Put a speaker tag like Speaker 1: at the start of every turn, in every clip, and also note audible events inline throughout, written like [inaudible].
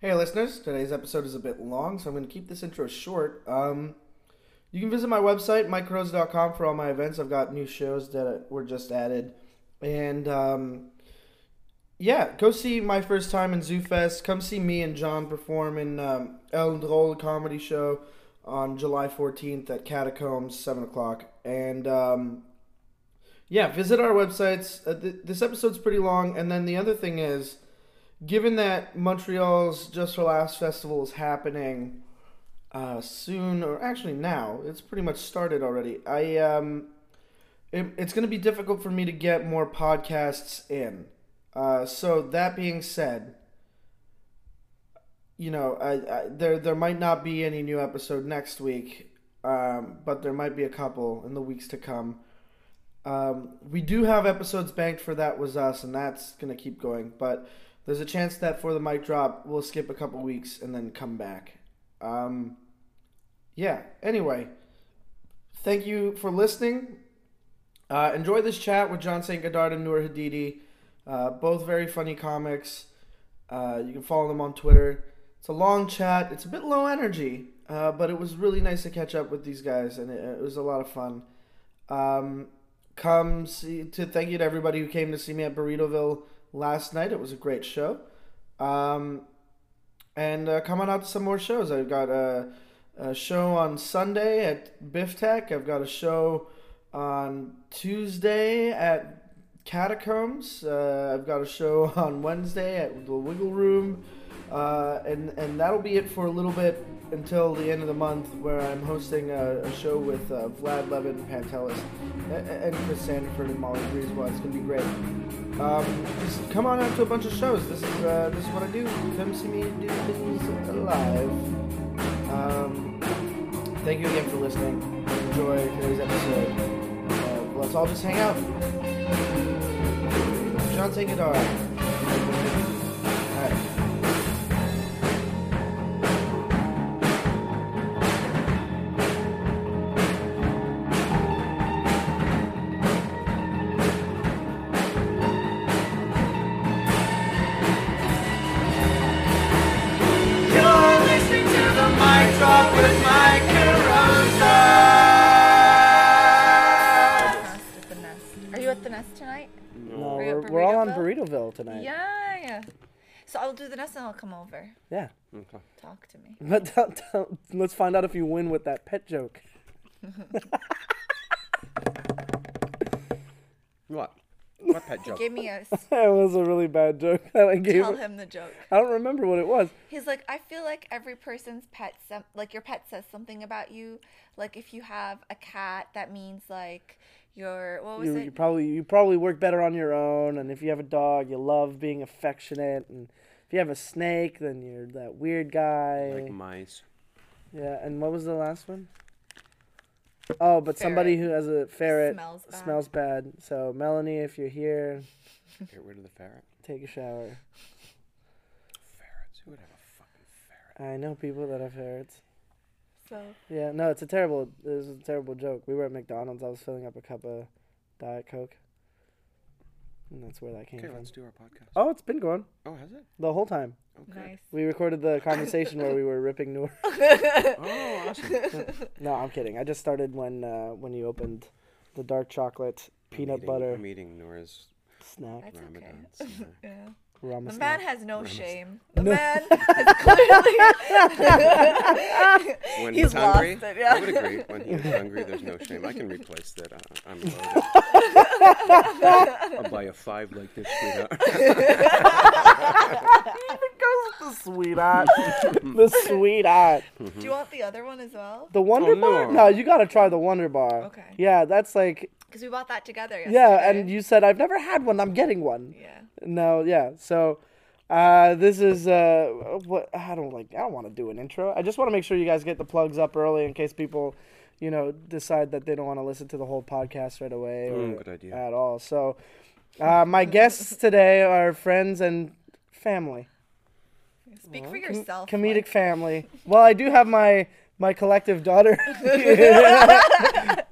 Speaker 1: Hey, listeners. Today's episode is a bit long, so I'm going to keep this intro short. Um, you can visit my website, mikerosa.com, for all my events. I've got new shows that were just added. And um, yeah, go see my first time in Zoo Fest. Come see me and John perform in um, El Drol comedy show on July 14th at Catacombs, 7 o'clock. And um, yeah, visit our websites. Uh, th- this episode's pretty long. And then the other thing is given that Montreal's Just for Laughs festival is happening uh, soon, or actually now, it's pretty much started already. I um, it, it's going to be difficult for me to get more podcasts in. Uh, so that being said, you know, I, I, there there might not be any new episode next week, um, but there might be a couple in the weeks to come. Um, we do have episodes banked for that was us, and that's gonna keep going. But there's a chance that for the mic drop, we'll skip a couple weeks and then come back. Um, yeah. Anyway, thank you for listening. Uh, enjoy this chat with John St. Goddard and Noor Hadidi, uh, both very funny comics. Uh, you can follow them on Twitter. It's a long chat. It's a bit low energy, uh, but it was really nice to catch up with these guys, and it, it was a lot of fun. Um, come see to thank you to everybody who came to see me at Burritoville last night. It was a great show. Um, and uh, come on out to some more shows. I've got a, a show on Sunday at Biff Tech. I've got a show on Tuesday at Catacombs. Uh, I've got a show [laughs] on Wednesday at the Wiggle Room. Uh, and, and that'll be it for a little bit until the end of the month, where I'm hosting a, a show with uh, Vlad Levin, Pantelis, a- a- and Chris Sandiford and Molly Breezewell. It's going to be great. Um, just come on out to a bunch of shows. This is uh, this is what I do. Come see me do things live. Um, thank you again for listening. Enjoy today's episode. Uh, let's all just hang out. John, take it all. All right.
Speaker 2: You're listening to the mic drop with Mike Carosa.
Speaker 3: Nest at the nest. Are you at the nest tonight?
Speaker 4: No,
Speaker 3: We're at
Speaker 4: we're, we're all on
Speaker 3: Burritoville?
Speaker 4: Burritoville tonight.
Speaker 3: Yeah, yeah. So I'll do the nest and I'll come over.
Speaker 4: Yeah. [laughs]
Speaker 3: Okay. Talk to me.
Speaker 4: But tell- tell- let's find out if you win with that pet joke. [laughs]
Speaker 2: What? My pet joke.
Speaker 3: Give
Speaker 4: [laughs]
Speaker 3: me a
Speaker 4: That was a really bad joke that I gave.
Speaker 3: tell him the joke.
Speaker 4: I don't remember what it was.
Speaker 3: He's like, I feel like every person's pet, some, like your pet says something about you. Like if you have a cat, that means like your what was
Speaker 4: You,
Speaker 3: it?
Speaker 4: you probably you probably work better on your own, and if you have a dog, you love being affectionate, and if you have a snake, then you're that weird guy.
Speaker 5: like mice.
Speaker 4: yeah. And what was the last one? Oh, but somebody
Speaker 3: Ferret.
Speaker 4: who has a ferret
Speaker 3: Smells bad.
Speaker 4: smells bad. So Melanie, if you're here,
Speaker 5: Get rid of the ferret.
Speaker 4: take a shower.
Speaker 5: Ferrets. Who would have a fucking ferret?
Speaker 4: I know people that have ferrets.
Speaker 3: so
Speaker 4: Yeah, no, it's a terrible. It was a terrible joke. We were at McDonald's. I was filling up a cup of Diet Coke, and that's where that came
Speaker 5: Okay,
Speaker 4: from.
Speaker 5: let's do our podcast.
Speaker 4: Oh, it's been going
Speaker 5: Oh, has it?
Speaker 4: the whole time.
Speaker 5: Oh, good.
Speaker 3: nice.
Speaker 4: We recorded the conversation where we were ripping New.
Speaker 5: Oh, awesome.
Speaker 4: No, I'm kidding. I just started when uh, when you opened the dark chocolate
Speaker 5: I'm
Speaker 4: peanut
Speaker 5: eating-
Speaker 4: butter
Speaker 5: I'm eating Nora's uh,
Speaker 4: snack.
Speaker 3: That's okay.
Speaker 5: Ramadan.
Speaker 3: [laughs]
Speaker 5: snack.
Speaker 3: Yeah.
Speaker 4: Rama
Speaker 3: The
Speaker 4: snack.
Speaker 3: man has no shame.
Speaker 4: [laughs]
Speaker 3: The man [laughs] has clearly
Speaker 5: When
Speaker 3: He's
Speaker 5: he's hungry,
Speaker 3: lost it, yeah.
Speaker 5: I would agree. When he's hungry, there's no shame. I can replace that. I, I'm loaded.
Speaker 3: [laughs]
Speaker 5: I'll buy a five like this, uh,
Speaker 4: [laughs]
Speaker 5: sweetheart.
Speaker 4: the sweetheart. the sweetheart.
Speaker 3: Do you want the other one as well?
Speaker 4: The Wonder
Speaker 5: Oh,
Speaker 4: Bar.
Speaker 5: no.
Speaker 4: No, you gotta try the Wonder Bar.
Speaker 3: Okay.
Speaker 4: Yeah, that's like
Speaker 3: Because we bought that together. Yesterday.
Speaker 4: yeah. And you said I've never had one. I'm getting one.
Speaker 3: Yeah.
Speaker 4: No, yeah. So uh, this is uh, what I don't like. I don't want to do an intro. I just want to make sure you guys get the plugs up early in case people, you know, decide that they don't want to listen to the whole podcast right away
Speaker 5: Mm,
Speaker 4: or
Speaker 5: good idea.
Speaker 4: at all. So uh, my guests today are friends and family,
Speaker 3: Speak
Speaker 1: Mm-hmm.
Speaker 3: for yourself.
Speaker 4: comedic [laughs]
Speaker 3: Mike.
Speaker 4: family. Well, I do have my my collective daughter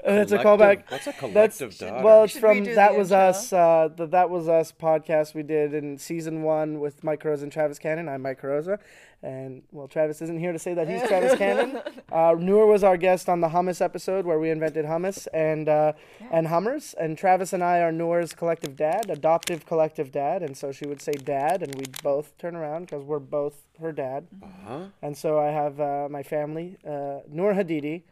Speaker 1: That's a
Speaker 5: Collective-
Speaker 1: callback.
Speaker 5: That's a
Speaker 1: That's
Speaker 5: collective dodder.
Speaker 1: well, it's
Speaker 3: Should
Speaker 1: from
Speaker 3: we do
Speaker 1: that
Speaker 3: the
Speaker 1: was
Speaker 3: intro?
Speaker 1: us. Uh, the that was us podcast we did in season one with Mike Rosa and Travis Cannon. I'm Mike Rosa, and well, Travis isn't here to say that he's Travis Cannon. Uh, Noor was our guest on the hummus episode where we invented hummus and uh, and hummers. And Travis and I are Noor's collective dad, adoptive collective dad, and so she would say dad, and we'd both turn around because we're both her dad.
Speaker 5: Huh?
Speaker 1: And so I have uh, my family, uh, Noor Hadidi,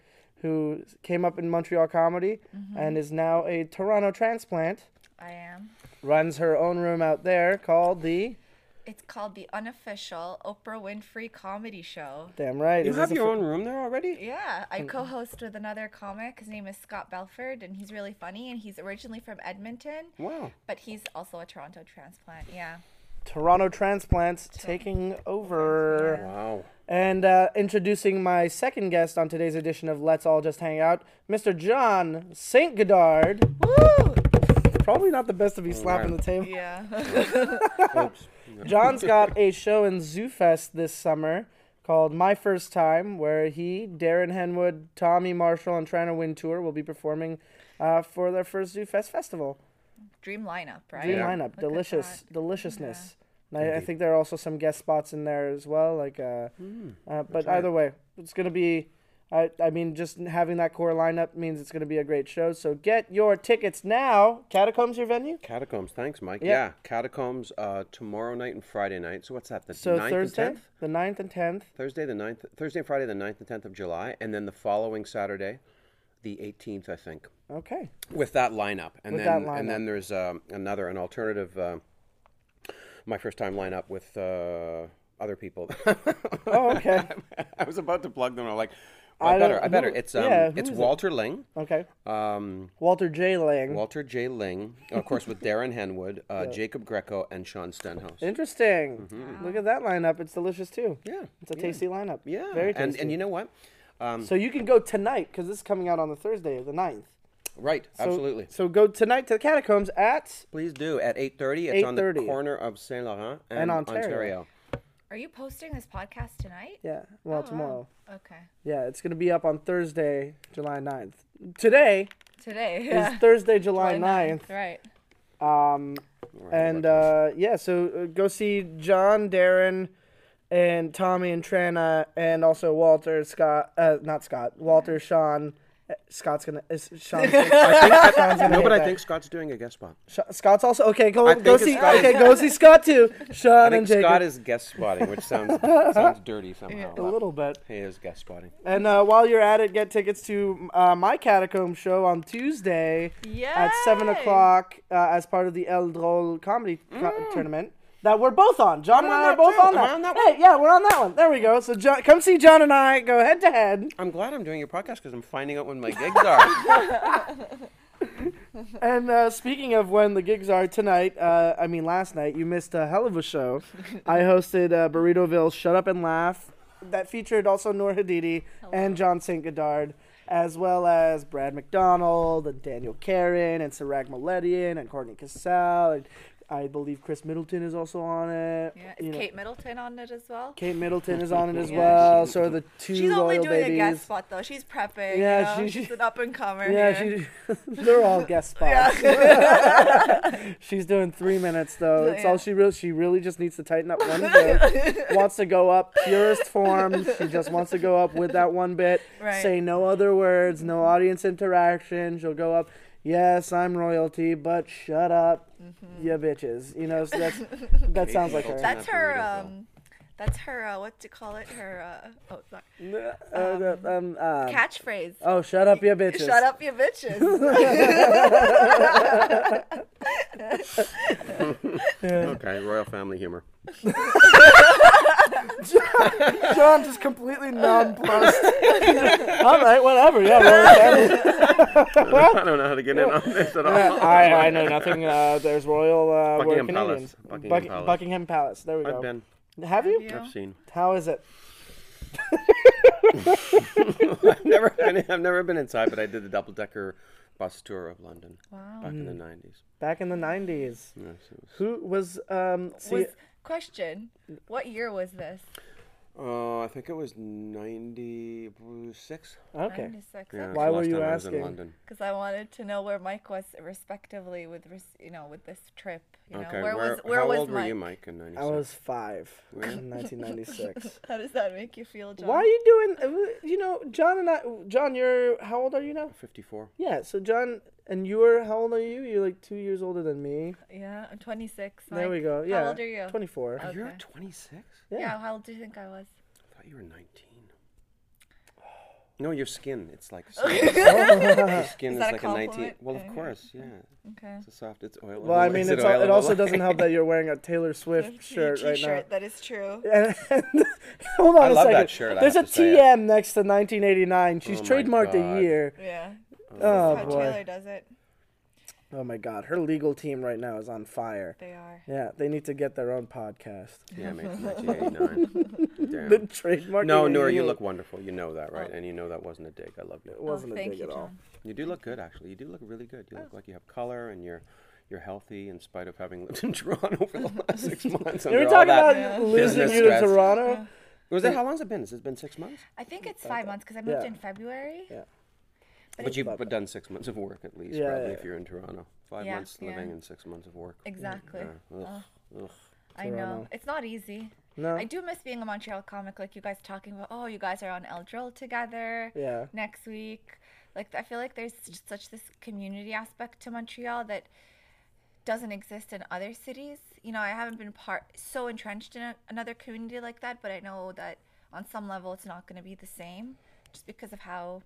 Speaker 1: who came up in Montreal comedy and is now a Toronto transplant,
Speaker 3: I am.
Speaker 1: runs her own room out there called the.
Speaker 3: It's called the unofficial Oprah Winfrey comedy show.
Speaker 1: Damn right.
Speaker 5: You
Speaker 1: is
Speaker 5: have
Speaker 1: this a
Speaker 5: your
Speaker 1: fr-
Speaker 5: own room there already?
Speaker 3: Yeah,
Speaker 1: Mm-hmm.
Speaker 3: I co-host with another comic. His name is Scott Belford, and he's really funny. And he's originally from Edmonton,
Speaker 5: Wow.
Speaker 3: but he's also a Toronto transplant. Yeah.
Speaker 1: Toronto transplants taking over.
Speaker 5: Wow.
Speaker 1: And uh, introducing my second guest on today's edition of Let's All Just Hang Out, Mr. John St. Godard.
Speaker 3: Woo!
Speaker 1: Probably not the best of you slapping
Speaker 5: Wow.
Speaker 1: the table.
Speaker 3: Yeah.
Speaker 5: Oops.
Speaker 1: John's got a show in ZooFest this summer called My First Time, where he, Darren Henwood, Tommy Marshall, and Trying to Win Tour will be performing uh, for their first ZooFest festival.
Speaker 3: [laughs] Dream lineup, right?
Speaker 1: Dream
Speaker 5: Yeah.
Speaker 1: lineup,
Speaker 3: at
Speaker 1: delicious,
Speaker 3: that.
Speaker 1: deliciousness. And I, I think there are also some guest spots in there as well. Like, uh,
Speaker 5: Hmm.
Speaker 1: uh, but either way, it's gonna be. I, I mean, just having that core lineup means it's going to be a great show. So get your tickets now. Catacombs, your venue?
Speaker 5: Catacombs. Thanks, Mike.
Speaker 1: Yeah.
Speaker 5: Yeah. Catacombs uh, tomorrow night and Friday night. So what's that? The
Speaker 1: So
Speaker 5: 9th
Speaker 1: Thursday,
Speaker 5: and 10th?
Speaker 1: the 9th and 10th.
Speaker 5: Thursday the 9th, Thursday and Friday the 9th and 10th of July, and then the following Saturday, the 18th, I think,
Speaker 1: Okay.
Speaker 5: with that lineup. And
Speaker 1: With
Speaker 5: then
Speaker 1: that lineup.
Speaker 5: and then there's um, another an alternative uh, my first time lineup with uh, other people. [laughs]
Speaker 1: Oh, okay.
Speaker 5: I was about to plug them. and I'm like, well, I,
Speaker 1: I don't-
Speaker 5: better, I better.
Speaker 1: who-
Speaker 5: It's um,
Speaker 1: yeah, who
Speaker 5: it's
Speaker 1: is it?
Speaker 5: Walter Ling,
Speaker 1: Okay.
Speaker 5: um,
Speaker 1: Walter J. Lang.
Speaker 5: Walter J. Ling, of course, with Darren Henwood, uh, Jacob Greco, and Sean Stenhouse.
Speaker 1: Interesting. Look at that lineup. It's delicious too.
Speaker 5: Mm-hmm. Yeah,
Speaker 1: It's a tasty lineup.
Speaker 5: yeah,
Speaker 1: Very tasty.
Speaker 5: and and you know what? Um,
Speaker 1: so you can go tonight because this is coming out on the Thursday, the 9th.
Speaker 5: right,
Speaker 1: So,
Speaker 5: absolutely.
Speaker 1: So go tonight to the catacombs at.
Speaker 5: Please do at 8:30. It's on the
Speaker 1: 8:30.
Speaker 5: corner of Saint Laurent and,
Speaker 1: And Ontario.
Speaker 5: Ontario.
Speaker 3: Are you posting this podcast tonight?
Speaker 1: Yeah. Well,
Speaker 3: Oh,
Speaker 1: tomorrow.
Speaker 3: wow. Okay.
Speaker 1: Yeah, it's gonna be up on Thursday, July 9th. Today
Speaker 3: Today.
Speaker 1: is Thursday, July,
Speaker 3: July
Speaker 1: 9th.
Speaker 3: Right.
Speaker 1: Um, and uh, yeah, so uh, go see John, Darren, and Tommy and Trana, and also Walter, Scott, uh, not Scott, Walter, Sean. uh, Scott's gonna is
Speaker 5: [laughs]
Speaker 1: Sean. Sean's gonna
Speaker 5: No,
Speaker 1: hate
Speaker 5: but I
Speaker 1: that.
Speaker 5: think Scott's doing a guest spot.
Speaker 1: Sh- Scott's also okay. Go
Speaker 5: I
Speaker 1: go
Speaker 5: think it's
Speaker 1: see
Speaker 5: Scott.
Speaker 1: okay go see Scott too. Sean
Speaker 5: [laughs] I think
Speaker 1: and Jacob.
Speaker 5: Scott is guest spotting,
Speaker 1: [laughs]
Speaker 5: which sounds sounds dirty somehow.
Speaker 1: a little bit.
Speaker 5: He is guest spotting.
Speaker 1: And uh, while you're at it, get tickets to uh, my catacomb show on Tuesday at seven
Speaker 3: Yay!
Speaker 1: o'clock uh, as part of the El Drol comedy co- tournament that Mm. we're both on. John and I are both
Speaker 5: too.
Speaker 1: on
Speaker 5: Am I
Speaker 1: that.
Speaker 5: on that
Speaker 1: hey, yeah, we're on that one. There we go. So John, come see John and I go head to head,
Speaker 5: I'm glad I'm doing your podcast because I'm finding out when my gigs
Speaker 1: [laughs]
Speaker 5: are.
Speaker 1: and uh, speaking of when the gigs are tonight, uh, I mean last night, you missed a hell of a [laughs] show. I hosted uh, Burritoville Shut Up and Laugh that featured also Noor Hadidi and John St. Goddard, as well as Brad McDonald and Daniel Karen and Sirag Maledian and Courtney Cassell. And I believe Chris Middleton is also on it.
Speaker 3: Yeah.
Speaker 1: you
Speaker 3: Is
Speaker 1: know.
Speaker 3: Kate Middleton on it as well?
Speaker 1: Kate Middleton is on it as
Speaker 3: [laughs] Yeah,
Speaker 1: well. So are the two
Speaker 3: She's
Speaker 1: loyal
Speaker 3: only doing
Speaker 1: babies.
Speaker 3: a guest spot though. She's
Speaker 1: Yeah,
Speaker 3: prepping. Yeah, you know?
Speaker 1: she-
Speaker 3: she's an up and comer.
Speaker 1: Yeah,
Speaker 3: here.
Speaker 1: she, [laughs] they're all guest [laughs]
Speaker 3: [laughs]
Speaker 1: spots. She's doing three minutes
Speaker 3: [laughs]
Speaker 1: though. It's all
Speaker 3: Yeah.
Speaker 1: she really. She really just needs to tighten up one
Speaker 3: [laughs]
Speaker 1: bit. wants to go up purest form. She just wants to go up with that one bit.
Speaker 3: Right.
Speaker 1: Say no other words, no audience interaction. She'll go up. Yes, I'm royalty, but shut up,
Speaker 3: Mm-hmm.
Speaker 1: ya bitches. You know so
Speaker 3: [laughs]
Speaker 1: that's that sounds like her.
Speaker 3: That's
Speaker 5: Not
Speaker 3: her.
Speaker 5: Burritoville.
Speaker 3: Um, that's her. Uh, what do you call it? Her. Uh, oh, sorry.
Speaker 1: Uh, um, um,
Speaker 3: Catchphrase. [laughs]
Speaker 1: oh, shut up, ya bitches.
Speaker 3: Shut up,
Speaker 1: [laughs]
Speaker 3: you bitches.
Speaker 5: okay, royal family humor.
Speaker 1: [laughs] John just
Speaker 3: [laughs]
Speaker 1: completely nonplussed. [laughs] All right, whatever. Yeah,
Speaker 3: [laughs]
Speaker 1: royal family.
Speaker 5: [laughs] I don't know how to get in on this at all.
Speaker 1: [laughs] I, I know nothing. Uh, there's royal. Uh, we're
Speaker 5: Buckingham
Speaker 1: Canadians.
Speaker 5: Palace. Buckingham
Speaker 1: Buck-
Speaker 5: Palace.
Speaker 1: Buckingham Palace. There we go.
Speaker 5: I've been.
Speaker 1: Have you?
Speaker 3: Yeah.
Speaker 5: I've seen. [laughs]
Speaker 1: How is it?
Speaker 5: I've never been. I've never been inside, but I did the double decker bus tour of London
Speaker 3: wow.
Speaker 5: back in the
Speaker 1: Mm.
Speaker 5: 90s.
Speaker 1: Back in the '90s,
Speaker 5: Yes, it was-
Speaker 1: who was um? See,
Speaker 3: Was, question: What year was this?
Speaker 5: Uh, I think it was '96.
Speaker 1: Okay.
Speaker 5: it's
Speaker 1: Why
Speaker 5: the
Speaker 1: were
Speaker 5: last
Speaker 1: you
Speaker 5: time I was in
Speaker 1: asking?
Speaker 5: London.
Speaker 3: Because I wanted to know where Mike was, respectively, with res- you know, with this trip. You know,
Speaker 5: okay,
Speaker 3: where, was where
Speaker 5: how
Speaker 3: was
Speaker 5: old
Speaker 3: Mike?
Speaker 5: were you, Mike, in '96?
Speaker 1: I was five
Speaker 5: Really?
Speaker 3: [laughs]
Speaker 1: in 1996.
Speaker 3: How does that make you feel, John?
Speaker 1: Why are you doing? uh, You know, John and I. John, you're how old are you now?
Speaker 5: 54.
Speaker 1: Yeah. So John and you are how old are you? You're like two years older than me.
Speaker 3: Yeah, I'm 26.
Speaker 1: There
Speaker 3: Mike.
Speaker 1: we go. Yeah.
Speaker 3: How old are you?
Speaker 1: Twenty-four.
Speaker 3: Okay.
Speaker 5: You're 26.
Speaker 1: Yeah.
Speaker 3: Yeah. How old do you think I was?
Speaker 5: I thought you were 19. No, your skin. It's
Speaker 3: [laughs]
Speaker 5: like your skin is,
Speaker 3: that a
Speaker 5: like a 19.
Speaker 3: compliment?
Speaker 5: Well, of
Speaker 3: Okay.
Speaker 5: course, yeah.
Speaker 3: Okay.
Speaker 5: It's a soft. It's oil.
Speaker 1: [laughs] Well, I mean,
Speaker 5: is
Speaker 1: it's
Speaker 5: oil
Speaker 1: al- it also
Speaker 5: like-
Speaker 1: doesn't
Speaker 5: [laughs]
Speaker 1: help that you're wearing a Taylor
Speaker 3: [laughs]
Speaker 1: Swift shirt right now.
Speaker 3: That is true.
Speaker 1: And, [laughs] hold on
Speaker 5: I
Speaker 1: a
Speaker 5: love
Speaker 1: second.
Speaker 5: that shirt, I
Speaker 1: There's a
Speaker 5: have to say it.
Speaker 1: TM next to 1989. She's
Speaker 5: Oh my
Speaker 1: trademarked
Speaker 5: God.
Speaker 1: a year.
Speaker 3: Yeah.
Speaker 1: Oh
Speaker 3: How
Speaker 1: boy.
Speaker 3: Taylor does it.
Speaker 1: Oh my God. Her legal team right now is on fire.
Speaker 3: They are.
Speaker 1: Yeah, they need to get their own podcast.
Speaker 5: Yeah, mate,
Speaker 1: [laughs]
Speaker 5: 1989. Damn.
Speaker 1: um, The trademark.
Speaker 5: No,
Speaker 1: is
Speaker 5: Nora, you
Speaker 1: you.
Speaker 5: look wonderful. You know that, right? And you know that wasn't a dig. I love you.
Speaker 1: wasn't
Speaker 3: oh,
Speaker 1: a
Speaker 3: thank
Speaker 1: dig
Speaker 3: you,
Speaker 1: at all.
Speaker 3: John.
Speaker 5: You do look good, actually. You do look really good. You look like you have color, and you're you're healthy in spite of having [laughs] lived in Toronto for the last six months.
Speaker 1: Can we
Speaker 5: under all
Speaker 1: talk
Speaker 5: that
Speaker 1: about
Speaker 3: Yeah.
Speaker 1: losing
Speaker 5: business
Speaker 1: you to
Speaker 5: stress.
Speaker 1: Toronto?
Speaker 5: Was that how long has it been? Has it been six months?
Speaker 3: I think it's five months because I moved
Speaker 1: Yeah.
Speaker 3: in February.
Speaker 1: Yeah.
Speaker 5: But you've but done six months of work at least,
Speaker 1: Yeah,
Speaker 5: probably
Speaker 1: yeah.
Speaker 5: if you're in Toronto. Five
Speaker 3: Yeah,
Speaker 5: months living
Speaker 3: yeah.
Speaker 5: and six months of work.
Speaker 3: Exactly.
Speaker 5: Yeah. Ugh. Ugh.
Speaker 3: I know. It's not easy.
Speaker 1: No.
Speaker 3: I do miss being a Montreal comic, like you guys talking about, oh, you guys are on El Drill together
Speaker 1: Yeah.
Speaker 3: next week. Like, I feel like there's just such this community aspect to Montreal that doesn't exist in other cities. You know, I haven't been part so entrenched in a, another community like that, but I know that on some level it's not going to be the same just because of how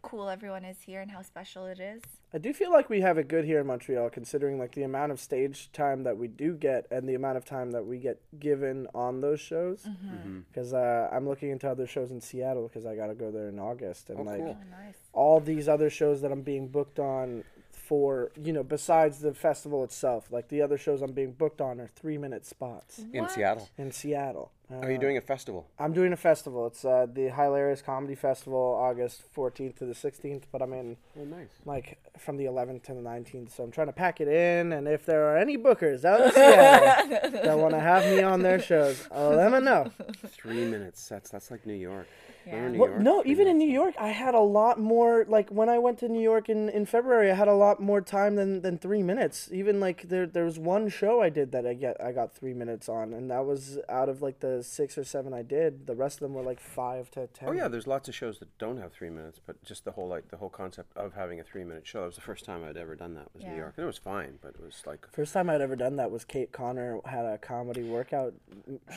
Speaker 3: cool everyone is here and how special it is.
Speaker 1: I do feel like we have it good here in Montreal, considering like the amount of stage time that we do get and the amount of time that we get given on those shows.
Speaker 3: Mm-hmm.
Speaker 5: Mm-hmm.
Speaker 1: Because uh, I'm looking into other shows in Seattle because I got to go there in August, and like
Speaker 5: Oh, cool.
Speaker 3: Nice.
Speaker 1: all these other shows that I'm being booked on for, you know, besides the festival itself, like the other shows I'm being booked on are three minute spots
Speaker 5: In
Speaker 3: What?
Speaker 5: Seattle.
Speaker 1: in Seattle. Uh,
Speaker 5: Are you doing a festival?
Speaker 1: I'm doing a festival. It's uh, the Hilarious Comedy Festival, August 14th to the 16th, but I'm in
Speaker 5: Oh, nice.
Speaker 1: like from the 11th to the 19th. So I'm trying to pack it in. And if there are any bookers out in Seattle that want to have me on their shows, uh, let me know.
Speaker 5: [laughs] Three minute sets. That's like New York.
Speaker 3: Yeah.
Speaker 5: Remember New
Speaker 1: Well,
Speaker 5: York?
Speaker 1: no,
Speaker 5: Three
Speaker 1: even in
Speaker 5: minutes.
Speaker 1: New York, I had a lot more. Like when I went to New York in, in February, I had a lot more time than, than three minutes. Even like there there was one show I did that I get I got three minutes on, and that was out of like the six or seven I did. The rest of them were like five to ten.
Speaker 5: Oh yeah, there's lots of shows that don't have three minutes, but just the whole like the whole concept of having a three minute show. It was the first time I'd ever done that. Was New
Speaker 3: Yeah.
Speaker 5: York, and it was fine, but it was like
Speaker 1: First time I'd ever done that was Kate Connor had a comedy workout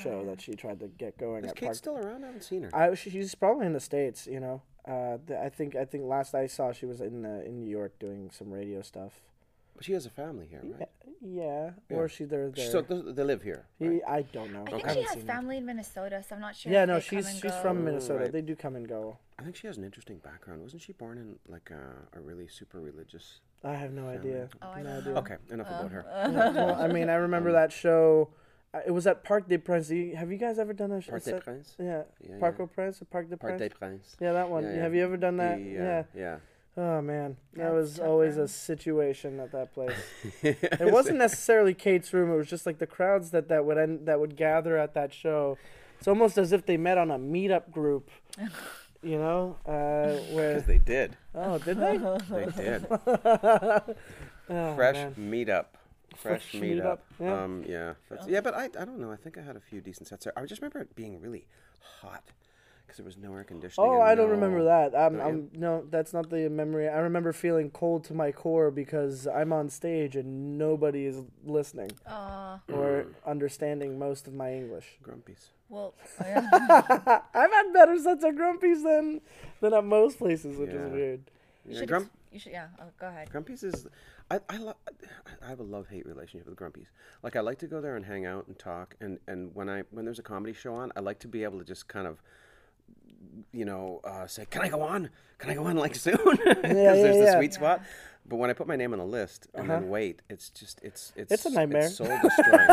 Speaker 1: show that she tried to get going
Speaker 5: is
Speaker 1: at
Speaker 5: Kate
Speaker 1: Park
Speaker 5: still around? I haven't seen her.
Speaker 1: I she- she's probably in the states, you know. Uh, th- I think I think last I saw she was in uh, in New York doing some radio stuff.
Speaker 5: but she has a family here, right?
Speaker 1: Yeah, or she they're there.
Speaker 5: She still, they live here.
Speaker 1: He-
Speaker 5: right?
Speaker 1: I don't know.
Speaker 3: I think she
Speaker 1: haven't
Speaker 3: has
Speaker 1: seen her.
Speaker 3: family in Minnesota, so I'm not sure.
Speaker 1: Yeah,
Speaker 3: if
Speaker 1: no,
Speaker 3: they come
Speaker 1: she's
Speaker 3: and
Speaker 1: she's
Speaker 3: go.
Speaker 1: from Minnesota.
Speaker 5: right.
Speaker 1: They do come and go.
Speaker 5: I think she has an interesting background. Wasn't she born in like a, a really super religious?
Speaker 1: I have no
Speaker 5: [laughs]
Speaker 1: idea. Uh,
Speaker 3: Oh, I
Speaker 1: no
Speaker 3: don't
Speaker 1: idea.
Speaker 3: know.
Speaker 5: Okay, enough
Speaker 3: [laughs]
Speaker 5: about her.
Speaker 1: well, I mean, I remember
Speaker 5: Um,
Speaker 1: that show. I- It was at Parc des Princes. Have you guys ever done a show?
Speaker 5: Parc des
Speaker 1: set-
Speaker 5: Princes?
Speaker 1: Yeah,
Speaker 5: Yeah,
Speaker 1: Parc
Speaker 5: yeah.
Speaker 1: aux Princes or Parc des
Speaker 5: Parc
Speaker 1: Princes.
Speaker 5: des Princes.
Speaker 1: Yeah, that one.
Speaker 5: Yeah,
Speaker 1: Yeah,
Speaker 5: yeah.
Speaker 1: Have you ever done that?
Speaker 5: The, uh,
Speaker 1: yeah.
Speaker 5: yeah.
Speaker 1: Oh man, that
Speaker 3: it's
Speaker 1: was
Speaker 3: tough
Speaker 1: always a
Speaker 3: room.
Speaker 1: situation at that place. it wasn't necessarily Kate's room; it was just like the crowds that that would end, that would gather at that show. It's almost as if they met on a meetup
Speaker 5: [laughs]
Speaker 1: group, you know, uh, where
Speaker 5: [laughs] 'Cause they did.
Speaker 1: oh, did they?
Speaker 5: They did.
Speaker 1: [laughs] Oh,
Speaker 5: Uh-huh. Fresh
Speaker 1: man.
Speaker 5: meetup. Fresh,
Speaker 1: Fresh
Speaker 5: meetup.
Speaker 1: meetup, yeah.
Speaker 5: Um, yeah. That's- yeah, but I, I don't know. I think I had a few decent sets there. I just remember it being really hot because there was no air conditioning.
Speaker 1: Oh,
Speaker 5: and
Speaker 1: I don't
Speaker 5: no-
Speaker 1: remember that. Um,
Speaker 5: Don't
Speaker 1: I'm no, that's not the memory. I remember feeling cold to my core because I'm on stage and nobody is listening
Speaker 3: [laughs] Aw.
Speaker 1: or
Speaker 5: Mm.
Speaker 1: understanding most of my English. [laughs]
Speaker 5: Grumpies.
Speaker 3: Well, oh,
Speaker 1: I've had better sets of grumpies than than at most places, which
Speaker 5: Yeah.
Speaker 1: is weird.
Speaker 3: you
Speaker 5: Yeah,
Speaker 3: should.
Speaker 5: grump-
Speaker 3: ex- you should. Yeah. Oh,
Speaker 5: [laughs]
Speaker 3: go ahead.
Speaker 5: Grumpy's is, I I, lo- I have a love hate relationship with Grumpy's. Like I like to go there and hang out and talk, and and when I when there's a comedy show on, I like to be able to just kind of, you know, uh, say, can I go on? Can I go on like [laughs] soon? Because
Speaker 1: yeah,
Speaker 5: there's the
Speaker 1: yeah. Uh-huh.
Speaker 5: sweet spot. But when I put my name on the list and then wait, it's just it's it's
Speaker 1: It's a nightmare.
Speaker 5: soul destroying.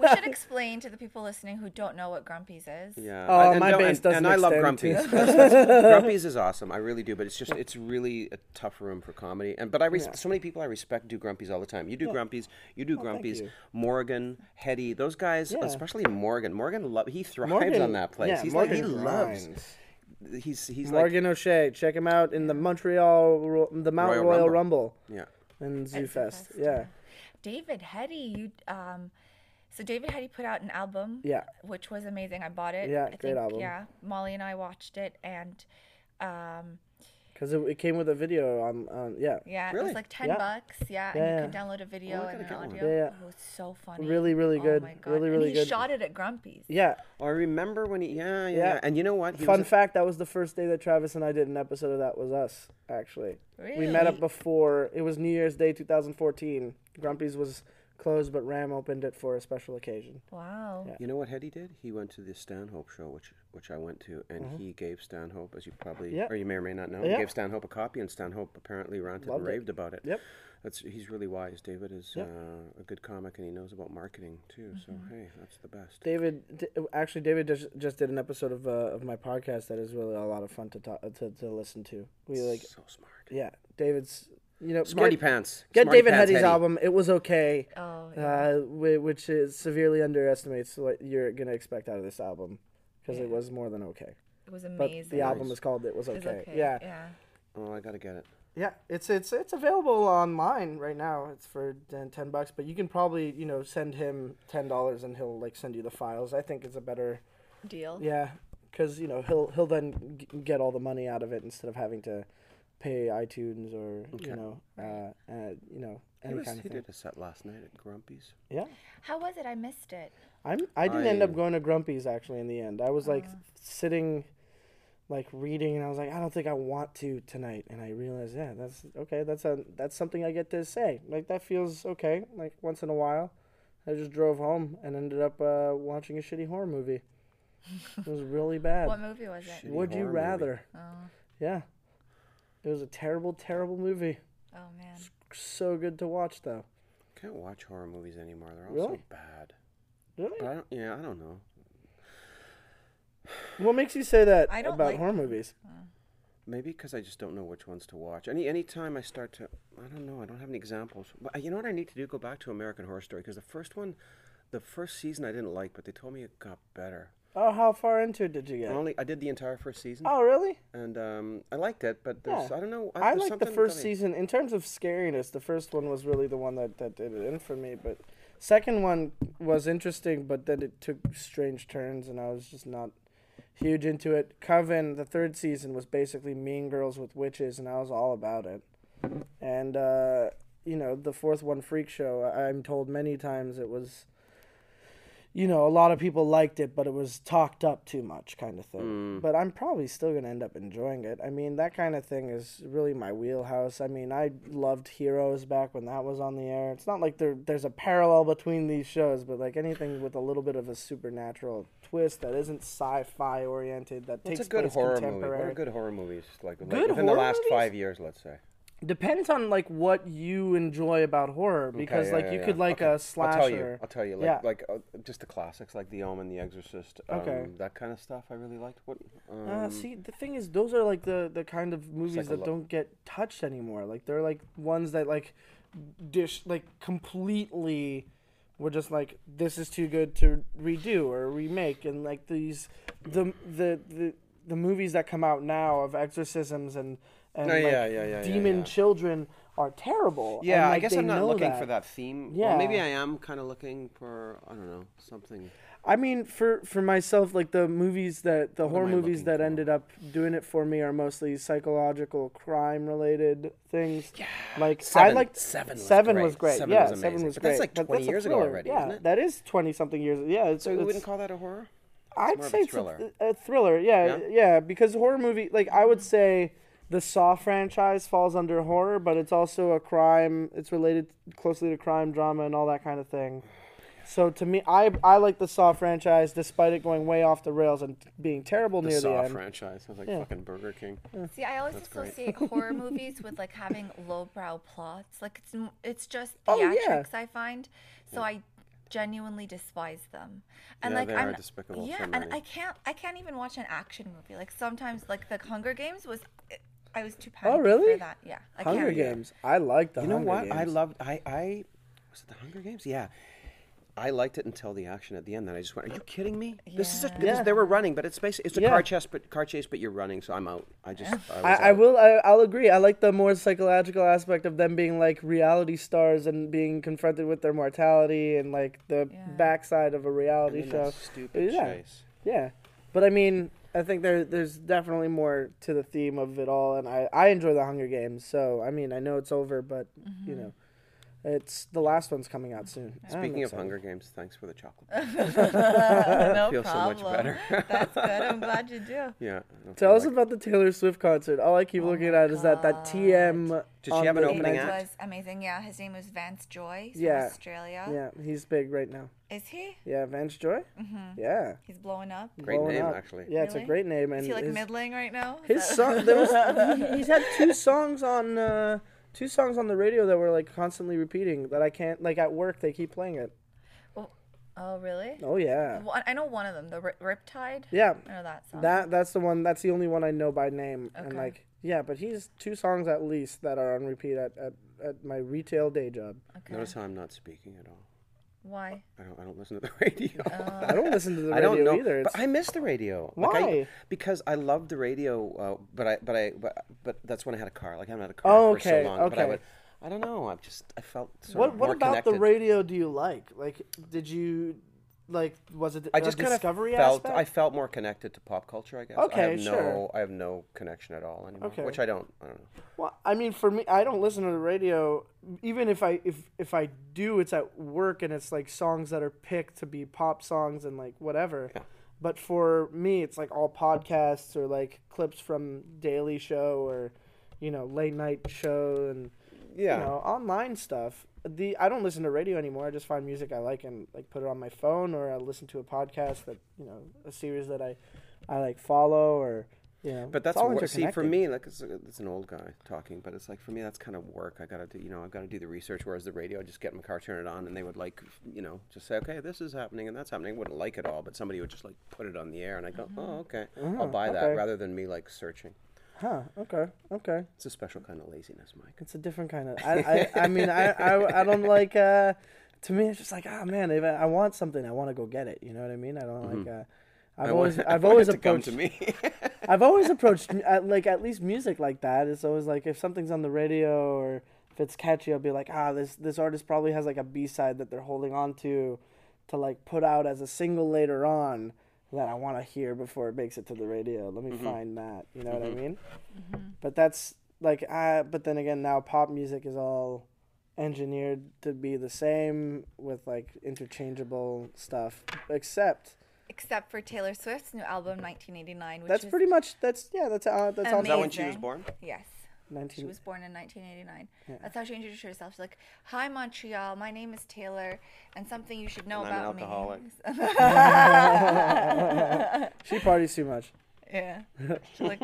Speaker 3: We should explain to the people listening who don't know what Grumpy's is.
Speaker 5: yeah.
Speaker 1: Oh,
Speaker 5: and,
Speaker 1: my
Speaker 5: no,
Speaker 1: base
Speaker 5: and,
Speaker 1: doesn't
Speaker 5: and I love
Speaker 1: extend to-
Speaker 5: Grumpy's.
Speaker 1: [laughs]
Speaker 5: Grumpy's is awesome. I really do, but it's just it's really a tough room for comedy. And but I res- so many people I respect do Grumpy's all the time. You do Grumpy's, you do Grumpy's.
Speaker 1: Oh, you.
Speaker 5: Morgan, Hetty, those guys, especially Morgan. Morgan lo- he thrives
Speaker 1: Morgan-
Speaker 5: on that place.
Speaker 1: yeah,
Speaker 5: he's
Speaker 1: Morgan
Speaker 5: like he loves.
Speaker 1: grinds.
Speaker 5: He's he's
Speaker 1: Morgan O'Shea, check him out in the Montreal, Ro- the Mount
Speaker 5: Royal
Speaker 1: Royal, Rumble.
Speaker 5: like yeah.
Speaker 1: and Zoo Fest.
Speaker 3: Fest,
Speaker 1: Yeah,
Speaker 3: David Hetty, you um so David Hetty put out an album.
Speaker 1: Yeah.
Speaker 3: Which was amazing. I bought it.
Speaker 1: Yeah,
Speaker 3: I
Speaker 1: great album.
Speaker 3: Yeah. Molly and I watched it and um
Speaker 1: because it, it came with a video on. on yeah,
Speaker 3: yeah, it
Speaker 5: Really?
Speaker 3: was like ten
Speaker 1: Yeah.
Speaker 3: bucks. Yeah.
Speaker 1: Yeah,
Speaker 3: and you can download a video and an audio.
Speaker 1: Yeah, yeah.
Speaker 3: Oh, it's so funny.
Speaker 1: Really, really good.
Speaker 3: Oh my god.
Speaker 1: Really,
Speaker 3: And
Speaker 1: really
Speaker 3: he
Speaker 1: good.
Speaker 3: shot it at Grumpy's.
Speaker 1: yeah.
Speaker 5: Oh, I remember when he, yeah, yeah,
Speaker 1: Yeah.
Speaker 5: yeah. And you know what? He
Speaker 1: Fun
Speaker 5: was a-
Speaker 1: fact: that was the first day that Travis and I did an episode of That Was Us. Actually, we met up
Speaker 3: Really?
Speaker 1: before. It was New Year's Day, 2014. Grumpy's was closed, but Ram opened it for a special occasion.
Speaker 3: Wow.
Speaker 5: You know what Hetty did? He went to the Stanhope show, which which I went to, and
Speaker 1: Mm-hmm.
Speaker 5: he gave Stanhope, as you probably
Speaker 1: Yeah.
Speaker 5: or you may or may not know,
Speaker 1: Yeah.
Speaker 5: he gave Stanhope a copy, and Stanhope apparently ranted
Speaker 1: Loved
Speaker 5: and
Speaker 1: it.
Speaker 5: raved about it.
Speaker 1: Yep.
Speaker 5: that's he's really wise. David is uh, a good comic, and he knows about marketing too. So
Speaker 1: Mm-hmm.
Speaker 5: hey, that's the best.
Speaker 1: David, d- actually, David just, just did an episode of uh, of my podcast that is really a lot of fun to talk, to, to listen to. We like,
Speaker 5: so smart,
Speaker 1: yeah, David's, you know,
Speaker 5: smarty
Speaker 1: get-
Speaker 5: pants.
Speaker 1: Get
Speaker 5: Smarty
Speaker 1: David
Speaker 5: pants,
Speaker 1: Hetty's
Speaker 5: Hetty.
Speaker 1: album. It was okay.
Speaker 3: Oh,
Speaker 1: uh, whi- which is severely underestimates what you're gonna expect out of this album because it was more than okay.
Speaker 3: It was
Speaker 1: But
Speaker 3: amazing.
Speaker 1: the album is called "It Was
Speaker 3: It was
Speaker 1: Okay."
Speaker 3: okay.
Speaker 1: Yeah. yeah,
Speaker 3: Yeah.
Speaker 5: Oh, I gotta get it.
Speaker 1: It's it's it's available online right now. It's for ten, 10 bucks, but you can probably you know send him ten dollars and he'll like send you the files. I think it's a better
Speaker 3: Deal.
Speaker 1: yeah because you know he'll he'll then g- get all the money out of it instead of having to pay iTunes or you know uh, uh, you know
Speaker 5: He,
Speaker 1: any
Speaker 5: was,
Speaker 1: kind of
Speaker 5: he
Speaker 1: thing.
Speaker 5: did a set last night at Grumpy's.
Speaker 1: Yeah.
Speaker 3: How was it? I missed it.
Speaker 1: I'm, I didn't end
Speaker 5: I-
Speaker 1: up going to Grumpy's actually in the end. I was like sitting, like reading, and I was like, I don't think I want to tonight. And I realized, yeah, that's okay. That's a that's something I get to say. Like that feels okay. Like once in a while, I just drove home and ended up uh, watching a shitty horror movie. It was
Speaker 3: [laughs]
Speaker 1: really bad.
Speaker 3: What movie was it? Oh,
Speaker 5: Shitty
Speaker 1: Would you
Speaker 5: horror movie.
Speaker 1: rather? Yeah, it was a terrible, terrible movie.
Speaker 3: Oh man.
Speaker 1: So good to watch though.
Speaker 5: Can't watch horror movies anymore. They're all so
Speaker 1: Really?
Speaker 5: bad. But
Speaker 1: Really?
Speaker 5: I don't. Yeah, I don't know.
Speaker 1: What makes you say that
Speaker 3: I don't
Speaker 1: about
Speaker 3: like-
Speaker 1: horror movies?
Speaker 5: Maybe because I just don't know which ones to watch. Any any time I start to, I don't know. I don't have any examples. But uh, you know what I need to do? Go back to American Horror Story because the first one, the first season I didn't like, but they told me it got better.
Speaker 1: Oh, how far into it did you get?
Speaker 5: I only I did the entire first season,
Speaker 1: Oh, really?
Speaker 5: and um, I liked it. But
Speaker 1: Yeah.
Speaker 5: there's, I don't know.
Speaker 1: I
Speaker 5: there's
Speaker 1: like the
Speaker 5: something
Speaker 1: first
Speaker 5: that I-
Speaker 1: season in terms of scariness. The first one was really the one that, that did it in for me, but second one was interesting, but then it took strange turns, and I was just not huge into it. Coven, the third season was basically Mean Girls with witches, and I was all about it. And uh, you know, the fourth one, Freak Show. I- I'm told many times it was. You know, a lot of people liked it, but it was talked up too much, kind of
Speaker 5: Mm.
Speaker 1: thing. But I'm probably still going to end up enjoying it. I mean, that kind of thing is really my wheelhouse. I mean, I loved Heroes back when that was on the air. It's not like there there's a parallel between these shows, but like anything with a little bit of a supernatural twist that isn't sci-fi oriented, that
Speaker 5: What's
Speaker 1: takes
Speaker 5: a good
Speaker 1: place
Speaker 5: horror movie?
Speaker 1: contemporary.
Speaker 5: What are good horror movies like like,
Speaker 1: Good
Speaker 5: within the
Speaker 1: horror
Speaker 5: last
Speaker 1: movies?
Speaker 5: five years? Let's say.
Speaker 1: depends on like what you enjoy about horror because
Speaker 5: yeah,
Speaker 1: like
Speaker 5: yeah,
Speaker 1: you
Speaker 5: yeah.
Speaker 1: could like
Speaker 5: Okay.
Speaker 1: a slasher.
Speaker 5: I'll tell you. I'll tell you. Like
Speaker 1: Yeah.
Speaker 5: like uh, just the classics, like The Omen, The Exorcist, um,
Speaker 1: Okay.
Speaker 5: that kind of stuff. I really liked. What? Um,
Speaker 1: Uh, see, the thing is, those are like the the kind of movies that
Speaker 5: Psycholo-
Speaker 1: don't get touched anymore. Like they're like ones that like dish like completely were just like this is too good to redo or remake, and like these the the the, the movies that come out now of exorcisms and and
Speaker 5: No,
Speaker 1: like,
Speaker 5: Oh, yeah, yeah, yeah, yeah,
Speaker 1: demon
Speaker 5: yeah.
Speaker 1: children are terrible. and,
Speaker 5: Yeah, I
Speaker 1: like,
Speaker 5: guess
Speaker 1: they
Speaker 5: I'm not
Speaker 1: know
Speaker 5: looking for that theme. Yeah,
Speaker 1: Yeah.
Speaker 5: maybe I am kind of looking for I don't know something.
Speaker 1: I mean, for for myself, like the movies that the horror
Speaker 5: I
Speaker 1: movies
Speaker 5: looking
Speaker 1: that
Speaker 5: for?
Speaker 1: ended up doing it for me are mostly psychological crime related things. Yeah, like I
Speaker 5: Seven-
Speaker 1: liked
Speaker 5: Seven was
Speaker 1: seven
Speaker 5: great.
Speaker 1: was great.
Speaker 5: Seven
Speaker 1: yeah,
Speaker 5: was
Speaker 1: seven
Speaker 5: amazing.
Speaker 1: was
Speaker 5: But
Speaker 1: great.
Speaker 5: that's like 20
Speaker 1: a
Speaker 5: years ago
Speaker 1: thriller.
Speaker 5: already,
Speaker 1: Yeah,
Speaker 5: isn't it?
Speaker 1: that is twenty something years. Yeah, it's,
Speaker 5: So we
Speaker 1: it's-
Speaker 5: wouldn't call that a horror.
Speaker 1: I'd
Speaker 5: more of a
Speaker 1: say it's a,
Speaker 5: thriller.
Speaker 1: a thriller. Yeah,
Speaker 5: Yeah? Mm-hmm.
Speaker 1: yeah, because horror movie like I would say the Saw franchise falls under horror, but it's also a crime. It's related closely to crime drama and all that kind of thing. So to me, I I like the Saw franchise despite it going way off the rails and being terrible
Speaker 5: The
Speaker 1: near the
Speaker 5: Saw
Speaker 1: end.
Speaker 5: franchise sounds like fucking Burger King.
Speaker 3: See, I always
Speaker 5: great.
Speaker 3: associate
Speaker 5: [laughs]
Speaker 3: horror movies with like having lowbrow plots. Like it's m- it's just
Speaker 1: Oh, yeah.
Speaker 3: theatrics I find. So I genuinely despise them. And
Speaker 5: Yeah,
Speaker 3: like
Speaker 5: they
Speaker 3: I'm
Speaker 5: are despicable,
Speaker 3: Yeah,
Speaker 5: so
Speaker 3: and
Speaker 5: many.
Speaker 3: I can't I can't even watch an action movie. Like sometimes like The Hunger Games was eh, I was too
Speaker 5: Oh,
Speaker 3: panicked
Speaker 1: really?
Speaker 3: for that. Yeah. I
Speaker 1: Hunger
Speaker 3: can't.
Speaker 1: Games. I like the.
Speaker 5: You know
Speaker 1: Hunger
Speaker 5: what? I
Speaker 1: Games.
Speaker 5: loved. I I was it the Hunger Games? Yeah. I liked it until the action at the end. Then I just went, "Are you kidding me? This is a, this,
Speaker 1: Yeah.
Speaker 5: they were running, but it's basically it's a
Speaker 1: Yeah.
Speaker 5: car chase, but car chase, but you're running. So I'm out. I just I, was
Speaker 1: I, I
Speaker 5: out.
Speaker 1: will. I, I'll agree. I like the more psychological aspect of them being like reality stars and being confronted with their mortality and like the backside of a
Speaker 5: And
Speaker 1: reality
Speaker 5: then
Speaker 1: show.
Speaker 5: that stupid
Speaker 1: yeah,
Speaker 5: chase.
Speaker 1: yeah. But I mean, I think there there's definitely more to the theme of it all, and I I enjoy the Hunger Games. So I mean, I know it's over, but you
Speaker 3: Mm-hmm.
Speaker 1: know, it's the last one's coming out soon. I'm
Speaker 5: Speaking of
Speaker 1: excited.
Speaker 5: Hunger Games, thanks for the chocolate.
Speaker 1: [laughs]
Speaker 5: [laughs]
Speaker 3: no
Speaker 5: feel so
Speaker 3: problem.
Speaker 5: much better.
Speaker 3: [laughs] That's good. I'm glad you do.
Speaker 5: yeah. I don't
Speaker 1: Tell
Speaker 5: feel
Speaker 1: us
Speaker 5: like-
Speaker 1: about the Taylor Swift concert. All I
Speaker 3: Oh
Speaker 1: keep looking at is that that TM.
Speaker 5: Did she
Speaker 1: on
Speaker 5: have an
Speaker 1: the
Speaker 5: [laughs] opening
Speaker 3: It
Speaker 1: night-
Speaker 5: act?
Speaker 3: was amazing. Yeah, his name was Vance Joy. He's
Speaker 1: Yeah.
Speaker 3: from Australia.
Speaker 1: Yeah, he's big right now.
Speaker 3: Is he?
Speaker 1: Yeah, Vance Joy. Mm-hmm. Yeah.
Speaker 3: He's blowing up.
Speaker 5: Great
Speaker 1: blowing
Speaker 5: name,
Speaker 1: up.
Speaker 5: actually.
Speaker 1: Yeah, it's a
Speaker 3: Really?
Speaker 1: great name. And
Speaker 3: Is he like
Speaker 1: his,
Speaker 3: middling right now? Is
Speaker 1: his
Speaker 3: that-
Speaker 1: song, there [laughs] was, he- he's had two songs on uh, two songs on the radio that were like constantly repeating that I can't like at work they keep playing it.
Speaker 3: Oh, really?
Speaker 1: Oh yeah,
Speaker 3: One, I know one of them, the Ri- Riptide.
Speaker 1: yeah.
Speaker 3: I know that song.
Speaker 1: That that's the one. That's the only one I know by name. And
Speaker 3: Okay.
Speaker 1: like yeah, but he's two songs at least that are on repeat at at, at my retail day job.
Speaker 3: okay.
Speaker 5: Notice how I'm not speaking at all.
Speaker 3: Why?
Speaker 5: I don't. I don't listen to the [laughs] radio.
Speaker 1: Oh, I don't listen to the
Speaker 5: I
Speaker 1: radio
Speaker 5: don't know
Speaker 1: either. It's,
Speaker 5: But I miss the radio. Like, I-
Speaker 1: Why?
Speaker 5: because I loved the radio, uh, but I but I but, but that's when I had a car. Like I haven't had a car
Speaker 1: Oh,
Speaker 5: for
Speaker 1: okay,
Speaker 5: so long. But I
Speaker 1: okay.
Speaker 5: would. I don't know. I just I felt sort
Speaker 1: what
Speaker 5: of
Speaker 1: what
Speaker 5: more
Speaker 1: about
Speaker 5: connected.
Speaker 1: the radio do you like? Like did you like was it
Speaker 5: I just
Speaker 1: a
Speaker 5: kind of
Speaker 1: discovery
Speaker 5: felt
Speaker 1: aspect?
Speaker 5: I felt more connected to pop culture. I guess. I
Speaker 1: Okay,
Speaker 5: have
Speaker 1: sure.
Speaker 5: No, I have no connection at all anymore.
Speaker 1: Okay.
Speaker 5: Which I don't. I don't know.
Speaker 1: Well, I mean, for me, I don't listen to the radio. Even if I if if I do, it's at work and it's like songs that are picked to be pop songs and like whatever. But for me, it's like all podcasts or like clips from Daily Show or you know late night show and
Speaker 5: Yeah.
Speaker 1: you know online stuff. The I don't listen to radio anymore. I just find music I like and like put it on my phone or I listen to a podcast that you know a series that I I like follow or. You know,
Speaker 5: But
Speaker 1: it's
Speaker 5: that's
Speaker 1: all
Speaker 5: wor- see for
Speaker 1: interconnected.
Speaker 5: me like it's, it's an old guy talking, but it's like for me that's kind of work. I gotta do you know I gotta do the research. Whereas the radio, I just get in my car, turn it on, and they would like you know just say okay this is happening and that's happening. I wouldn't like it all, but somebody would just like put it on the air, and I go oh okay I'll buy that
Speaker 1: Mm-hmm. okay.
Speaker 5: rather than me like searching.
Speaker 1: Huh. Okay. Okay.
Speaker 5: It's a special kind of laziness, Mike.
Speaker 1: It's a different kind of. I, I, I mean, I, I, I don't like. Uh, to me, it's just like, ah, man, if I, I want something, I want to go get it. You know what I mean? I don't like. Uh, I've
Speaker 5: Mm-hmm. I
Speaker 1: always,
Speaker 5: want- [laughs] I
Speaker 1: I've
Speaker 5: want
Speaker 1: always
Speaker 5: it to come
Speaker 1: approached.
Speaker 5: to me. [laughs]
Speaker 1: I've always approached m- at, like at least music like that. It's always like if something's on the radio or if it's catchy, I'll be like, ah, this this artist probably has like a B side that they're holding on to, to like put out as a single later on that I want to hear before it makes it to the radio. Let me find that. You know what I mean?
Speaker 3: Mm-hmm.
Speaker 1: But that's like, ah, but then again, now pop music is all engineered to be the same with like interchangeable stuff, except.
Speaker 3: Except for Taylor Swift's new album, 1989, which
Speaker 1: That's
Speaker 3: is
Speaker 1: pretty much that's yeah that's uh, that's on
Speaker 5: is that when she was
Speaker 3: Amazing.
Speaker 5: born?
Speaker 3: yes. She
Speaker 1: 19
Speaker 3: was born in 1989. That's how she introduced herself. She's like, "Hi Montreal, my name is Taylor, and something you should know
Speaker 5: And I'm an
Speaker 3: about
Speaker 5: alcoholic."
Speaker 3: me."
Speaker 1: She parties too much.
Speaker 3: [laughs] Yeah. She
Speaker 1: [laughs]
Speaker 3: like, [laughs]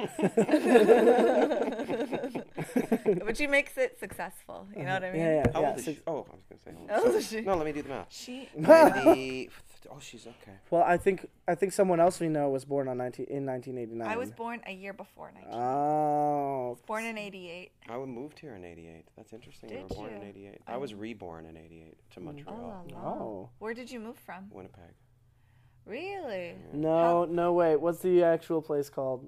Speaker 3: but she makes it successful. You know what I mean?
Speaker 1: Yeah, yeah.
Speaker 5: How
Speaker 1: yeah.
Speaker 5: old is
Speaker 1: six-
Speaker 5: she? Oh, I was gonna say.
Speaker 3: How old is she?
Speaker 5: No, let me do
Speaker 1: [laughs]
Speaker 5: the math.
Speaker 3: She.
Speaker 5: Ninety. Oh, she's okay.
Speaker 1: Well, I think I think someone else we know was born on 19 in 1989.
Speaker 3: I was born a year before 19.
Speaker 1: Oh.
Speaker 3: born in 88.
Speaker 5: I w- moved here in '88. That's interesting. I
Speaker 3: Did
Speaker 5: was born in
Speaker 3: you?
Speaker 5: '88. I was reborn in '88 to Montreal,
Speaker 1: Oh.
Speaker 3: Where did you move from?
Speaker 5: Winnipeg.
Speaker 3: Really?
Speaker 1: No, no wait. What's the actual place called?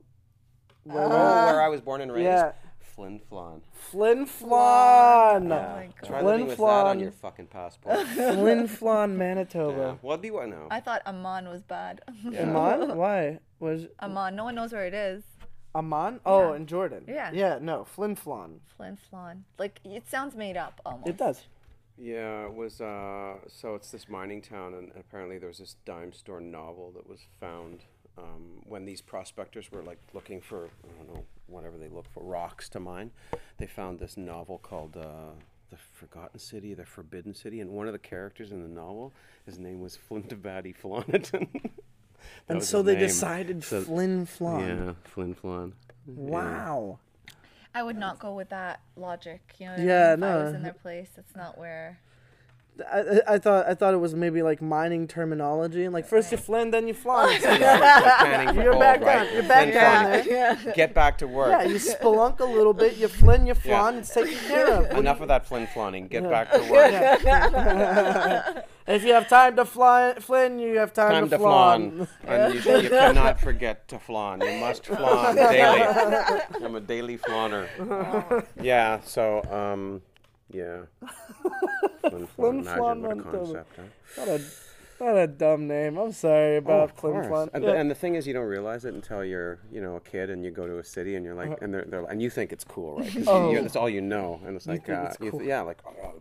Speaker 1: Where
Speaker 5: Oh,
Speaker 1: we-
Speaker 5: where I was born and raised.
Speaker 1: yeah.
Speaker 5: Flin Flon.
Speaker 1: Flin Flon.
Speaker 3: Oh my god.
Speaker 5: Try living with that
Speaker 1: Flon.
Speaker 5: on
Speaker 1: Oh,
Speaker 5: your fucking passport.
Speaker 1: [laughs]
Speaker 5: [laughs]
Speaker 1: Flin Flon,
Speaker 5: yeah.
Speaker 1: Manitoba.
Speaker 5: Well, it'd be what now?
Speaker 3: I thought Amman was bad.
Speaker 1: Amman? Why? Was
Speaker 3: [laughs] Amman. No one knows where it is.
Speaker 1: Amman? Oh, in Jordan.
Speaker 3: Yeah.
Speaker 1: Yeah, no, Flin Flon.
Speaker 3: Flin Flon. Like it sounds made up almost.
Speaker 1: It does.
Speaker 5: Yeah, it was. Uh, so it's this mining town, and apparently there was this dime store novel that was found um, when these prospectors were like looking for I don't know whatever they look for rocks to mine. They found this novel called uh, the Forgotten City, the Forbidden City, and one of the characters in the novel, his name was Flintabaddy Flanagan. [laughs] That
Speaker 1: and
Speaker 5: was
Speaker 1: so
Speaker 5: his
Speaker 1: they
Speaker 5: name.
Speaker 1: decided
Speaker 5: So-
Speaker 1: Flynn Flon.
Speaker 5: Yeah, Flynn [laughs] Flon.
Speaker 1: Wow.
Speaker 3: I would not go with that logic. You know, what I
Speaker 1: Yeah,
Speaker 3: mean? if I was
Speaker 1: no.
Speaker 3: in their place, that's not
Speaker 1: [laughs]
Speaker 3: where.
Speaker 1: I, I- I thought I thought it was maybe like mining terminology and like first you flin then you flon.
Speaker 5: [laughs]
Speaker 1: It's like,
Speaker 5: Panning for
Speaker 1: You're
Speaker 5: gold,
Speaker 1: back
Speaker 5: right?
Speaker 1: down. You're back
Speaker 5: Flynn
Speaker 1: down
Speaker 5: Flon,
Speaker 1: there. [laughs]
Speaker 5: Get back to work.
Speaker 1: Yeah, you spelunk a little bit, you flin, you
Speaker 5: Yeah.
Speaker 1: flon, it's taken care
Speaker 5: [laughs]
Speaker 1: of. [laughs]
Speaker 5: Enough of that Flynn Flonning. Get back to work.
Speaker 1: And if you have time to fly, flin, you have time,
Speaker 5: Time to flan. And you, you cannot forget to flan. You must flan daily. I'm a daily flanner. Yeah, so, um, yeah. Flynn
Speaker 1: Flynn flan
Speaker 5: flan. Imagine what a
Speaker 1: went over.
Speaker 5: concept, huh?
Speaker 1: [laughs] What a, what a dumb name. I'm sorry about
Speaker 5: Oh, Of
Speaker 1: flin,
Speaker 5: course.
Speaker 1: flon.
Speaker 5: And,
Speaker 1: Oh, Yeah.
Speaker 5: the, and the thing is, you don't realize it until you're, you know, a kid and you go to a city and you're like, and they're, they're and you think it's cool, right? Because
Speaker 1: Uh-huh. Oh.
Speaker 5: that's all you know, and it's like,
Speaker 1: think
Speaker 5: uh,
Speaker 1: it's
Speaker 5: you th-
Speaker 1: cool.
Speaker 5: yeah, like, oh,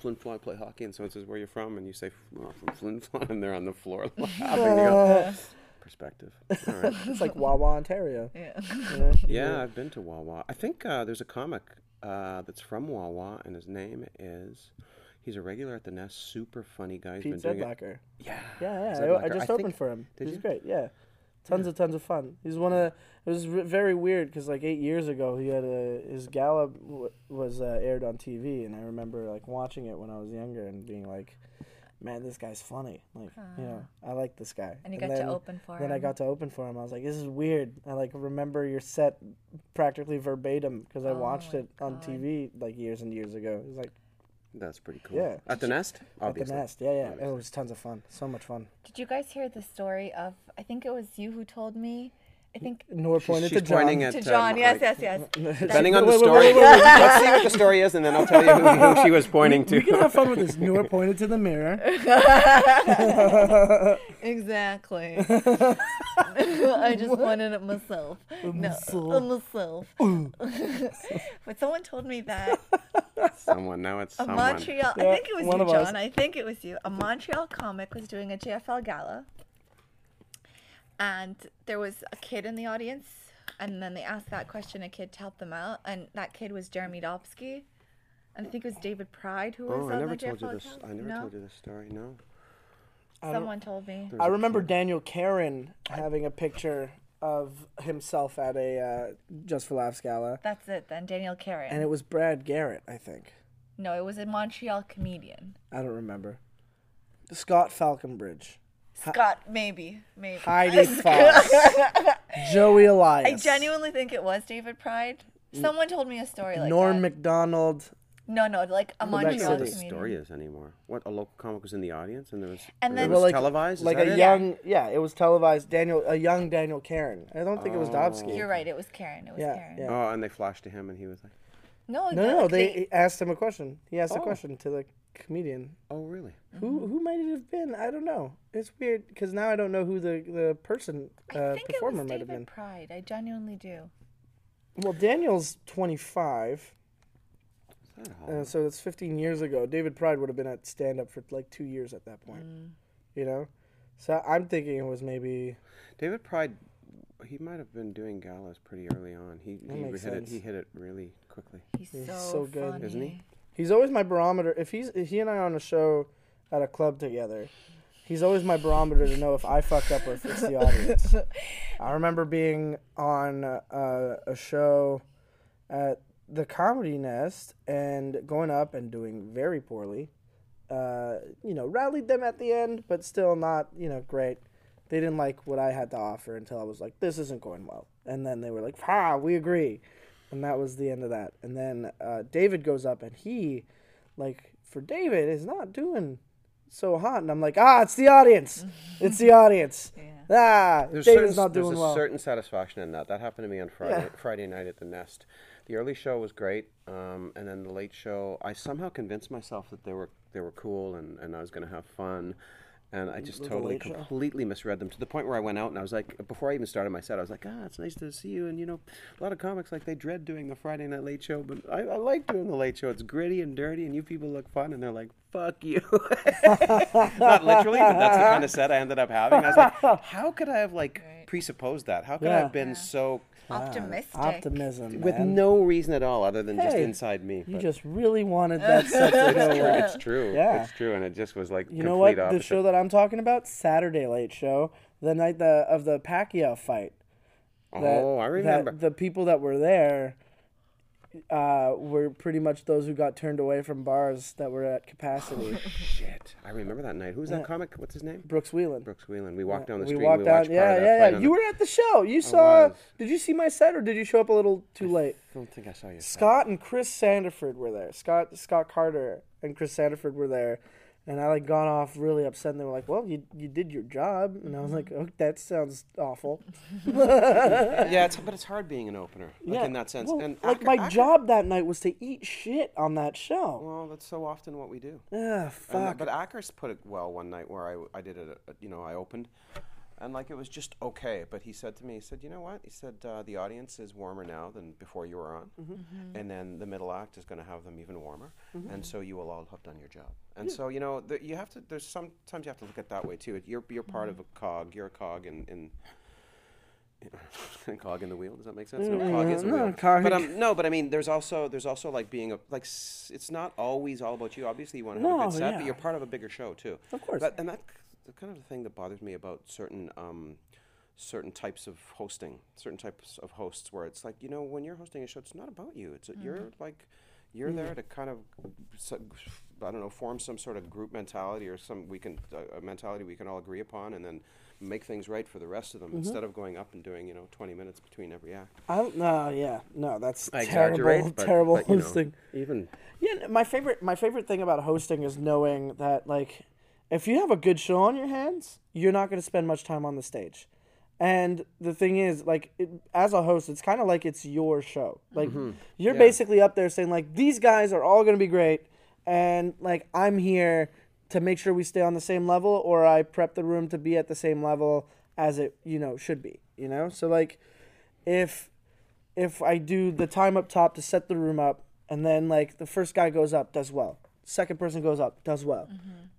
Speaker 5: Flynn Flon play hockey, and someone says where you're from, and you say oh, from Flynn Flon, and they're on the floor [laughs] laughing. You
Speaker 1: Uh-huh.
Speaker 5: go, Perspective. All
Speaker 1: [laughs]
Speaker 5: right.
Speaker 1: It's like Wawa, Ontario.
Speaker 3: Yeah.
Speaker 5: Yeah, I've been to Wawa. I think uh, there's a comic uh, that's from Wawa, and his name is. He's a regular at the Nest. Super funny guy. He's
Speaker 1: Pete
Speaker 5: been doing it.
Speaker 1: Zedlacker.
Speaker 5: Yeah.
Speaker 1: Yeah, yeah. I,
Speaker 5: Zedlacker.
Speaker 1: I just
Speaker 5: think-
Speaker 1: opened for him.
Speaker 5: Did
Speaker 1: He's
Speaker 5: you?
Speaker 1: great. Yeah, tons of tons of fun. He's one of. It was re- very weird because like eight years ago, he had a his gala w- was uh, aired on TV, and I remember like watching it when I was younger and being like, "Man, this guy's funny. Like, you know, I like this guy."
Speaker 3: Ah. And you got to open for
Speaker 1: Then I
Speaker 3: him.
Speaker 1: got to open for him. I was like, "This is weird." I like remember your set practically verbatim because
Speaker 3: Oh
Speaker 1: I watched it on TV like years and years ago. It was like
Speaker 5: That's pretty cool.
Speaker 1: Yeah.
Speaker 5: At the Nest.
Speaker 1: at the
Speaker 5: Obviously.
Speaker 1: nest. Yeah, yeah. It was tons of fun. So much fun.
Speaker 3: Did you guys hear the story of? I think it was you who told me. I think
Speaker 1: Nor pointed
Speaker 5: She's
Speaker 1: to John.
Speaker 5: pointing at
Speaker 3: to
Speaker 5: um,
Speaker 3: John. yes,
Speaker 5: like-
Speaker 1: [laughs]
Speaker 3: yes, yes.
Speaker 5: Depending on the
Speaker 1: Wait, wait,
Speaker 5: story,
Speaker 1: wait, wait, wait.
Speaker 5: let's see what the story is, and then I'll tell you who, who she was pointing
Speaker 1: [laughs] We can
Speaker 5: to.
Speaker 1: have fun with this. Noor pointed to the mirror. [laughs]
Speaker 3: Exactly. I just wanted it myself. No, uh, myself. [laughs] but someone told me that
Speaker 5: Someone. Now it's
Speaker 3: a
Speaker 5: someone.
Speaker 3: Montreal.
Speaker 1: Yeah,
Speaker 3: I think it was
Speaker 1: one
Speaker 3: you,
Speaker 1: of us.
Speaker 3: John. I think it was you. A Montreal comic was doing a JFL gala, and there was a kid in the audience. And then they asked that question a kid to help them out, and that kid was Jeremy Dobsky. And I think it was David Pride who was
Speaker 5: Oh,
Speaker 3: on
Speaker 5: I never
Speaker 3: the
Speaker 5: told you
Speaker 3: JFL
Speaker 5: this.
Speaker 3: gala.
Speaker 5: I never
Speaker 3: no,
Speaker 5: told you this story. No.
Speaker 3: [laughs] someone told me.
Speaker 1: I remember Daniel Karen having a picture of himself at a uh, Just for Laughs gala,
Speaker 3: That's it then, Daniel Carey.
Speaker 1: and it was Brad Garrett, I think.
Speaker 3: No, it was a Montreal comedian.
Speaker 1: I don't remember. Scott Falconbridge,
Speaker 3: Scott, maybe, maybe.
Speaker 1: Heidi
Speaker 3: [laughs]
Speaker 1: Foss, [laughs] Joey Elias,
Speaker 3: I genuinely think it was David Pride. Someone told me a story like
Speaker 1: Norm
Speaker 3: that.
Speaker 1: McDonald.
Speaker 3: no, no, like a
Speaker 5: I don't know
Speaker 3: Montreal
Speaker 5: what
Speaker 1: Quebec
Speaker 5: the
Speaker 1: City.
Speaker 5: story
Speaker 3: comedian.
Speaker 5: is anymore. What a local comic was in the audience, and there was
Speaker 3: And
Speaker 5: and
Speaker 3: then-
Speaker 5: it
Speaker 3: Well,
Speaker 5: was
Speaker 1: like-
Speaker 5: televised.
Speaker 1: like
Speaker 5: is
Speaker 1: a
Speaker 5: that it?
Speaker 1: young, yeah, it was televised. Daniel, a young Daniel Karen. I don't think it was Dobsky.
Speaker 3: You're right. It was Karen. It was
Speaker 1: Yeah,
Speaker 3: Karen.
Speaker 1: yeah.
Speaker 5: Oh, and they flashed to him, and he was like,
Speaker 3: No,
Speaker 1: No,
Speaker 3: the-
Speaker 1: no,
Speaker 3: they,
Speaker 1: they asked him a question. He asked a
Speaker 5: Oh.
Speaker 1: question to the comedian.
Speaker 5: "Oh, really?
Speaker 3: Mm-hmm.
Speaker 1: Who who might it have been? I don't know. It's weird because now I don't know who the the person
Speaker 3: I
Speaker 1: uh,
Speaker 3: think it
Speaker 1: performer
Speaker 3: was
Speaker 1: might have
Speaker 3: David
Speaker 1: been.
Speaker 3: Pride. I genuinely do.
Speaker 1: Well, Daniel's 25,
Speaker 5: Is that all?"
Speaker 3: Oh.
Speaker 1: uh, so that's 15 years ago. David Pride would have been at stand up for like two years at that point.
Speaker 3: Mm.
Speaker 1: You know, so I'm thinking it was maybe
Speaker 5: David Pride, he might have been doing galas pretty early on. He he hit
Speaker 1: makes
Speaker 5: it.
Speaker 1: sense.
Speaker 5: He hit it really quickly.
Speaker 3: He's,
Speaker 1: so
Speaker 3: so,
Speaker 1: good.
Speaker 3: funny.
Speaker 5: Isn't he?
Speaker 1: he's always my barometer. If he's if he and I are on a show at a club together. He's always my barometer to know if I fuck up or if it's the
Speaker 3: [laughs]
Speaker 1: audience. I remember being on uh, a show at Uh, the Comedy Nest and going up and doing very poorly. Uh, you know, rallied them at the end, but still not, you know, great. They didn't like what I had to offer until I was like, this isn't going well. And then they were like, ha, we agree. And that was the end of that. And then uh, David goes up and he, like, for David, is not doing so hot. And I'm like, ah, it's the audience. It's the audience. Ah,
Speaker 5: There's
Speaker 1: David's
Speaker 5: certain,
Speaker 1: not doing
Speaker 5: there's a
Speaker 1: well.
Speaker 5: certain satisfaction in that. That happened to me on Friday Friday night at the Nest. The early show was great, um, and then the late show. I somehow convinced myself that they were they were cool and, and I was going to have fun, and I just totally completely misread them to the point where I went out and I was like, before I even started my set, I was like, ah, it's nice to see you. And you know, a lot of comics like they dread doing the Friday night late show, but I, I like doing the late show. It's gritty and dirty, and you people look fun, and they're like, fuck you. [laughs] [laughs] not literally, but that's the kind of set I ended up having. I was like, how could I have like presupposed that. How could I
Speaker 1: Yeah.
Speaker 5: have been so
Speaker 1: Ah,
Speaker 3: Optimistic.
Speaker 1: Optimism.
Speaker 5: with
Speaker 1: man.
Speaker 5: no reason at all other than just
Speaker 1: Hey,
Speaker 5: inside me?
Speaker 1: You
Speaker 5: but
Speaker 1: just really wanted that sex to go away.
Speaker 5: [laughs] it's true.
Speaker 1: Yeah.
Speaker 5: It's true, and it just was like
Speaker 1: You
Speaker 5: complete
Speaker 1: know what?
Speaker 5: opposite.
Speaker 1: The show that I'm talking about, Saturday Late Show, the night the, of the Pacquiao fight. that-
Speaker 5: oh, I
Speaker 1: that
Speaker 5: remember.
Speaker 1: the people that were there uh, were pretty much those who got turned away from bars that were at
Speaker 5: [laughs]
Speaker 1: capacity.
Speaker 5: Shit, I remember that night. Who's that comic? What's his name?
Speaker 1: Brooks Wheelan.
Speaker 5: Brooks Wheelan. We walked down the
Speaker 1: we
Speaker 5: street.
Speaker 1: walked
Speaker 5: we
Speaker 1: down.
Speaker 5: watched part
Speaker 1: Yeah,
Speaker 5: of that
Speaker 1: yeah,
Speaker 5: fight
Speaker 1: yeah.
Speaker 5: on
Speaker 1: You
Speaker 5: the-
Speaker 1: were at the show. You saw.
Speaker 5: was.
Speaker 1: Did you see my set or did you show up a little too late?
Speaker 5: I don't think I saw you.
Speaker 1: Scott and Chris Sanderford were there. Scott Scott Carter and Chris Sanderford were there, and I like gone off really upset. And they were like, "Well, you you did your job," and I was like, "Oh, that sounds awful."
Speaker 5: Yeah, it's, but it's hard being an opener, like in that sense.
Speaker 1: Well,
Speaker 5: and I
Speaker 1: like
Speaker 5: c-
Speaker 1: my
Speaker 5: I c-
Speaker 1: job that night was to eat shit on that show.
Speaker 5: Well, that's so often what we do.
Speaker 1: Ah,
Speaker 5: And
Speaker 1: fuck.
Speaker 5: that- but Akers put it well one night where I, I did it, uh, you know, I opened, and like it was just okay. But he said to me, he said, you know what? He said uh, the audience is warmer now than before you were on,
Speaker 1: Mm-hmm.
Speaker 5: and then the middle act is going to have them even warmer, and so you will all have done your job. And so you know, th- you have to. There's sometimes you have to look at it that way too. You're you're part of
Speaker 1: Mm-hmm.
Speaker 5: a cog. You're a cog in. in [laughs] cog in the wheel. Does that make sense? No, cog is a
Speaker 1: Mm, no,
Speaker 5: wheel.
Speaker 1: cog-
Speaker 5: But um, no, but I mean, there's also there's also like being a like s- it's not always all about you. Obviously, you want to have a
Speaker 1: No,
Speaker 5: good set,
Speaker 1: yeah.
Speaker 5: but you're part of a bigger show too.
Speaker 1: Of course.
Speaker 5: But, and that's the kind of the thing that bothers me about certain um, certain types of hosting, certain types of hosts, where it's like you know when you're hosting a show, it's not about you. It's you're
Speaker 1: Mm-hmm.
Speaker 5: like you're there to kind of so- I don't know form some sort of group mentality or some we can uh, a mentality we can all agree upon, and then make things right for the rest of them
Speaker 1: Mm-hmm.
Speaker 5: instead of going up and doing you know 20 minutes between every act.
Speaker 1: I don't know. Yeah, no, that's
Speaker 5: I
Speaker 1: terrible.
Speaker 5: exaggerate, but-
Speaker 1: terrible
Speaker 5: but, you know,
Speaker 1: hosting.
Speaker 5: even
Speaker 1: Yeah, n- my favorite my favorite thing about hosting is knowing that like if you have a good show on your hands, you're not going to spend much time on the stage. And the thing is, like it, as a host, it's kind of like it's your show. Like you're basically up there saying like these guys are all going to be great and like I'm here to make sure we stay on the same level or I prep the room to be at the same level as it, you know, should be, you know? So like if if I do the time up top to set the room up, and then like the first guy goes up, does well. Second person goes up, does well.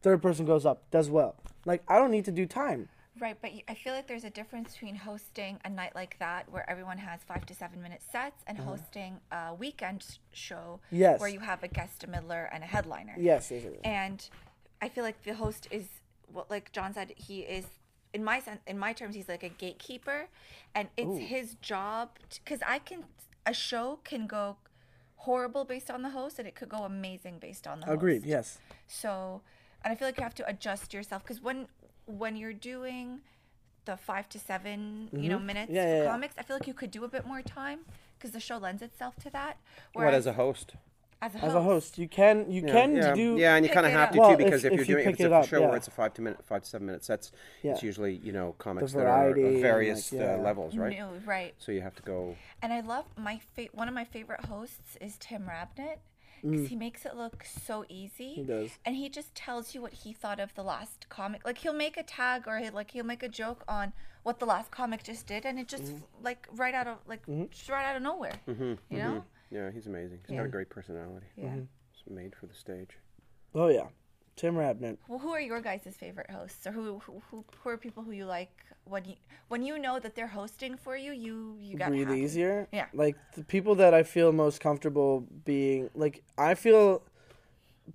Speaker 1: Third person goes up, does well. Like I don't need to do time.
Speaker 3: Right, but you- I feel like there's a difference between hosting a night like that where everyone has five to seven minute sets and hosting a weekend s- show
Speaker 1: Mm-hmm. Yes.
Speaker 3: where you have a guest, a middler, and a headliner.
Speaker 1: Yes, yes, yes.
Speaker 3: And I feel like the host is, what like John said, he is. In my sense, in my terms, he's like a gatekeeper, and it's his job because I can a show can go horrible based on the host, and it could go amazing based on the host.
Speaker 1: agreed. Yes.
Speaker 3: So, and I feel like you have to adjust yourself because when when you're doing the five to 7 you know minutes
Speaker 1: Yeah, yeah,
Speaker 3: for
Speaker 1: yeah.
Speaker 3: comics, I feel like you could do a bit more time because the show lends itself to that.
Speaker 5: what as
Speaker 3: Whereas
Speaker 5: a host.
Speaker 3: as a host,
Speaker 1: As a host, you can you can
Speaker 5: yeah.
Speaker 1: do
Speaker 5: yeah, and you
Speaker 3: Pick
Speaker 5: kind of
Speaker 3: it
Speaker 5: have
Speaker 3: up.
Speaker 5: to
Speaker 1: Well,
Speaker 5: too because
Speaker 1: if-
Speaker 5: if,
Speaker 1: if
Speaker 5: you're
Speaker 1: you
Speaker 5: doing
Speaker 1: pick
Speaker 5: if it's
Speaker 1: it
Speaker 5: a
Speaker 1: up,
Speaker 5: show
Speaker 1: yeah.
Speaker 5: where it's a five to minute, five to seven minute sets,
Speaker 1: Yeah.
Speaker 5: it's usually you know comics
Speaker 1: variety
Speaker 5: that are
Speaker 1: and,
Speaker 5: of various
Speaker 1: like, yeah.
Speaker 5: uh, levels, right?
Speaker 3: No, right.
Speaker 5: So you have to go.
Speaker 3: And I love my fa- one of my favorite hosts is Tim Rabnett because he makes it look so easy. He
Speaker 1: Mm. does.
Speaker 3: And he just tells you what he thought of the last comic. Like he'll make a tag or he like he'll make a joke on what the last comic just did, and it just
Speaker 1: Mm-hmm.
Speaker 3: like right out of like just right out of nowhere. You know.
Speaker 5: Yeah, he's amazing. He's got a great personality.
Speaker 3: Yeah.
Speaker 1: Mm-hmm.
Speaker 5: He's made for the stage.
Speaker 1: Oh yeah. Tim Rabnett.
Speaker 3: Well, who are your guys' favorite hosts, or who who, who who are people who you like when you when you know that they're hosting for you? You you got
Speaker 1: breathe
Speaker 3: happy.
Speaker 1: easier.
Speaker 3: Yeah.
Speaker 1: Like the people that I feel most comfortable being like I feel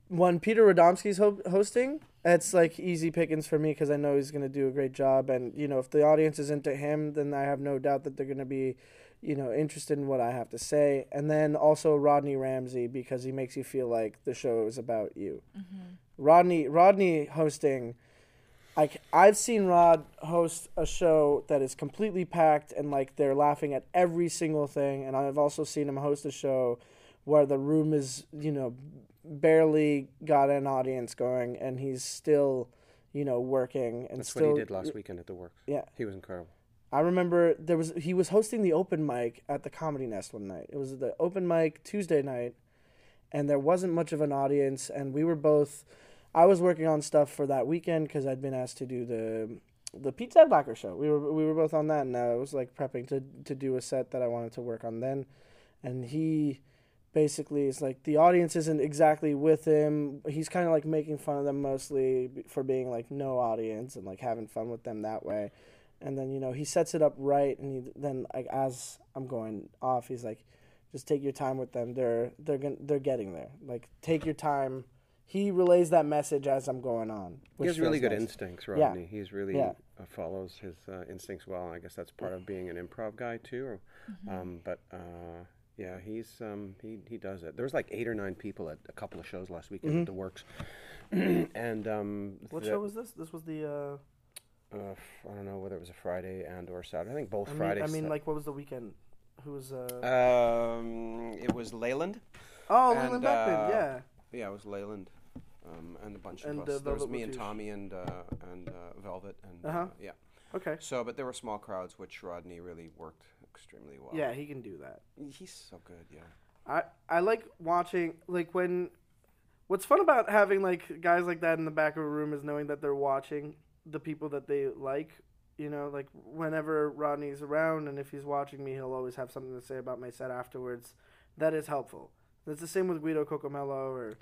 Speaker 1: when Peter Radomski's ho- hosting, it's like easy pickings for me because I know he's going to do a great job and you know if the audience is into him, then I have no doubt that they're going to be you know interested in what I have to say. And then also Rodney Ramsey because he makes you feel like the show is about you. Rodney Rodney hosting like I've seen Rod host a show that is completely packed and like they're laughing at every single thing, and I've also seen him host a show where the room is you know barely got an audience going, and he's still you know working and
Speaker 5: That's
Speaker 1: still.
Speaker 5: what he did last weekend at the works.
Speaker 1: Yeah.
Speaker 5: he was incredible.
Speaker 1: I remember there was he was hosting the open mic at the Comedy Nest one night. It was the open mic Tuesday night, and there wasn't much of an audience, and we were both. I was working on stuff for that weekend because I'd been asked to do the the Pete Blacker show. We were we were both on that, and I was like prepping to to do a set that I wanted to work on then, and he basically is like the audience isn't exactly with him. He's kind of like making fun of them mostly b- for being like no audience and like having fun with them that way. and then you know he sets it up right, and he, then like as I'm going off, he's like, just take your time with them. They're they're gonna, they're getting there. Like take your time. He relays that message as I'm going on.
Speaker 5: He
Speaker 1: which
Speaker 5: has really
Speaker 1: feels
Speaker 5: good
Speaker 1: nice.
Speaker 5: instincts,
Speaker 1: Yeah.
Speaker 5: Rodney. He's really
Speaker 1: Yeah.
Speaker 5: uh, follows his uh, instincts well, and I guess that's part of being an improv guy too. Or,
Speaker 1: Mm-hmm.
Speaker 5: um, but uh, yeah, he's um, he he does it. There was like eight or nine people at a couple of shows last weekend
Speaker 1: Mm-hmm.
Speaker 5: at the Works, [clears throat] and um,
Speaker 1: What
Speaker 5: the-
Speaker 1: show was this? This was the. Uh,
Speaker 5: Uh, f- I don't know whether it was a Friday and or Saturday. I think both
Speaker 1: I mean,
Speaker 5: Fridays.
Speaker 1: I mean,
Speaker 5: uh,
Speaker 1: like what was the weekend? Who was? Uh,
Speaker 5: um, it was Leyland.
Speaker 1: oh,
Speaker 5: and,
Speaker 1: Leland Beckman.
Speaker 5: uh,
Speaker 1: yeah.
Speaker 5: Yeah, it was Leyland, um, and a bunch
Speaker 1: And,
Speaker 5: of
Speaker 1: uh,
Speaker 5: us. there was
Speaker 1: Velvet
Speaker 5: me and
Speaker 1: Motif.
Speaker 5: Tommy and uh, and uh, Velvet and
Speaker 1: Uh-huh.
Speaker 5: yeah.
Speaker 1: Okay.
Speaker 5: So, but there were small crowds, which Rodney really worked extremely well.
Speaker 1: Yeah, he can do that.
Speaker 5: he's so good. Yeah,
Speaker 1: I I like watching like when what's fun about having like guys like that in the back of a room is knowing that they're watching the people that they like, you know, like whenever Rodney's around and if he's watching me, he'll always have something to say about my set afterwards. That is helpful. That's the same with Guido Cocomello or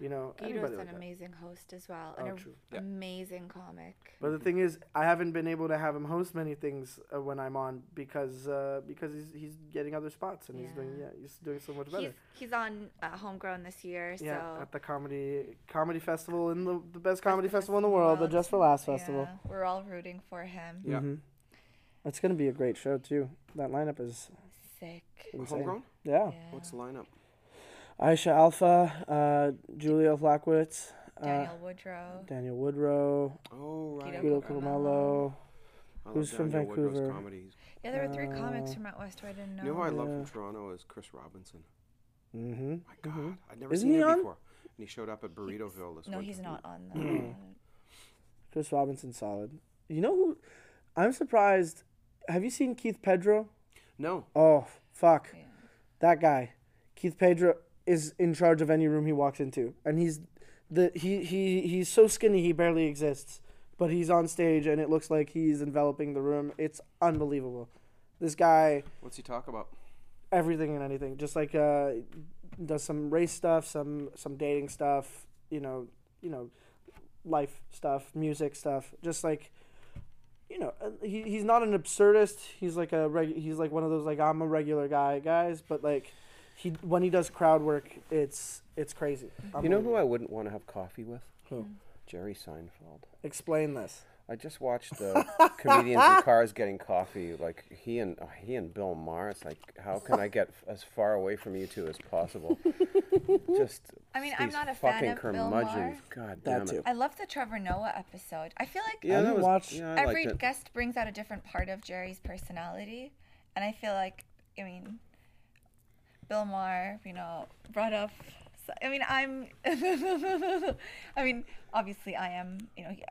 Speaker 1: you know,
Speaker 3: Guido's
Speaker 1: anybody
Speaker 3: an
Speaker 1: like that.
Speaker 3: amazing host as well, and
Speaker 1: Oh,
Speaker 3: an
Speaker 1: true.
Speaker 3: amazing comic.
Speaker 1: But the thing is, I haven't been able to have him host many things uh, when I'm on because uh, because he's he's getting other spots and he's doing
Speaker 3: Yeah.
Speaker 1: yeah he's doing so much better.
Speaker 3: He's he's on uh, Homegrown this year, so
Speaker 1: Yeah, at the comedy comedy festival in the the best comedy festival in the world, the Just for Last festival. Mm-hmm.
Speaker 3: yeah, we're all rooting for him.
Speaker 5: yeah.
Speaker 1: It's gonna be a great show too. That lineup is
Speaker 3: Sick.
Speaker 1: insane.
Speaker 5: Homegrown.
Speaker 1: Yeah.
Speaker 3: Yeah.
Speaker 5: What's the lineup?
Speaker 1: Aisha Alpha, uh, Julia Flackwitz, uh,
Speaker 3: Daniel Woodrow.
Speaker 1: Daniel Woodrow,
Speaker 5: Oh right.
Speaker 3: Guido
Speaker 1: Guido
Speaker 5: okay.
Speaker 1: Colomello.
Speaker 5: I love
Speaker 1: who's from
Speaker 5: Daniel Woodrow's
Speaker 1: Vancouver?
Speaker 5: Comedy. He's-
Speaker 3: Yeah, there were three comics
Speaker 1: Uh,
Speaker 3: from out west who I didn't know.
Speaker 5: You know who I love
Speaker 1: Yeah.
Speaker 5: from Toronto is Chris Robinson.
Speaker 1: Mm-hmm.
Speaker 5: My God, I'd never
Speaker 1: Isn't
Speaker 5: seen
Speaker 1: he
Speaker 5: him
Speaker 1: on?
Speaker 5: before, and he showed up at Burritoville this
Speaker 3: no,
Speaker 5: winter.
Speaker 3: he's not on
Speaker 1: [clears throat]
Speaker 3: the.
Speaker 1: Chris Robinson, solid. You know who? I'm surprised. Have you seen Keith Pedro?
Speaker 5: No,
Speaker 1: Oh fuck,
Speaker 3: Yeah.
Speaker 1: that guy, Keith Pedro is in charge of any room he walks into, and he's the he he he's so skinny he barely exists, but he's on stage and it looks like he's enveloping the room. It's unbelievable. This guy,
Speaker 5: what's he talk about?
Speaker 1: everything and anything, just like uh, does some race stuff, some some dating stuff, you know, you know, life stuff, music stuff, just like you know, uh, he, he's not an absurdist. He's like a reg, he's like one of those like I'm a regular guy guys, but like he when he does crowd work, it's it's crazy.
Speaker 5: You know who I wouldn't want to have coffee with?
Speaker 1: Who?
Speaker 5: Jerry Seinfeld.
Speaker 1: Explain this.
Speaker 5: I just watched the comedians in cars getting coffee. Like he and uh, he and Bill Maher. It's like, how can I get as far away from you two as
Speaker 1: [laughs]
Speaker 5: possible? just
Speaker 3: I mean, I'm
Speaker 5: these
Speaker 3: not a fan
Speaker 5: fucking
Speaker 3: of Bill
Speaker 5: curmudgeons.
Speaker 3: Maher.
Speaker 5: God
Speaker 1: That
Speaker 5: damn
Speaker 1: too.
Speaker 5: it.
Speaker 3: I love the Trevor Noah episode. I feel like
Speaker 1: I
Speaker 5: Yeah, that
Speaker 1: didn't
Speaker 5: was,
Speaker 1: watch-
Speaker 5: yeah, I
Speaker 3: every
Speaker 5: liked it.
Speaker 3: guest brings out a different part of Jerry's personality, and I feel like, I mean, Bill Maher, you know, brought up. so- I mean, I'm. [laughs] I mean, obviously, I am. You know, he-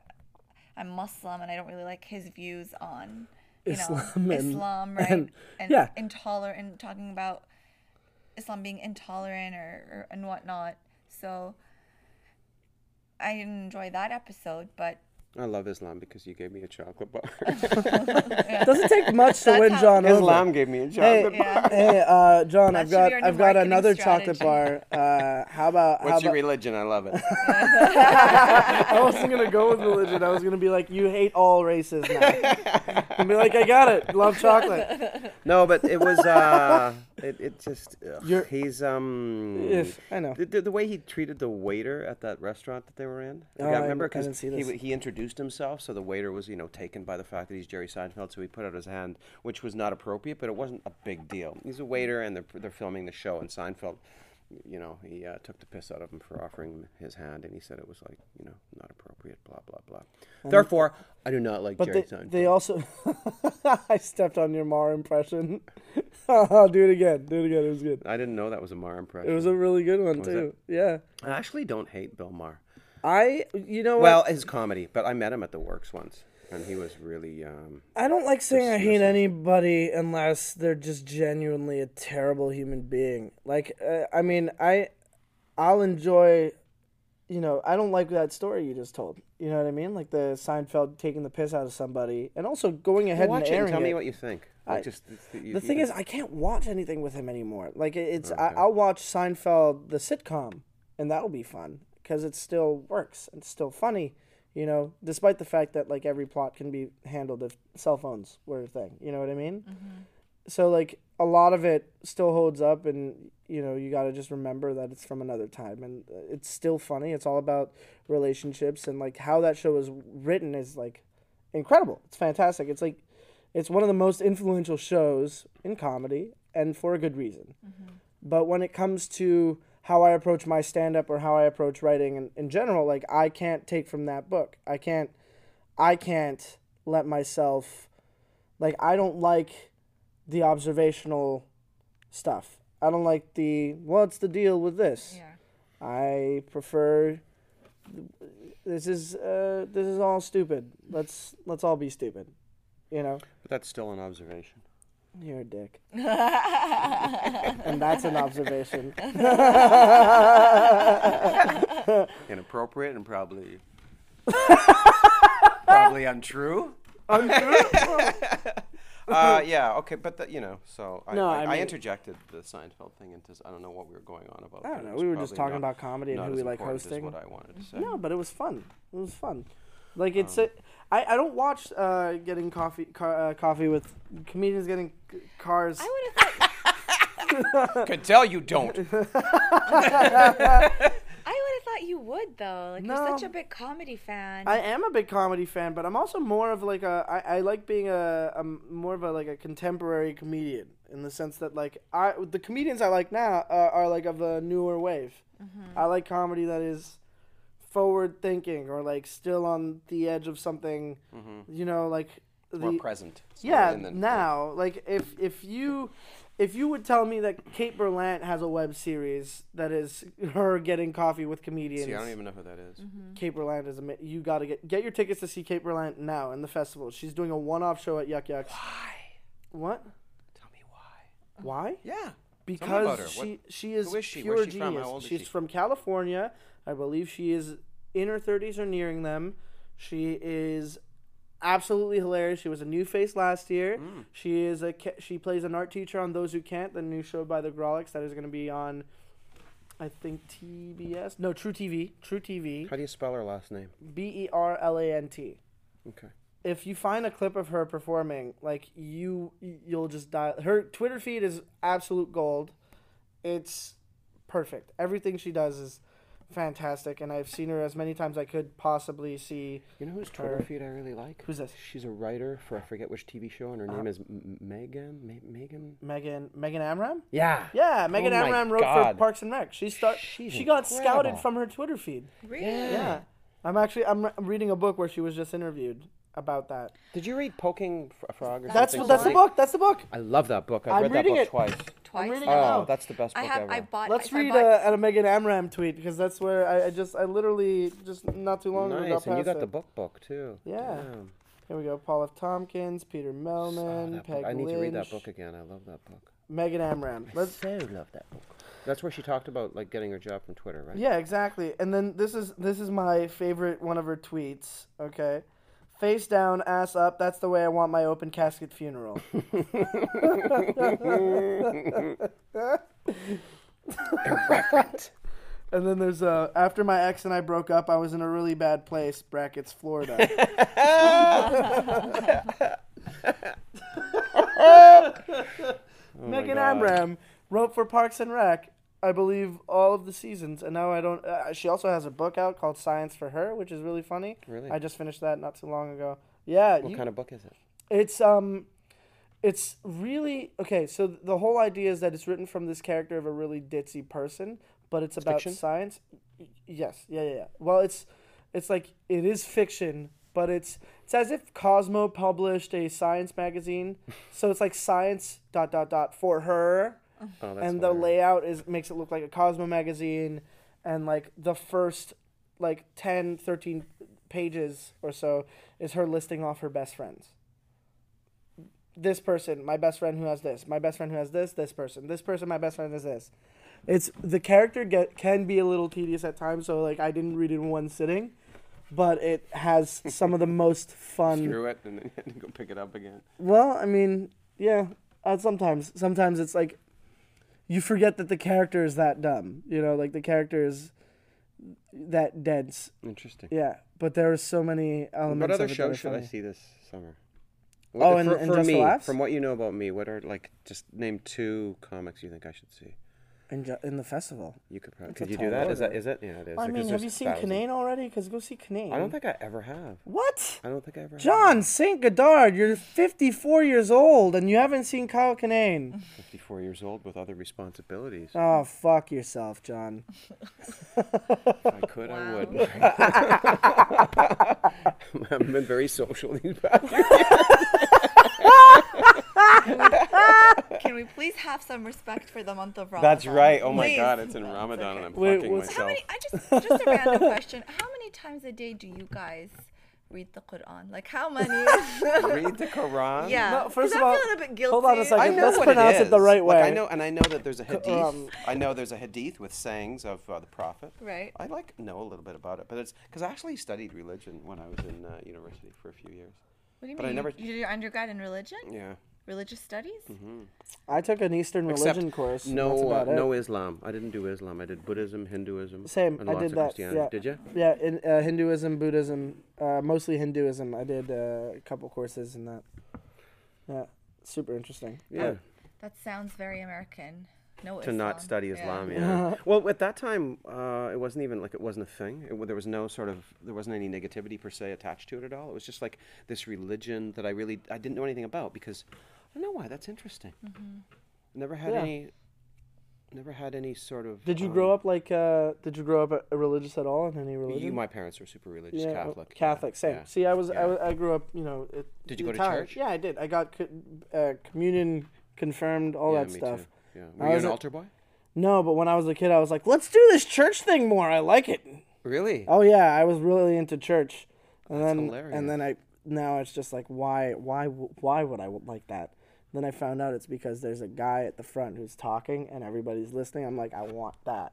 Speaker 3: I'm Muslim, and I don't really like his views on you
Speaker 1: Islam
Speaker 3: know
Speaker 1: and-
Speaker 3: Islam, right?
Speaker 1: and- yeah.
Speaker 3: intolerant, and talking about Islam being intolerant or, or and whatnot. So. I didn't enjoy that episode,
Speaker 1: [laughs]
Speaker 3: but
Speaker 5: I love Islam because you gave me a chocolate bar.
Speaker 1: Doesn't
Speaker 3: [laughs]
Speaker 1: take much to win
Speaker 3: how-
Speaker 1: John over.
Speaker 5: Islam gave me a
Speaker 1: Hey,
Speaker 5: chocolate bar.
Speaker 3: Yeah.
Speaker 1: hey, uh, John, I've
Speaker 3: should
Speaker 1: got
Speaker 3: be our new
Speaker 1: I've got
Speaker 3: marketing
Speaker 1: another
Speaker 3: strategy.
Speaker 1: chocolate bar. Uh, how about how
Speaker 5: What's your
Speaker 1: about,
Speaker 5: religion? I love it.
Speaker 1: I wasn't gonna go with religion. I was gonna be like, you hate all races now. and be like, I got it. Love chocolate.
Speaker 5: no, but it was.
Speaker 1: [laughs]
Speaker 5: Uh, it, it just. ugh,
Speaker 1: You're-
Speaker 5: he's um.
Speaker 1: If- I know.
Speaker 5: The, the, the way he treated the waiter at that restaurant that they were in. Like,
Speaker 1: Oh, I-
Speaker 5: I remember
Speaker 1: I
Speaker 5: because
Speaker 1: didn't see
Speaker 5: he,
Speaker 1: this.
Speaker 5: w- he introduced himself, so the waiter was, you know, taken by the fact that he's Jerry Seinfeld, so he put out his hand, which was not appropriate, but it wasn't a big deal. He's a waiter, and they're, they're filming the show, and Seinfeld, you know, he uh, took the piss out of him for offering him his hand, and he said it was like, you know, not appropriate, blah, blah, blah. Therefore, I do not like
Speaker 1: But
Speaker 5: Jerry
Speaker 1: they,
Speaker 5: Seinfeld.
Speaker 1: they also, [laughs] I stepped on your Mar impression. [laughs] I'll do it again. Do it again. It was good.
Speaker 5: I didn't know that was a Mar impression.
Speaker 1: It was a really good one
Speaker 5: Was
Speaker 1: too. Yeah.
Speaker 5: I actually don't hate Bill Maher.
Speaker 1: I, you know
Speaker 5: Well,
Speaker 1: what?
Speaker 5: his comedy, but I met him at the works once, and he was really. Um,
Speaker 1: I don't like saying I hate
Speaker 5: Dismissal.
Speaker 1: anybody unless they're just genuinely a terrible human being. Like, uh, I mean, I, I'll enjoy, you know, I don't like that story you just told. You know what I mean? Like the Seinfeld taking the piss out of somebody, and also going ahead
Speaker 5: watch
Speaker 1: and
Speaker 5: it and
Speaker 1: airing
Speaker 5: tell
Speaker 1: it.
Speaker 5: me what you think. Like, just it's you-
Speaker 1: the
Speaker 5: you
Speaker 1: thing
Speaker 5: can-
Speaker 1: is, I can't watch anything with him anymore. Like it- it's, I, I'll watch Seinfeld the sitcom, and that'll be fun because it still works and it's still funny. You know, despite the fact that like every plot can be handled if cell phones were a thing. You know what I mean? So like a lot of it still holds up, and you know you got to just remember that it's from another time, and uh, it's still funny. It's all about relationships and like how that show was written is like incredible. It's fantastic. It's like it's one of the most influential shows in comedy, and for a good reason. But when it comes to how I approach my stand up or how I approach writing in, in general, like I can't take from that book. I can't I can't let myself like I don't like the observational stuff. I don't like the what's the deal with this.
Speaker 3: Yeah.
Speaker 1: I prefer this is uh, this is all stupid. Let's let's all be stupid. You know,
Speaker 5: But that's still an observation.
Speaker 1: you're a
Speaker 3: [laughs]
Speaker 1: dick. and that's an
Speaker 3: [laughs]
Speaker 1: observation.
Speaker 5: Inappropriate
Speaker 1: [laughs]
Speaker 5: and probably probably untrue. Untrue. [laughs] uh, yeah. Okay. But the, you know, so I,
Speaker 1: No,
Speaker 5: I,
Speaker 1: I
Speaker 5: I
Speaker 1: mean-
Speaker 5: interjected the Seinfeld thing into. s- I don't know what we were going on about.
Speaker 1: I don't
Speaker 5: but it
Speaker 1: know,
Speaker 5: was
Speaker 1: we were just
Speaker 5: probably
Speaker 1: talking
Speaker 5: not-
Speaker 1: about comedy and
Speaker 5: not
Speaker 1: who
Speaker 5: as
Speaker 1: we like
Speaker 5: important as
Speaker 1: hosting.
Speaker 5: What I wanted to say.
Speaker 1: No, but it was fun. It was fun. Like it's a, I, I don't watch uh, getting coffee car, uh, coffee with comedians getting c- cars.
Speaker 3: I would have thought
Speaker 5: Could tell
Speaker 1: [laughs]
Speaker 5: you don't.
Speaker 3: I would have thought you would though. Like you're
Speaker 1: No.
Speaker 3: such a big comedy fan.
Speaker 1: I am a big comedy fan, but I'm also more of like a. I, I like being a, a more of a like a contemporary comedian in the sense that like I the comedians I like now are, are like of a newer wave. I like comedy that is forward thinking or like still on the edge of something. You know, like the
Speaker 5: More present. Mm-hmm. It's more
Speaker 1: yeah
Speaker 5: in the-
Speaker 1: now like if if you if you would tell me that Kate Berlant has a web series that is [laughs] her getting coffee with comedians.
Speaker 5: See, I don't even know who that is.
Speaker 3: Mm-hmm.
Speaker 1: Cape Berland is amazing. You gotta get get your tickets to see Cape Berland now in the festival. She's doing a one-off show at Yuck Yucks. What?
Speaker 5: Tell me why.
Speaker 1: Why?
Speaker 5: Yeah. about her.
Speaker 1: Because
Speaker 5: What-
Speaker 1: she she is,
Speaker 5: who is she?
Speaker 1: pure
Speaker 5: Where's she from? How
Speaker 1: genius.
Speaker 5: old is
Speaker 1: She's
Speaker 5: she?
Speaker 1: from California. I believe she is in her 30s or nearing them. She is absolutely hilarious. She was a new face last year.
Speaker 5: Hmm.
Speaker 1: She is a ca- she plays an art teacher on Those Who Can't, the new show by the Grolics that is going to be on I think TBS. No, True TV. True TV.
Speaker 5: How do you spell her last name?
Speaker 1: B E R L A N T.
Speaker 5: Okay.
Speaker 1: if you find a clip of her performing, like you, you'll just die. Her Twitter feed is absolute gold. It's perfect. Everything she does is fantastic, and I've seen her as many times I could possibly see.
Speaker 5: You know whose Twitter feed I really like?
Speaker 1: Who's this? Uh-huh.
Speaker 5: She's a writer for I forget which TV show, and her name is M- Megan. Ma- Megan.
Speaker 1: Megan Megan Amram.
Speaker 5: Yeah.
Speaker 1: Yeah, Megan
Speaker 5: Oh my
Speaker 1: Amram wrote for
Speaker 5: God.
Speaker 1: Parks and Rec. She start,
Speaker 5: She's
Speaker 1: she got scouted
Speaker 5: incredible.
Speaker 1: from her Twitter feed.
Speaker 3: really?
Speaker 1: Yeah, I'm actually I'm re- I'm reading a book where she was just interviewed about that.
Speaker 5: Did you read Poking Fr- Frog or
Speaker 1: That's
Speaker 5: something?
Speaker 1: that's the book. That's the book.
Speaker 5: I love that book. I've
Speaker 1: I'm
Speaker 5: read that
Speaker 1: reading
Speaker 5: book
Speaker 1: it. [laughs]
Speaker 5: twice.
Speaker 3: Twice.
Speaker 1: reading it.
Speaker 5: Oh,
Speaker 1: Oh.
Speaker 5: that's the best
Speaker 3: I
Speaker 5: book
Speaker 3: have.
Speaker 5: ever.
Speaker 3: I bought.
Speaker 1: Let's
Speaker 3: I
Speaker 1: read
Speaker 3: bought,
Speaker 1: uh, a Megan Amram tweet because that's where I, I just I literally just not too long ago
Speaker 5: nice,
Speaker 1: got
Speaker 5: and
Speaker 1: past
Speaker 5: you got
Speaker 1: it.
Speaker 5: the book book too.
Speaker 1: Yeah.
Speaker 5: Damn.
Speaker 1: Here we go: Paula Tompkins, Peter
Speaker 5: Oh,
Speaker 1: Melman,
Speaker 5: that book.
Speaker 1: Peg
Speaker 5: I need to read
Speaker 1: Lynch,
Speaker 5: that book again. I love that book.
Speaker 1: Megan Amram. Let's,
Speaker 5: so love that book. That's where she talked about like getting her job from Twitter, right?
Speaker 1: yeah, exactly. And then this is this is my favorite one of her tweets. Okay, face down, ass up. That's the way I want my open casket
Speaker 5: [laughs]
Speaker 1: funeral. And then there's uh, after my ex and I broke up, I was in a really bad place. Brackets Florida. Megan
Speaker 5: Oh God.
Speaker 1: Abram wrote for Parks and Rec, I believe, all of the seasons, and now I don't. Uh, she also has a book out called Science for Her, which is really funny.
Speaker 5: Really?
Speaker 1: I just finished that not too long ago. Yeah,
Speaker 5: What
Speaker 1: you-
Speaker 5: kind of book is it?
Speaker 1: it's um, it's really okay. So the whole idea is that it's written from this character of a really ditzy person, but it's about
Speaker 5: fiction?
Speaker 1: science. Y- Yes, yeah, yeah, yeah. Well, it's it's like it is fiction, but it's it's as if Cosmo published a science magazine. so it's like science dot dot dot for her
Speaker 5: Oh, that's
Speaker 1: and the
Speaker 5: hilarious.
Speaker 1: layout is makes it look like a Cosmo magazine and like the first like 10 13 pages or so is her listing off her best friends. This person, my best friend who has this, my best friend who has this, this person, this person, my best friend is this. It's the character get, can be a little tedious at times, so like I didn't read it in one sitting, but it has some of the most fun
Speaker 5: Threw it and then you had to go pick it up again.
Speaker 1: well, I mean, yeah. Uh, sometimes, sometimes it's like you forget that the character is that dumb. You know, like the character is that dense.
Speaker 5: Interesting.
Speaker 1: Yeah, but there are so many elements.
Speaker 5: What
Speaker 1: of
Speaker 5: other
Speaker 1: it that are
Speaker 5: shows should I
Speaker 1: funny.
Speaker 5: see this summer?
Speaker 1: Oh, and- and Just for
Speaker 5: me,
Speaker 1: Laughs?
Speaker 5: from what you know about me, what are like just name two comics you think I should see?
Speaker 1: in, ju- in the festival?
Speaker 5: You could probably
Speaker 1: That's a
Speaker 5: could you
Speaker 1: tall
Speaker 5: do that? Is that
Speaker 1: order.
Speaker 5: is it? Yeah, it is.
Speaker 1: Well, I
Speaker 5: because
Speaker 1: mean, have
Speaker 5: there's
Speaker 1: you seen
Speaker 5: thousands.
Speaker 1: Canaan already? Because go see Canaan.
Speaker 5: I don't think I ever have.
Speaker 1: What?
Speaker 5: I don't think I ever. have.
Speaker 1: John Saint Godard, you're 54 years old and you haven't seen Kyle [laughs] Kinane.
Speaker 5: fifty-four years old with other
Speaker 1: [laughs]
Speaker 5: responsibilities.
Speaker 1: Oh, fuck yourself, John.
Speaker 5: If I could, I would. [laughs] I haven't been very social these past few
Speaker 3: Can we please have some respect for the month of Ramadan?
Speaker 5: That's right. Oh my
Speaker 3: Please.
Speaker 5: God, it's in Ramadan and I'm
Speaker 1: Wait,
Speaker 5: fucking
Speaker 1: what's-
Speaker 5: myself.
Speaker 3: How many? I just just a
Speaker 5: [laughs]
Speaker 3: random question. How many times a day do you guys read the Quran? Like
Speaker 1: [laughs]
Speaker 3: how many? [laughs]
Speaker 5: Read the Quran.
Speaker 3: yeah.
Speaker 1: No,
Speaker 3: 'cause
Speaker 1: first
Speaker 3: I
Speaker 1: of all-
Speaker 3: feel a little bit guilty.
Speaker 1: hold on a
Speaker 5: I
Speaker 1: second.
Speaker 5: know
Speaker 1: Let's
Speaker 5: what
Speaker 1: pronounce it the
Speaker 5: is.
Speaker 1: right
Speaker 5: Like, I
Speaker 1: way.
Speaker 5: know, and I know that there's a hadith.
Speaker 1: um,
Speaker 5: I know there's a hadith with sayings of uh, the Prophet.
Speaker 3: Right.
Speaker 5: I like know a little bit about it, but it's because I actually studied religion when I was in uh, university for a few years.
Speaker 3: What do you
Speaker 5: But
Speaker 3: mean?
Speaker 5: I never- Mm-hmm.
Speaker 3: you, you did your undergrad in religion?
Speaker 5: Yeah.
Speaker 3: Religious studies?
Speaker 1: I took an Eastern religion course. and
Speaker 5: no,
Speaker 1: that's about
Speaker 5: uh,
Speaker 1: it.
Speaker 5: no Islam. I didn't do Islam. I did Buddhism, Hinduism.
Speaker 1: Same.
Speaker 5: and
Speaker 1: I
Speaker 5: lots
Speaker 1: did
Speaker 5: of
Speaker 1: that.
Speaker 5: Christianity.
Speaker 1: Yeah.
Speaker 5: Did you?
Speaker 1: Yeah, in uh, Hinduism, Buddhism, uh, mostly Hinduism. I did uh, a couple courses in that. Yeah, super interesting.
Speaker 5: Yeah.
Speaker 3: That sounds very American. No
Speaker 5: to not
Speaker 3: Islam.
Speaker 5: study
Speaker 3: Yeah.
Speaker 5: Islam. Yeah.
Speaker 1: [laughs]
Speaker 5: well, at that time, uh, it wasn't even like it wasn't a thing. It, there was no sort of there wasn't any negativity per se attached to it at all. It was just like this religion that I really I didn't know anything about because I don't know why. That's interesting. Never had
Speaker 1: Yeah.
Speaker 5: any. Never had any sort of. um,
Speaker 1: Did you grow up like? Uh, did you grow up uh, religious at all in any religion?
Speaker 5: You, my parents were super religious,
Speaker 1: Yeah, well,
Speaker 5: Catholic. yeah,
Speaker 1: Catholic, same.
Speaker 5: yeah.
Speaker 1: See, I was, I
Speaker 5: yeah.
Speaker 1: was, I grew up, you know. It,
Speaker 5: Did you go to church?
Speaker 1: Yeah, I did. I got co- uh, communion confirmed, all
Speaker 5: Yeah,
Speaker 1: that
Speaker 5: me
Speaker 1: stuff.
Speaker 5: Too. Yeah.
Speaker 1: I
Speaker 5: Were you
Speaker 1: was
Speaker 5: an
Speaker 1: a-
Speaker 5: altar boy?
Speaker 1: No, but when I was a kid, I was like, let's do this church thing more. I like it.
Speaker 5: Really?
Speaker 1: Oh yeah, I was really into church, and then
Speaker 5: hilarious.
Speaker 1: and then I now it's just like why why w- why would I w- like that? Then I found out it's because there's a guy at the front who's talking and everybody's listening. I'm like, I want that.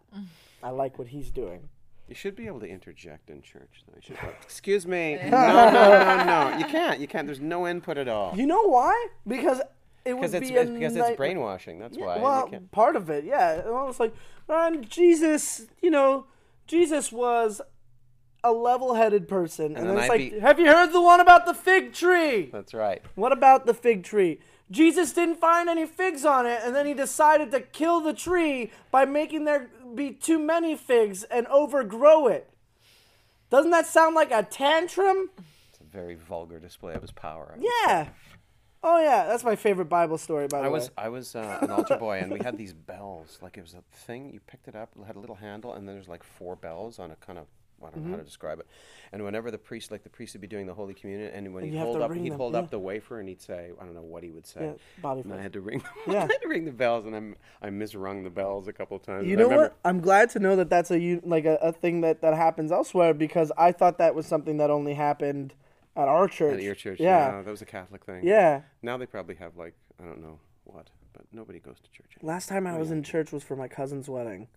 Speaker 1: I like what he's doing.
Speaker 5: You should be able to interject in church. Though. You should, excuse me. No, no, no, no. You can't. You can't. There's no input at all.
Speaker 1: You know why? Because it would
Speaker 5: Because it's,
Speaker 1: be a
Speaker 5: it's because it's
Speaker 1: night-
Speaker 5: brainwashing. That's why. you
Speaker 1: Well,
Speaker 5: can't-
Speaker 1: part of it, yeah. And I was like, man, Jesus, you know, Jesus was a level-headed person, and, then
Speaker 5: then
Speaker 1: it's
Speaker 5: I'd
Speaker 1: like,
Speaker 5: be-
Speaker 1: have you heard the one about the fig tree?
Speaker 5: that's right.
Speaker 1: What about the fig tree? Jesus didn't find any figs on it, and then he decided to kill the tree by making there be too many figs and overgrow it. Doesn't that sound like a tantrum?
Speaker 5: It's a very vulgar display of his power.
Speaker 1: Yeah. Oh yeah, that's my favorite Bible story. By the
Speaker 5: I was
Speaker 1: way,
Speaker 5: I was uh,
Speaker 1: [laughs]
Speaker 5: an altar boy, and we had these bells. Like it was a thing. You picked it up, it had a little handle, and then there's like four bells on a kind of. I don't know
Speaker 1: Mm-hmm.
Speaker 5: how to describe it. And whenever the priest, like the priest, would be doing the Holy Communion, and when
Speaker 1: And you
Speaker 5: he'd
Speaker 1: have
Speaker 5: hold
Speaker 1: to
Speaker 5: up,
Speaker 1: ring
Speaker 5: he'd
Speaker 1: them,
Speaker 5: hold
Speaker 1: yeah.
Speaker 5: up the wafer, and he'd say, I don't know what he would say.
Speaker 1: Yeah, body
Speaker 5: and I
Speaker 1: fist.
Speaker 5: had to ring.
Speaker 1: Yeah.
Speaker 5: I had to ring the [laughs] bells, and I'm, I misrung the bells a couple of times.
Speaker 1: you
Speaker 5: and I
Speaker 1: know
Speaker 5: remember-
Speaker 1: what? I'm glad to know that that's a u- like a, a thing that that happens elsewhere because I thought that was something that only happened at our church.
Speaker 5: At your church,
Speaker 1: Yeah.
Speaker 5: no, that was a Catholic thing.
Speaker 1: Yeah.
Speaker 5: Now they probably have like I don't know what, but nobody goes to church. anymore.
Speaker 1: Last time I was in church was for my cousin's wedding,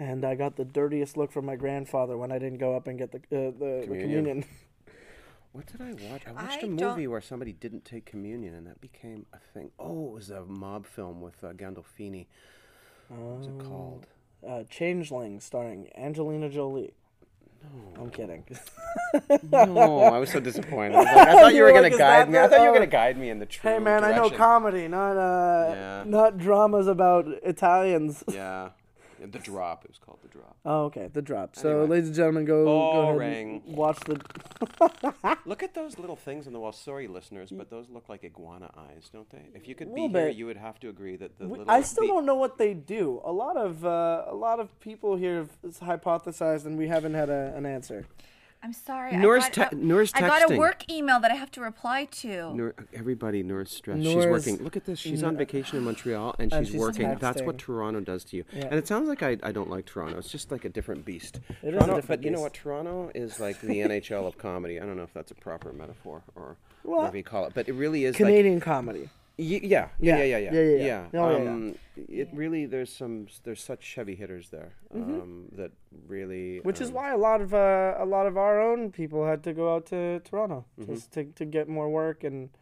Speaker 1: and I got the dirtiest look from my grandfather when I didn't go up and get the uh, the, the
Speaker 5: Communion.
Speaker 1: communion. [laughs]
Speaker 5: What did I watch? I watched a
Speaker 3: I don't-
Speaker 5: movie where somebody didn't take communion, and that became a thing. Oh, it was a mob film with uh, Gandolfini. What was it called?
Speaker 1: Uh, Changeling, starring Angelina Jolie. I'm
Speaker 5: [laughs]
Speaker 1: kidding.
Speaker 5: No, I was so disappointed. I, was like, I thought you
Speaker 1: You were
Speaker 5: were
Speaker 1: like,
Speaker 5: gonna
Speaker 1: "Is
Speaker 5: guide
Speaker 1: that
Speaker 5: me. I
Speaker 1: the-
Speaker 5: thought
Speaker 1: oh."
Speaker 5: you were gonna guide me in the true.
Speaker 1: hey man, I know
Speaker 5: direction.
Speaker 1: comedy, not uh,
Speaker 5: Yeah.
Speaker 1: not dramas about Italians.
Speaker 5: [laughs]
Speaker 1: [laughs]
Speaker 5: Yeah, Yeah, the drop. It was called the drop.
Speaker 1: Oh, okay, the drop. So,
Speaker 5: Anyway.
Speaker 1: ladies and gentlemen, go go ahead and
Speaker 5: Boring.
Speaker 1: watch
Speaker 5: [laughs]
Speaker 1: the.
Speaker 5: Look at those little things on the wall. Sorry, listeners, but those look like iguana eyes, don't they? If you could be
Speaker 1: Little
Speaker 5: here,
Speaker 1: bit.
Speaker 5: you would have to agree that the
Speaker 1: We-
Speaker 5: little.
Speaker 1: I still
Speaker 5: the-
Speaker 1: don't know what they do. A lot of uh, a lot of people here have hypothesized, and we haven't had a, an answer.
Speaker 3: I'm sorry.
Speaker 5: Noor's
Speaker 3: I got,
Speaker 5: te-
Speaker 3: a-
Speaker 5: Noor's
Speaker 3: I got a
Speaker 5: texting.
Speaker 3: work email that I have to reply to.
Speaker 5: Noor, everybody, Nora's stressed. she's
Speaker 1: Noor's-
Speaker 5: working. Look at this. She's on vacation in Montreal and she's,
Speaker 1: And she's
Speaker 5: working. That's what
Speaker 1: texting.
Speaker 5: Toronto does to you. And it sounds like I, I don't like Toronto. It's just like a different beast.
Speaker 1: It is a
Speaker 5: Toronto,
Speaker 1: different
Speaker 5: but you know
Speaker 1: beast.
Speaker 5: what? Toronto is like the NHL of comedy. I don't know if that's a proper metaphor or whatever you call it, but it really is. like-
Speaker 1: Canadian comedy.
Speaker 5: Y- yeah, yeah, yeah, yeah,
Speaker 1: yeah,
Speaker 5: yeah,
Speaker 1: yeah. Oh, yeah, yeah.
Speaker 5: Um, It really there's some there's such heavy hitters there um, that really.
Speaker 1: Which is
Speaker 5: um,
Speaker 1: why a lot of uh, a
Speaker 5: Mm-hmm.
Speaker 1: lot of our own people had to go out to Toronto just to, to get more work and you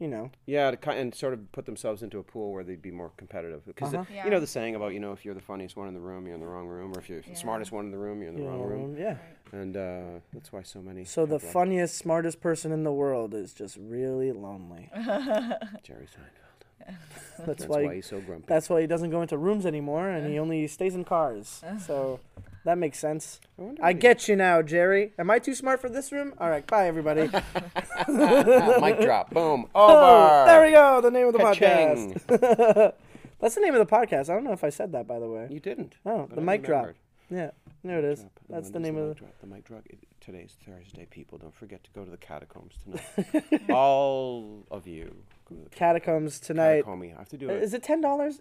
Speaker 1: you know.
Speaker 5: Yeah, to kind and sort of put themselves into a pool where they'd be more competitive. Because the-
Speaker 1: Uh-huh.
Speaker 3: Yeah.
Speaker 5: you know the saying about you know if you're the funniest one in the room, you're in the wrong room, or if you're the smartest one in the room, you're in the wrong room.
Speaker 1: um, yeah.
Speaker 5: And uh, that's why so many.
Speaker 1: So the
Speaker 5: have left
Speaker 1: funniest, smartest person in the world is just really lonely.
Speaker 5: Jerry Seinfeld.
Speaker 1: That's,
Speaker 5: That's
Speaker 1: why.
Speaker 5: why he's so grumpy.
Speaker 1: that's why he doesn't go into rooms anymore, and he only stays in cars. So that makes sense.
Speaker 5: I wonder
Speaker 1: I
Speaker 5: what he-
Speaker 1: get you now, Jerry. Am I too smart for this room? All right, bye
Speaker 5: [laughs]
Speaker 1: everybody. [laughs]
Speaker 5: Ah, mic drop. Boom. Over.
Speaker 1: Oh, there we go. The name of the
Speaker 5: Ka-ching.
Speaker 1: podcast. [laughs] That's the name of the podcast. I don't know if I said that by the way.
Speaker 5: You didn't.
Speaker 1: Oh, [laughs]
Speaker 5: but
Speaker 1: the
Speaker 5: I
Speaker 1: mic drop.
Speaker 5: remembered.
Speaker 1: Yeah, there it is.
Speaker 5: Drop. And
Speaker 1: That's
Speaker 5: when
Speaker 1: the
Speaker 5: is
Speaker 1: name of
Speaker 5: mic
Speaker 1: the.
Speaker 5: drop? the mic drop. It- Today's Thursday, people. Don't forget to go to the catacombs
Speaker 1: [laughs]
Speaker 5: tonight. All of you. Go to the
Speaker 1: Catacombs tonight.
Speaker 5: catacomb. I have to do it.
Speaker 1: Is it ten dollars?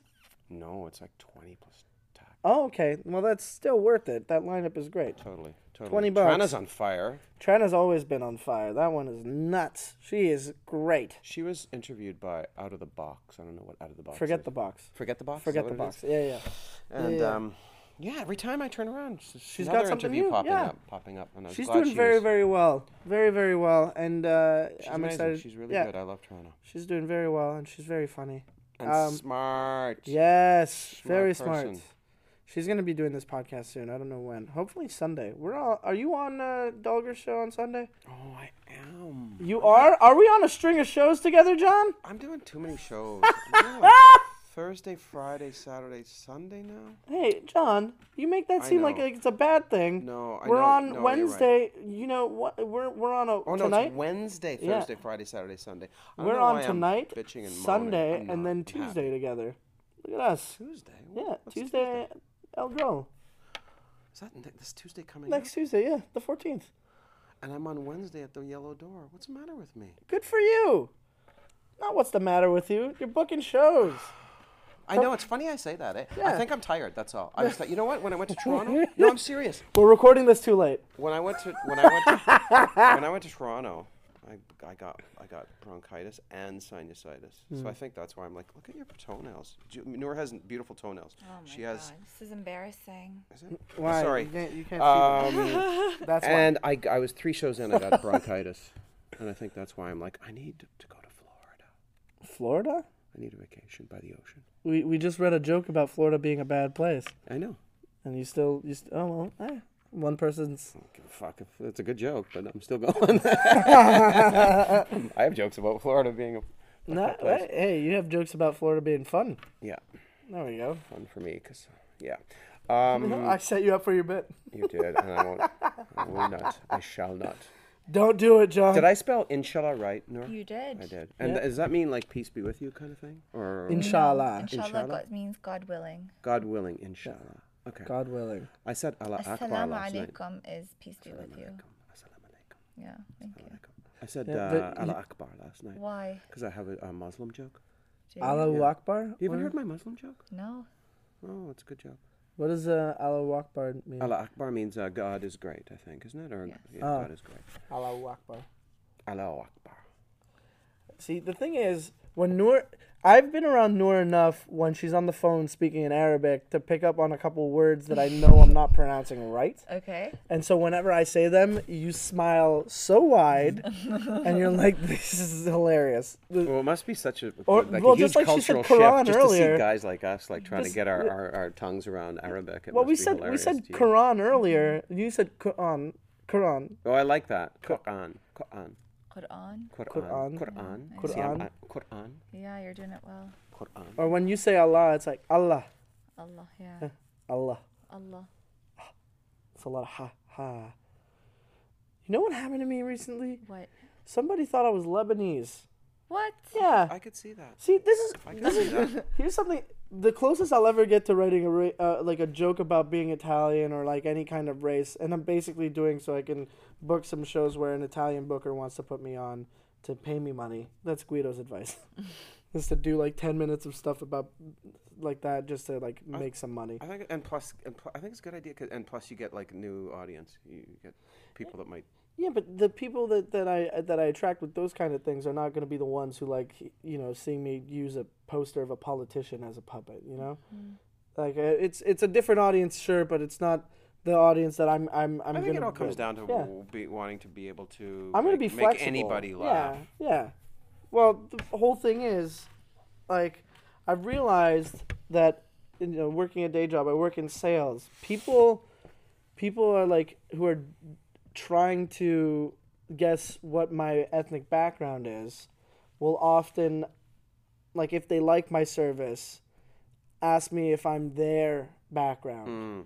Speaker 5: No, it's like twenty plus tax.
Speaker 1: Oh, okay. Well, that's still worth it. That lineup is great.
Speaker 5: Totally. Totally.
Speaker 1: 20 bucks.
Speaker 5: Trana's on fire.
Speaker 1: Trana's always been on fire. That one is nuts. She is great.
Speaker 5: She was interviewed by Out of the Box. I don't know what Out of the Box.
Speaker 1: Forget
Speaker 5: is.
Speaker 1: the box.
Speaker 5: Forget the box. Is
Speaker 1: Forget
Speaker 5: that
Speaker 1: the
Speaker 5: what it is?
Speaker 1: box. Yeah, yeah.
Speaker 5: And
Speaker 1: Yeah.
Speaker 5: um, yeah, every time I turn around, she's,
Speaker 1: She's got
Speaker 5: another
Speaker 1: something
Speaker 5: interview
Speaker 1: new,
Speaker 5: popping
Speaker 1: yeah.
Speaker 5: up, popping up. And I was
Speaker 1: She's
Speaker 5: glad
Speaker 1: doing
Speaker 5: she
Speaker 1: very,
Speaker 5: was-
Speaker 1: very well. Very, very well. And uh,
Speaker 5: She's
Speaker 1: I'm
Speaker 5: amazing.
Speaker 1: excited.
Speaker 5: She's really
Speaker 1: yeah,
Speaker 5: good. I love Trana.
Speaker 1: She's doing very well, and she's very funny.
Speaker 5: And
Speaker 1: Um,
Speaker 5: smart.
Speaker 1: Yes,
Speaker 5: Smart
Speaker 1: very
Speaker 5: person.
Speaker 1: smart. She's gonna be doing this podcast soon. I don't know when. Hopefully Sunday. We're all. Are you on uh, Dolger's show on Sunday?
Speaker 5: Oh, I am.
Speaker 1: You are. Are we on a string of shows together, John?
Speaker 5: I'm doing too many
Speaker 1: [laughs]
Speaker 5: shows. I'm doing, like, Thursday, Friday, Saturday, Sunday now.
Speaker 1: Hey, John, you make that
Speaker 5: I
Speaker 1: seem like,
Speaker 5: know.
Speaker 1: it's a bad thing.
Speaker 5: No, I
Speaker 1: we're
Speaker 5: know-
Speaker 1: on
Speaker 5: no, you're right.
Speaker 1: Wednesday. You know what? We're we're on a
Speaker 5: Oh no,
Speaker 1: tonight.
Speaker 5: it's Wednesday,
Speaker 1: Yeah.
Speaker 5: Thursday, Friday, Saturday, Sunday. I don't
Speaker 1: we're
Speaker 5: know
Speaker 1: on
Speaker 5: why I'm
Speaker 1: tonight,
Speaker 5: bitching and moaning.
Speaker 1: Sunday,
Speaker 5: I'm
Speaker 1: and
Speaker 5: not.
Speaker 1: then
Speaker 5: I'm happy.
Speaker 1: Tuesday together. Look at us.
Speaker 5: Tuesday. What-
Speaker 1: Yeah,
Speaker 5: what's
Speaker 1: Tuesday. El Drone.
Speaker 5: Is that ne- this Tuesday coming? up?
Speaker 1: Next Tuesday, yeah, the fourteenth.
Speaker 5: And I'm on Wednesday at the Yellow Door. What's the matter with me?
Speaker 1: Good for you. Not what's the matter with you. You're booking shows.
Speaker 5: I know it's funny I say that. Eh?
Speaker 1: Yeah.
Speaker 5: I think I'm tired. That's all.
Speaker 1: [laughs]
Speaker 5: I was like, you know what? When I went to Toronto, no, I'm serious.
Speaker 1: We're recording this too late.
Speaker 5: When I went to when I went to,
Speaker 1: [laughs]
Speaker 5: when I went to Toronto, I, I got I got bronchitis and sinusitis.
Speaker 1: Hmm.
Speaker 5: So I think that's why I'm like, look at your toenails. Ju- Noor has beautiful toenails.
Speaker 3: Oh my
Speaker 5: she has.
Speaker 3: God. This is embarrassing.
Speaker 5: Is it?
Speaker 1: Why?
Speaker 5: Sorry.
Speaker 1: You can't, you can't
Speaker 5: Um,
Speaker 1: see that. That's why.
Speaker 5: and I, I was three shows in, I got bronchitis, and I think that's why I'm like, I need to go to Florida.
Speaker 1: Florida?
Speaker 5: I need a vacation by the ocean.
Speaker 1: We we just read a joke about Florida being a bad place,
Speaker 5: I know.
Speaker 1: and you still you st- oh well, eh, one person's
Speaker 5: give a fuck if it's a good joke, but I'm still [laughs] going. I have jokes about Florida being a
Speaker 1: not.
Speaker 5: place.
Speaker 1: Hey, you have jokes about Florida being fun.
Speaker 5: yeah
Speaker 1: There we go.
Speaker 5: fun for me because yeah.
Speaker 1: [laughs]
Speaker 5: Um,
Speaker 1: I set you up for your bit.
Speaker 5: you did, and I won't. I will not. I shall not.
Speaker 1: Don't do it, John.
Speaker 5: Did I spell inshallah right, Noor?
Speaker 3: You did.
Speaker 5: I did. And does that mean like peace be with you kind of thing, or
Speaker 1: Inshallah.
Speaker 3: Uh, Inshallah,
Speaker 5: Inshallah?
Speaker 3: God means God willing.
Speaker 5: God willing, inshallah? Okay.
Speaker 1: God willing.
Speaker 5: I said Allah Akbar
Speaker 3: Assalamu
Speaker 5: last night.
Speaker 3: alaikum is peace be with you.
Speaker 5: Assalamu alaikum.
Speaker 3: Yeah, thank you.
Speaker 5: I said
Speaker 1: Yeah,
Speaker 5: uh,
Speaker 1: but
Speaker 5: Allah Akbar last night
Speaker 3: Why?
Speaker 5: because I have a, a Muslim joke.
Speaker 3: Jay?
Speaker 1: Allahu Akbar.
Speaker 5: You haven't
Speaker 1: What-
Speaker 5: heard my Muslim joke?
Speaker 3: No.
Speaker 5: Oh, it's a good joke.
Speaker 1: What does uh, Allahu Akbar mean?
Speaker 5: Allah Akbar means uh, God is great, I think, isn't it? Or yeah,
Speaker 1: Oh.
Speaker 5: God is great.
Speaker 1: Allahu Akbar.
Speaker 5: Allah Akbar.
Speaker 1: See, the thing is, when Noor, I've been around Noor enough when she's on the phone speaking in Arabic to pick up on a couple words that I know I'm not pronouncing right.
Speaker 3: Okay.
Speaker 1: And so whenever I say them, you smile so wide, and you're like, "This is hilarious." The-
Speaker 5: Well, it must be such a,
Speaker 1: Or-
Speaker 5: like
Speaker 1: well,
Speaker 5: a huge
Speaker 1: just like she said
Speaker 5: cultural
Speaker 1: Quran
Speaker 5: shift just to
Speaker 1: earlier.
Speaker 5: see guys like us like trying
Speaker 1: This-
Speaker 5: to get our, our, our tongues around Arabic. It
Speaker 1: Well,
Speaker 5: must
Speaker 1: we
Speaker 5: be
Speaker 1: said we
Speaker 5: hilarious
Speaker 1: said
Speaker 5: to you.
Speaker 1: Quran earlier. You said Quran, Quran.
Speaker 5: Oh, I like that. Quran. Quran. Quran.
Speaker 3: Quran.
Speaker 1: Quran.
Speaker 5: Quran. Quran.
Speaker 1: Quran.
Speaker 5: See, I'm- I- Quran.
Speaker 3: Yeah, you're doing it well.
Speaker 5: Quran.
Speaker 1: Or when you say Allah, it's like Allah,
Speaker 3: Allah, yeah.
Speaker 1: Allah.
Speaker 3: Allah.
Speaker 1: It's a lot of ha ha. You know what happened to me recently?
Speaker 3: What?
Speaker 1: Somebody thought I was Lebanese.
Speaker 3: What?
Speaker 1: Yeah.
Speaker 5: I could see that.
Speaker 1: See, this is
Speaker 5: I could
Speaker 1: Uh, this
Speaker 5: see
Speaker 1: [laughs] is
Speaker 5: that.
Speaker 1: here's something. The closest I'll ever get to writing a ra- uh, like a joke about being Italian or like any kind of race, and I'm basically doing so I can book some shows where an Italian booker wants to put me on to pay me money. That's Guido's
Speaker 5: [laughs]
Speaker 1: advice, is to do like ten minutes of stuff about like that just to like make some money.
Speaker 5: I think, and plus, and pl- I think it's a good idea. 'cause- and plus, you get like new audience. You get people that might.
Speaker 1: Yeah, but the people that, that I that I attract with those kind of things are not going to be the ones who like you know seeing me use a poster of a politician as a puppet. You know,
Speaker 3: Hmm.
Speaker 1: like uh, it's it's a different audience, sure, but it's not the audience that I'm I'm I'm.
Speaker 5: i think it
Speaker 1: gonna
Speaker 5: all comes
Speaker 1: build.
Speaker 5: down to
Speaker 1: yeah.
Speaker 5: w- be wanting to be able to.
Speaker 1: I'm gonna
Speaker 5: like,
Speaker 1: be
Speaker 5: make
Speaker 1: flexible.
Speaker 5: anybody laugh.
Speaker 1: Yeah, yeah. Well, the whole thing is, like, I've realized that you know, working a day job, I work in sales. People, people are like who are trying to guess what my ethnic background is, will often, like, if they like my service, ask me if I'm their background.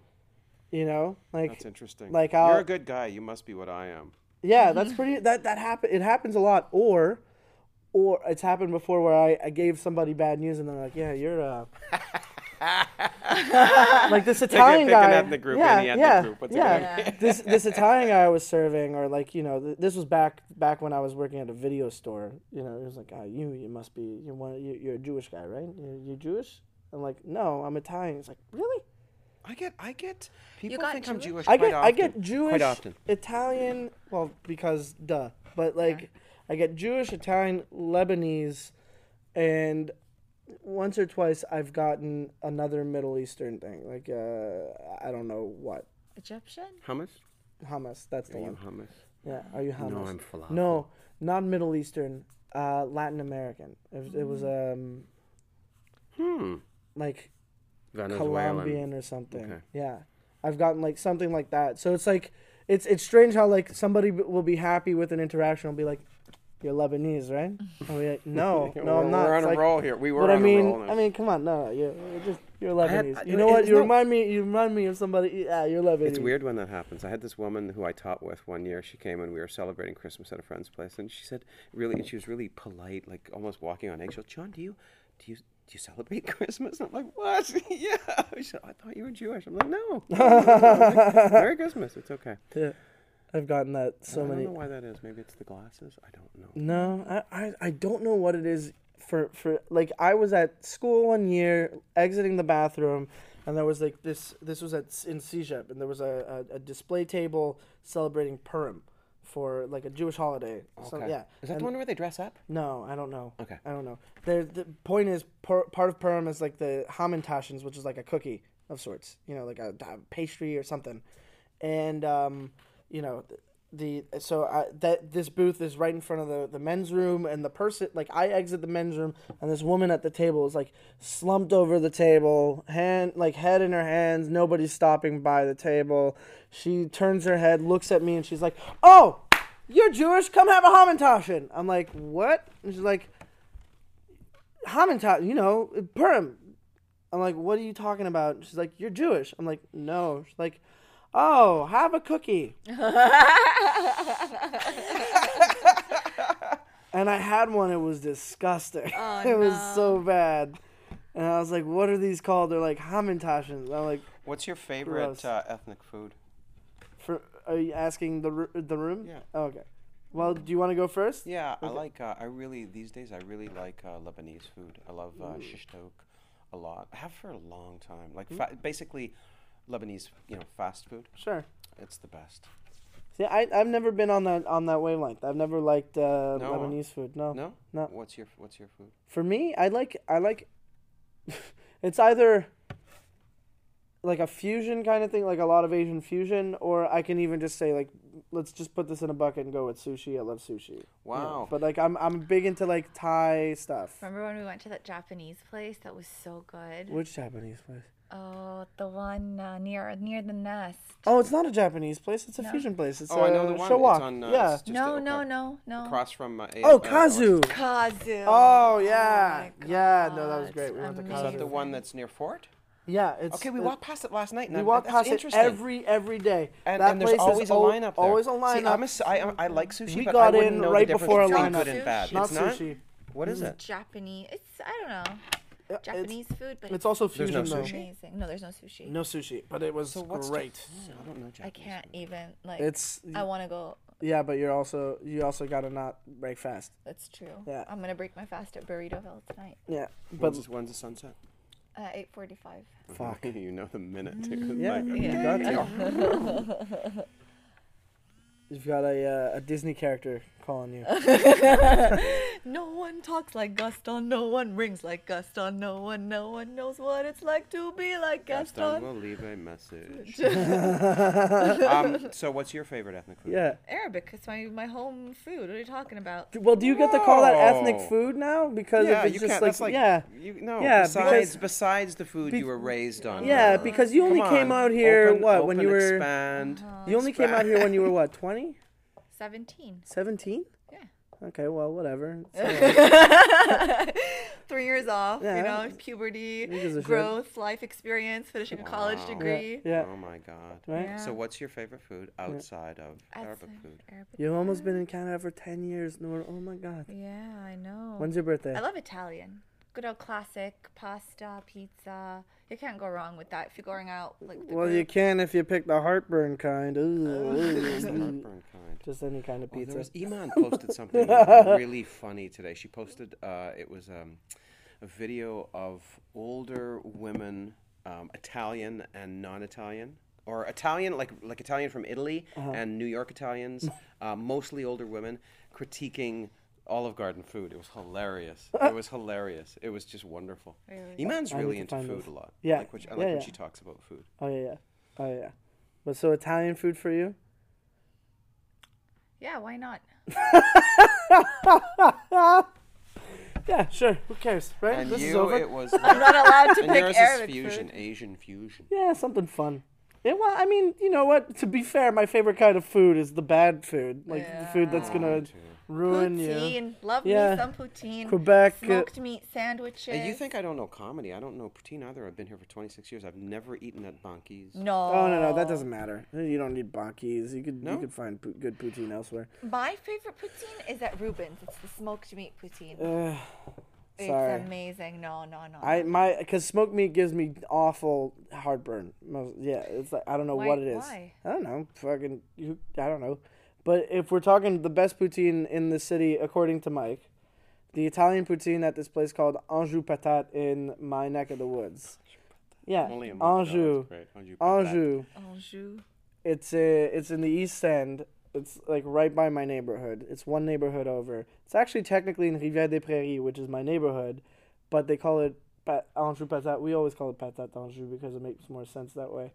Speaker 1: You know, like
Speaker 5: Mm. That's interesting.
Speaker 1: Like
Speaker 5: you're
Speaker 1: I'll-
Speaker 5: a good guy. You must be what I am.
Speaker 1: yeah,
Speaker 5: Mm-hmm.
Speaker 1: that's pretty. That that happen. It happens a lot. Or, or it's happened before where I, I gave somebody bad news and they're like, "Yeah, you're
Speaker 5: [laughs]
Speaker 1: uh like this Italian
Speaker 5: pick an
Speaker 1: guy."
Speaker 5: ethnic group,
Speaker 1: yeah,
Speaker 5: any ethnic
Speaker 1: yeah,
Speaker 5: group, what's it
Speaker 1: yeah.
Speaker 5: gonna
Speaker 1: [laughs] this this Italian guy I was serving, or like you know, th- this was back back when I was working at a video store. You know, it was like, ah, you you must be you want you, you're a Jewish guy, right? You're, you're Jewish." I'm like, "No, I'm Italian." He's like, "Really?"
Speaker 5: I get, I get. People
Speaker 3: got
Speaker 5: think I'm
Speaker 3: Jewish?
Speaker 5: Jewish.
Speaker 1: I
Speaker 5: quite
Speaker 1: get
Speaker 5: often.
Speaker 1: I get Jewish
Speaker 5: quite often.
Speaker 1: Italian well because duh but like I get Jewish Italian Lebanese and once or twice I've gotten another Middle Eastern thing like uh, I don't know what
Speaker 3: Egyptian?
Speaker 5: Hummus?
Speaker 1: hummus that's the
Speaker 5: Are
Speaker 1: one
Speaker 5: you hummus?
Speaker 1: yeah are you hummus
Speaker 5: I'm falafel.
Speaker 1: no not Middle Eastern uh, Latin American it, it was
Speaker 5: Mm.
Speaker 1: um
Speaker 5: Hmm.
Speaker 1: like
Speaker 5: Venezuelan. [laughs]
Speaker 1: Colombian or something.
Speaker 5: Okay.
Speaker 1: Yeah, I've gotten like something like that. So it's like, it's it's strange how like somebody b- will be happy with an interaction and be like, "You're Lebanese, right?" I'll be like,
Speaker 5: [laughs]
Speaker 1: "No,
Speaker 5: Yeah,
Speaker 1: no,
Speaker 5: we're,
Speaker 1: I'm not."
Speaker 5: We're on
Speaker 1: It's
Speaker 5: a
Speaker 1: like,
Speaker 5: roll here. We were
Speaker 1: But
Speaker 5: on
Speaker 1: I mean,
Speaker 5: a roll.
Speaker 1: I mean, come on, no, you're, you're just you're
Speaker 5: had-
Speaker 1: Lebanese.
Speaker 5: I-
Speaker 1: you know what?
Speaker 5: it's
Speaker 1: You
Speaker 5: not-
Speaker 1: remind me. You remind me of somebody. Yeah, you're Lebanese.
Speaker 5: It's weird when that happens. I had this woman who I taught with one year. She came and we were celebrating Christmas at a friend's place, and she said, really, she was really polite, like almost walking on eggshells. John, do you, do you, do you celebrate [laughs] Christmas? And I'm like, what? [laughs] yeah. She said, I thought you were Jewish. I'm like, no.
Speaker 1: [laughs]
Speaker 5: Merry Christmas. It's okay.
Speaker 1: Yeah, I've gotten that so
Speaker 5: I don't
Speaker 1: many.
Speaker 5: know why that is. Maybe it's the glasses. I don't know.
Speaker 1: No, I, I, I don't know what it is for, for like I was at school one year exiting the bathroom and there was like this this was at in CJEP and there was a, a, a display table celebrating Purim for like a Jewish holiday. So yeah.
Speaker 5: Is that
Speaker 1: And-
Speaker 5: the one where they dress up?
Speaker 1: no, I don't know.
Speaker 5: Okay.
Speaker 1: I don't know. There, the point is, per, part of Purim is like the hamantaschen, which is like a cookie of sorts. You know, like a, a pastry or something. And um, you know, the so I, that this booth is right in front of the, the men's room, and the person like I exit the men's room, and this woman at the table is like slumped over the table, hand like head in her hands. Nobody's stopping by the table. She turns her head, looks at me, and she's like, "Oh." you're Jewish, come have a hamantaschen. I'm like, what? And she's like, hamantaschen, you know, Purim. I'm like, what are you talking about? And she's like, you're Jewish. I'm like, no. She's like, oh, have a
Speaker 5: [laughs]
Speaker 1: cookie. and I had one. It was disgusting.
Speaker 5: Oh,
Speaker 1: [laughs] it was so bad. And I was like, what are these called? They're like hamantaschens. I'm like,
Speaker 5: What's your
Speaker 1: Gross.
Speaker 5: favorite uh, ethnic food?
Speaker 1: for, are you asking the, ru- the room? Oh,
Speaker 5: Yeah.
Speaker 1: Okay. Well, do you want to go first?
Speaker 5: Yeah, I like. Uh, I really these days. I really like uh, Lebanese food. I love
Speaker 1: Mm.
Speaker 5: uh, shish tok a lot. I have for a long time. Like fa- basically, Lebanese. You know, fast food.
Speaker 1: Sure.
Speaker 5: It's the best.
Speaker 1: See, I I've never been on that on that wavelength. I've never liked uh,
Speaker 5: No, huh?
Speaker 1: Lebanese food. No.
Speaker 5: No.
Speaker 1: No.
Speaker 5: What's your What's your food?
Speaker 1: For me, I like I like. [laughs] it's either. Like a fusion kind of thing, like a lot of Asian fusion, or I can even just say like, let's just put this in a bucket and go with sushi. I love sushi. You know,
Speaker 5: Wow.
Speaker 1: But like, I'm I'm big into like Thai stuff.
Speaker 3: Remember when we went to that Japanese place? That was so good.
Speaker 1: Which Japanese place?
Speaker 3: Oh, the one uh, near near the nest.
Speaker 1: Oh, it's not a Japanese place. It's a fusion place. It's
Speaker 5: Oh, I know
Speaker 1: uh,
Speaker 5: the one.
Speaker 1: Showa.
Speaker 5: It's on. Uh,
Speaker 1: yeah.
Speaker 5: it's just
Speaker 3: no,
Speaker 5: a-
Speaker 3: no,
Speaker 5: okay.
Speaker 3: no, no,
Speaker 5: Across from. Uh, a-
Speaker 1: oh,
Speaker 5: uh,
Speaker 1: Kazu.
Speaker 3: Kazu.
Speaker 1: Oh yeah,
Speaker 3: my
Speaker 1: yeah. No, that was great. We
Speaker 3: God,
Speaker 1: went to
Speaker 5: Is
Speaker 1: Kazu.
Speaker 5: that the one that's near Fort?
Speaker 1: Yeah, it's
Speaker 5: Okay, we
Speaker 1: it-
Speaker 5: walked past it last night. And
Speaker 1: We
Speaker 5: I-
Speaker 1: walk
Speaker 5: that's
Speaker 1: past it
Speaker 5: interesting.
Speaker 1: every every day.
Speaker 5: And,
Speaker 1: that
Speaker 5: and
Speaker 1: place
Speaker 5: there's always
Speaker 1: is
Speaker 5: a
Speaker 1: al-
Speaker 5: lineup there.
Speaker 1: Always a lineup.
Speaker 5: See, I'm a, s- I, am I like sushi,
Speaker 1: We
Speaker 5: but
Speaker 1: got
Speaker 5: I wouldn't
Speaker 1: in
Speaker 5: know
Speaker 1: right
Speaker 5: the difference
Speaker 1: before a
Speaker 5: between
Speaker 1: lineup.
Speaker 5: good and bad.
Speaker 1: not
Speaker 5: it's not?
Speaker 1: sushi. Mm.
Speaker 5: What is it?
Speaker 3: Japanese. It's I don't know.
Speaker 1: It's-
Speaker 3: Japanese food, but
Speaker 1: It's also
Speaker 5: There's
Speaker 1: fusion
Speaker 5: no
Speaker 1: though.
Speaker 5: sushi?
Speaker 3: amazing. No, there's no sushi.
Speaker 1: No sushi, but it was
Speaker 5: So what's
Speaker 1: great.
Speaker 5: I don't know.
Speaker 3: I
Speaker 5: Japanese
Speaker 3: can't
Speaker 5: food.
Speaker 3: even like.
Speaker 1: It's
Speaker 3: I want to go.
Speaker 1: yeah, but you're also you also gotta not break fast.
Speaker 3: That's true.
Speaker 1: Yeah.
Speaker 3: I'm gonna break my fast at Burritoville tonight
Speaker 1: Yeah, but
Speaker 5: When's, when's the sunset?
Speaker 3: at 8:45.
Speaker 1: fuck.
Speaker 5: [laughs] you know the minute, dude.
Speaker 1: Mm, Yeah,
Speaker 5: Like,
Speaker 1: you got to.
Speaker 5: [laughs] [laughs]
Speaker 1: You've got a uh, a Disney character calling you.
Speaker 3: [laughs] No one talks like Gaston, no one rings like Gaston, no one, no one knows what it's like to be like
Speaker 5: Gaston
Speaker 3: Gaston.
Speaker 5: will leave a message. [laughs] um, so, what's your favorite ethnic food?
Speaker 1: Yeah.
Speaker 3: [laughs] Arabic, it's my, my home food. What are you talking about?
Speaker 1: Well, do you get to call that ethnic
Speaker 5: No.
Speaker 1: food now? Because
Speaker 5: Yeah,
Speaker 1: if it's
Speaker 5: you
Speaker 1: just
Speaker 5: can't.
Speaker 1: like,
Speaker 5: that's like
Speaker 1: yeah,
Speaker 5: You, no,
Speaker 1: Yeah,
Speaker 5: besides
Speaker 1: because-
Speaker 5: besides the food
Speaker 1: be-
Speaker 5: you were raised on.
Speaker 1: yeah,
Speaker 5: Mara.
Speaker 1: because you only
Speaker 5: Come
Speaker 1: came
Speaker 5: on,
Speaker 1: out here
Speaker 5: open-
Speaker 1: what when
Speaker 5: open,
Speaker 1: you were
Speaker 5: expand.
Speaker 3: Uh-huh. Oh,
Speaker 1: you only came out here when
Speaker 3: [laughs]
Speaker 1: you were what 20,
Speaker 3: 17.
Speaker 1: 17?
Speaker 3: Yeah.
Speaker 1: Okay, well, whatever. It's
Speaker 3: Three years off,
Speaker 1: Yeah.
Speaker 3: you know, puberty,
Speaker 1: gives a shit?
Speaker 3: growth, life experience, finishing a college
Speaker 5: Wow.
Speaker 3: degree.
Speaker 1: yeah.
Speaker 5: Oh my god.
Speaker 1: Right?
Speaker 3: [laughs] Yeah.
Speaker 5: So what's your favorite food outside of Arabic
Speaker 3: Outside
Speaker 5: food?
Speaker 3: Arabic.
Speaker 1: You've almost been in Canada for 10 years, Nora. Oh my god.
Speaker 3: Yeah, I know.
Speaker 1: When's your birthday?
Speaker 3: I love Italian. Good old classic pasta, pizza. You can't go wrong with that if you're going out like with the
Speaker 1: well, you
Speaker 3: group.
Speaker 1: can if you pick the heartburn kind.
Speaker 3: [laughs]
Speaker 1: Ooh,
Speaker 5: The
Speaker 1: ooh.
Speaker 5: heartburn kind.
Speaker 1: Just any kind of
Speaker 5: Oh, there
Speaker 1: pizza.
Speaker 5: was Iman posted something
Speaker 1: [laughs]
Speaker 5: really funny today. She posted uh, it was um, a video of older women, um, Italian and non-Italian, or Italian like like Italian from Italy
Speaker 1: Uh-huh.
Speaker 5: and New
Speaker 1: [laughs]
Speaker 5: York Italians, uh, mostly older women critiquing. Olive Garden food. It
Speaker 1: [laughs]
Speaker 5: was hilarious. It was hilarious. It was just wonderful.
Speaker 3: Really?
Speaker 5: Iman's
Speaker 1: need
Speaker 5: really
Speaker 1: to
Speaker 5: into
Speaker 1: find
Speaker 5: food
Speaker 1: this.
Speaker 5: a lot. I
Speaker 1: Yeah.
Speaker 5: like, when she, I like
Speaker 1: Yeah,
Speaker 5: when
Speaker 1: yeah.
Speaker 5: she talks about food.
Speaker 1: Oh yeah, yeah. Oh yeah. But so Italian food for
Speaker 3: [laughs]
Speaker 1: you?
Speaker 3: Yeah, why not? [laughs]
Speaker 1: Yeah, sure. Who cares, right?
Speaker 5: And
Speaker 1: this
Speaker 5: you,
Speaker 1: is over. [laughs]
Speaker 5: it was.
Speaker 3: I'm not allowed to
Speaker 5: and yours
Speaker 3: pick
Speaker 5: is
Speaker 3: Arabic
Speaker 5: fusion,
Speaker 3: food.
Speaker 5: Asian fusion.
Speaker 1: Yeah, something fun. Yeah, well, I mean, you know what? To be fair, my favorite kind of food is the bad food, like the food that's gonna ruin you.
Speaker 3: Poutine. Love
Speaker 1: Yeah.
Speaker 3: me some poutine.
Speaker 1: Quebec, uh,
Speaker 3: Smoked meat sandwiches.
Speaker 5: Hey, Uh, you think I don't know comedy? I don't know poutine either. I've been here for 26 years. I've never eaten at Bonkies.
Speaker 3: No.
Speaker 1: Oh no, no, that
Speaker 5: [laughs]
Speaker 1: doesn't matter. You don't need bakis. You could you
Speaker 5: No?
Speaker 1: could find po- good poutine elsewhere.
Speaker 3: My favorite poutine is at Reuben's. It's the smoked meat poutine.
Speaker 1: Uh, sorry.
Speaker 3: It's amazing. No, no, no.
Speaker 1: I
Speaker 3: no.
Speaker 1: my because smoked meat gives me awful heartburn. Most, yeah, it's like I don't know
Speaker 3: Why-
Speaker 1: what it is.
Speaker 3: why?
Speaker 1: I don't know. Fucking, you, I don't know. But if we're talking the best poutine in the city, according to Mike, the Italian poutine at this place called Anjou Patat in my neck of the woods. Yeah,
Speaker 5: Only in Montreal,
Speaker 1: Anjou.
Speaker 5: that's great. Anjou Patat.
Speaker 1: Anjou.
Speaker 3: Anjou.
Speaker 1: It's uh it's in the East End. It's like right by my neighborhood. It's one neighborhood over. It's actually technically in Rivière des Prairies, which is my neighborhood, but they call it Pat- Anjou Patat. We always call it Patat d'Anjou because it makes more sense that way.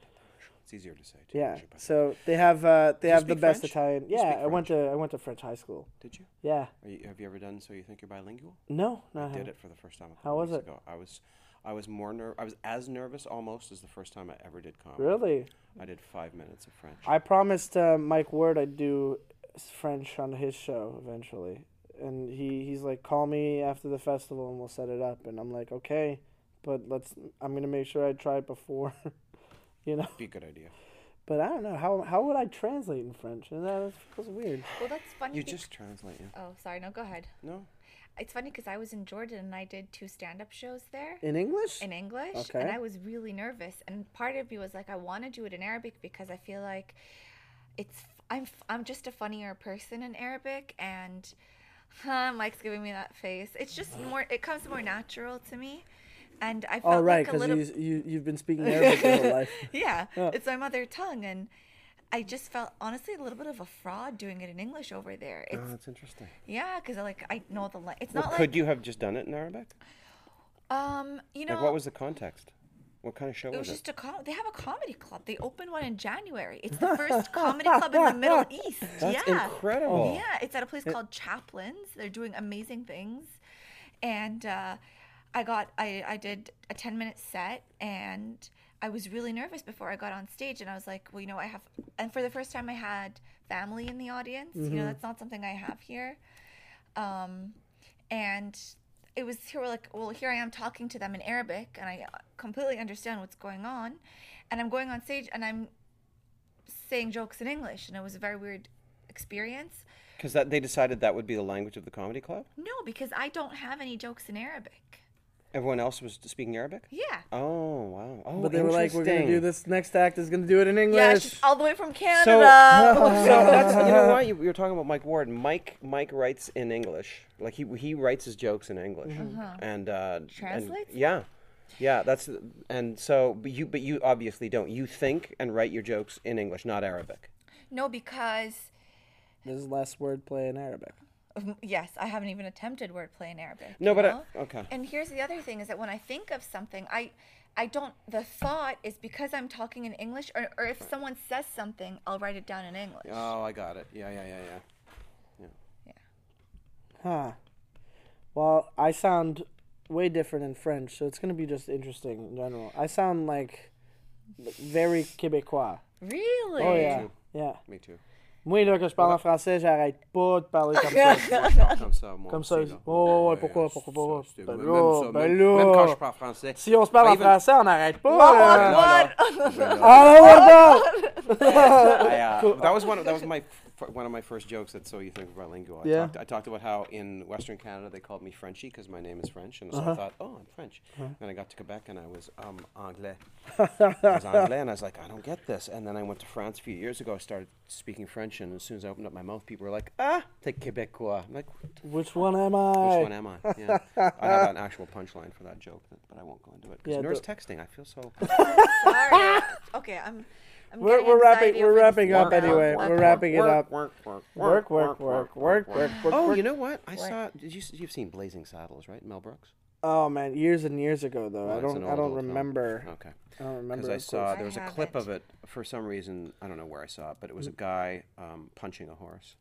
Speaker 5: It's easier to say. Too.
Speaker 1: Yeah.
Speaker 5: Anjou Patat.
Speaker 1: So they have uh, they
Speaker 5: you
Speaker 1: have the
Speaker 5: speak
Speaker 1: best
Speaker 5: French?
Speaker 1: Italian.
Speaker 5: You
Speaker 1: Yeah,
Speaker 5: speak
Speaker 1: I went to I went to French high school.
Speaker 5: Did you?
Speaker 1: Yeah.
Speaker 5: Are you? Have you ever done so you think you're bilingual?
Speaker 1: No, no. I
Speaker 5: I did
Speaker 1: haven't.
Speaker 5: it for the first time a couple
Speaker 1: How was
Speaker 5: weeks
Speaker 1: it?
Speaker 5: ago. I was, I was more ner- I was as nervous almost as the first time I ever did comedy.
Speaker 1: Really?
Speaker 5: I did five minutes of French.
Speaker 1: I promised uh, Mike Ward I'd do s- French on his show eventually, and he, he's like, call me after the festival and we'll set it up. And I'm like, okay, but let's. I'm gonna make sure I try it before, [laughs] you know.
Speaker 5: Be a good idea.
Speaker 1: But I don't know how how would I translate in French? And that feels weird.
Speaker 3: Well, that's funny.
Speaker 5: You
Speaker 3: be-
Speaker 5: just translate. Yeah.
Speaker 3: Oh, sorry. No, go ahead.
Speaker 5: No.
Speaker 3: It's funny because I was in Jordan and I did two stand-up shows there.
Speaker 1: In English?
Speaker 3: in English,
Speaker 1: Okay.
Speaker 3: and I was really nervous. And part of me was like, I want to do it in Arabic because I feel like it's I'm I'm just a funnier person in Arabic, and huh, Mike's giving me that face. It's just more. It comes more natural to me, and I felt
Speaker 1: oh right,
Speaker 3: like a
Speaker 1: because
Speaker 3: little.
Speaker 1: you, you you've been speaking Arabic your whole life.
Speaker 3: [laughs] yeah, it's my mother tongue, and I just felt honestly a little bit of a fraud doing it in English over there. It's
Speaker 5: Oh, that's interesting.
Speaker 3: yeah, because I like I know the la- it's
Speaker 5: Well,
Speaker 3: not like
Speaker 5: could you have just done it in Arabic?
Speaker 3: um you know
Speaker 5: Like, what was the context? What kind of show was
Speaker 3: It was
Speaker 5: it?
Speaker 3: just a com- they have a comedy club. They opened one in January. It's the first comedy club in
Speaker 5: [laughs]
Speaker 3: the Middle East.
Speaker 5: That's
Speaker 3: yeah.
Speaker 5: incredible.
Speaker 3: Yeah, it's at a place called Chaplains. They're doing amazing things. And uh, I got I I did a 10-minute set and I was really nervous before I got on stage and I was like, well, you know, I have and for the first time I had family in the audience. You
Speaker 5: Mm-hmm.
Speaker 3: know, that's not something I have here um, and it was here like well here i am talking to them in arabic and i completely understand what's going on and i'm going on stage and i'm saying jokes in english and it was a very weird experience
Speaker 5: Because that they decided that would be the language of the comedy club.
Speaker 3: no because i don't have any jokes in arabic
Speaker 5: Everyone else was speaking Arabic.
Speaker 3: yeah
Speaker 5: Oh wow! Oh,
Speaker 1: But they were like, we're gonna do
Speaker 5: interesting.
Speaker 1: this next act is gonna do it in English.
Speaker 3: yeah oh. she's all the way from
Speaker 5: So,
Speaker 3: canada
Speaker 5: [laughs] so that's you [laughs] know why you, you're talking about Mike Ward. Mike Mike writes in English, like he he writes his jokes in English and uh, and-
Speaker 3: Translates?
Speaker 5: yeah, yeah. That's and so but you but you obviously don't. You think and write your jokes in English, not Arabic.
Speaker 3: no because um,
Speaker 1: There's less wordplay in Arabic.
Speaker 3: Yes, I haven't even attempted wordplay in Arabic.
Speaker 5: No,
Speaker 3: you
Speaker 5: but I-
Speaker 3: know?
Speaker 5: okay.
Speaker 3: And here's the other thing: is that when I think of something, I, I don't. The thought is because I'm talking in English, or, or if someone says something, I'll write it down in English.
Speaker 5: Oh, I got it. Yeah, yeah, yeah, yeah.
Speaker 1: Huh. Well, I sound way different in French, so it's gonna be just interesting in general. I sound like very Québécois.
Speaker 3: Really?
Speaker 1: Oh yeah, yeah.
Speaker 5: Me too.
Speaker 1: Moi, là, que je parle en français, j'arrête pas de parler comme ça.
Speaker 5: [laughs] Comme ça, moi
Speaker 1: Comme
Speaker 5: aussi,
Speaker 1: ça,
Speaker 5: là.
Speaker 1: ils- Oh, ouais, pourquoi,
Speaker 5: ouais,
Speaker 1: pourquoi,
Speaker 5: ça,
Speaker 1: pourquoi,
Speaker 5: c'est-
Speaker 1: ben
Speaker 5: même
Speaker 1: là, ben
Speaker 5: ça, même-
Speaker 1: là.
Speaker 5: Même quand je parle français.
Speaker 1: Si on se parle en
Speaker 5: Even-
Speaker 1: français, Oh, on n'arrête pas.
Speaker 5: Là,
Speaker 1: là.
Speaker 5: là.
Speaker 1: [laughs] Ah, là, là, là.
Speaker 5: [laughs] I, uh, that was one. Of, that was my f- one of my first jokes. That's so you think about lingo. I,
Speaker 1: Yeah.
Speaker 5: talked, I talked about how in Western Canada they called me Frenchie because my name is French, and so
Speaker 1: Uh-huh.
Speaker 5: I thought, oh, I'm French. Then I got to Quebec and I was um
Speaker 1: [laughs]
Speaker 5: anglais. I was anglais, and I was like, I don't get this. And then I went to France a few years ago. I started speaking French, and as soon as I opened up my mouth, people were like, ah, t'es Québécois. I'm like, which
Speaker 1: Which one am
Speaker 5: one
Speaker 1: I?
Speaker 5: am I? Yeah. I have an actual punchline for that joke, but- but I won't go into it because
Speaker 1: Yeah,
Speaker 5: Nora's
Speaker 1: the-
Speaker 5: texting. I feel so.
Speaker 3: [laughs]
Speaker 1: [laughs]
Speaker 3: Sorry. okay, I'm. I'm
Speaker 1: We're,
Speaker 3: getting
Speaker 1: we're wrapping
Speaker 3: anxiety
Speaker 1: we're
Speaker 3: over this
Speaker 1: wrapping up
Speaker 3: now.
Speaker 1: anyway.
Speaker 3: Okay.
Speaker 1: We're wrapping it up.
Speaker 5: Work, work,
Speaker 1: Work, work, work, work, work, work.
Speaker 5: Oh,
Speaker 1: work.
Speaker 5: you know what? I saw. Did you? s- You've seen Blazing Saddles, right? Mel Brooks.
Speaker 1: Oh man, years and years ago though. I
Speaker 5: Well, it's
Speaker 1: don't
Speaker 5: an
Speaker 1: I
Speaker 5: old,
Speaker 1: don't
Speaker 5: old film.
Speaker 1: remember.
Speaker 5: Okay.
Speaker 1: I don't remember.
Speaker 5: Because I
Speaker 1: of
Speaker 5: saw
Speaker 1: course.
Speaker 5: there was a
Speaker 3: I
Speaker 5: clip
Speaker 3: haven't.
Speaker 5: of it for some reason. I don't know where I saw it, but it
Speaker 1: Mm.
Speaker 5: was a guy um, punching a horse,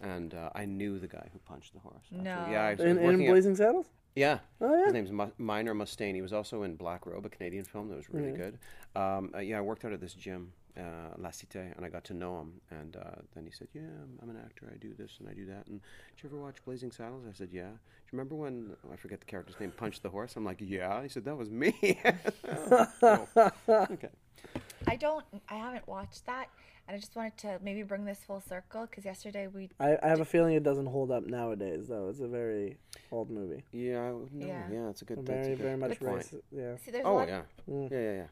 Speaker 5: and uh, I knew the guy who punched the horse. actually. Yeah. I was, I was
Speaker 1: in, in
Speaker 5: working at-
Speaker 1: Blazing Saddles.
Speaker 5: yeah.
Speaker 1: Oh, yeah.
Speaker 5: His name's M- Minor Mustaine. He was also in Black Robe, a Canadian film that was really good. Um, uh, yeah, I worked out at this gym, uh, La Cité, and I got to know him. And uh, then he said, "Yeah, I'm, I'm an actor. I do this and I do that." And did you ever watch Blazing Saddles? I said, "Yeah." Do you remember when I forget the character's name punched the horse? I'm like, "Yeah." He said, "That was me." [laughs] Oh, okay.
Speaker 3: I don't. I haven't watched that, and I just wanted to maybe bring this full circle because yesterday we.
Speaker 1: I, I have a feeling it doesn't hold up nowadays though. It's a very old movie.
Speaker 5: Yeah. I would- No, yeah.
Speaker 3: Yeah.
Speaker 5: That's a good. That's
Speaker 1: Very
Speaker 5: a good,
Speaker 1: very much
Speaker 5: good point.
Speaker 1: racist. Mm. Yeah.
Speaker 3: See, there's a
Speaker 5: Oh
Speaker 3: lot.
Speaker 5: yeah. Yeah yeah yeah.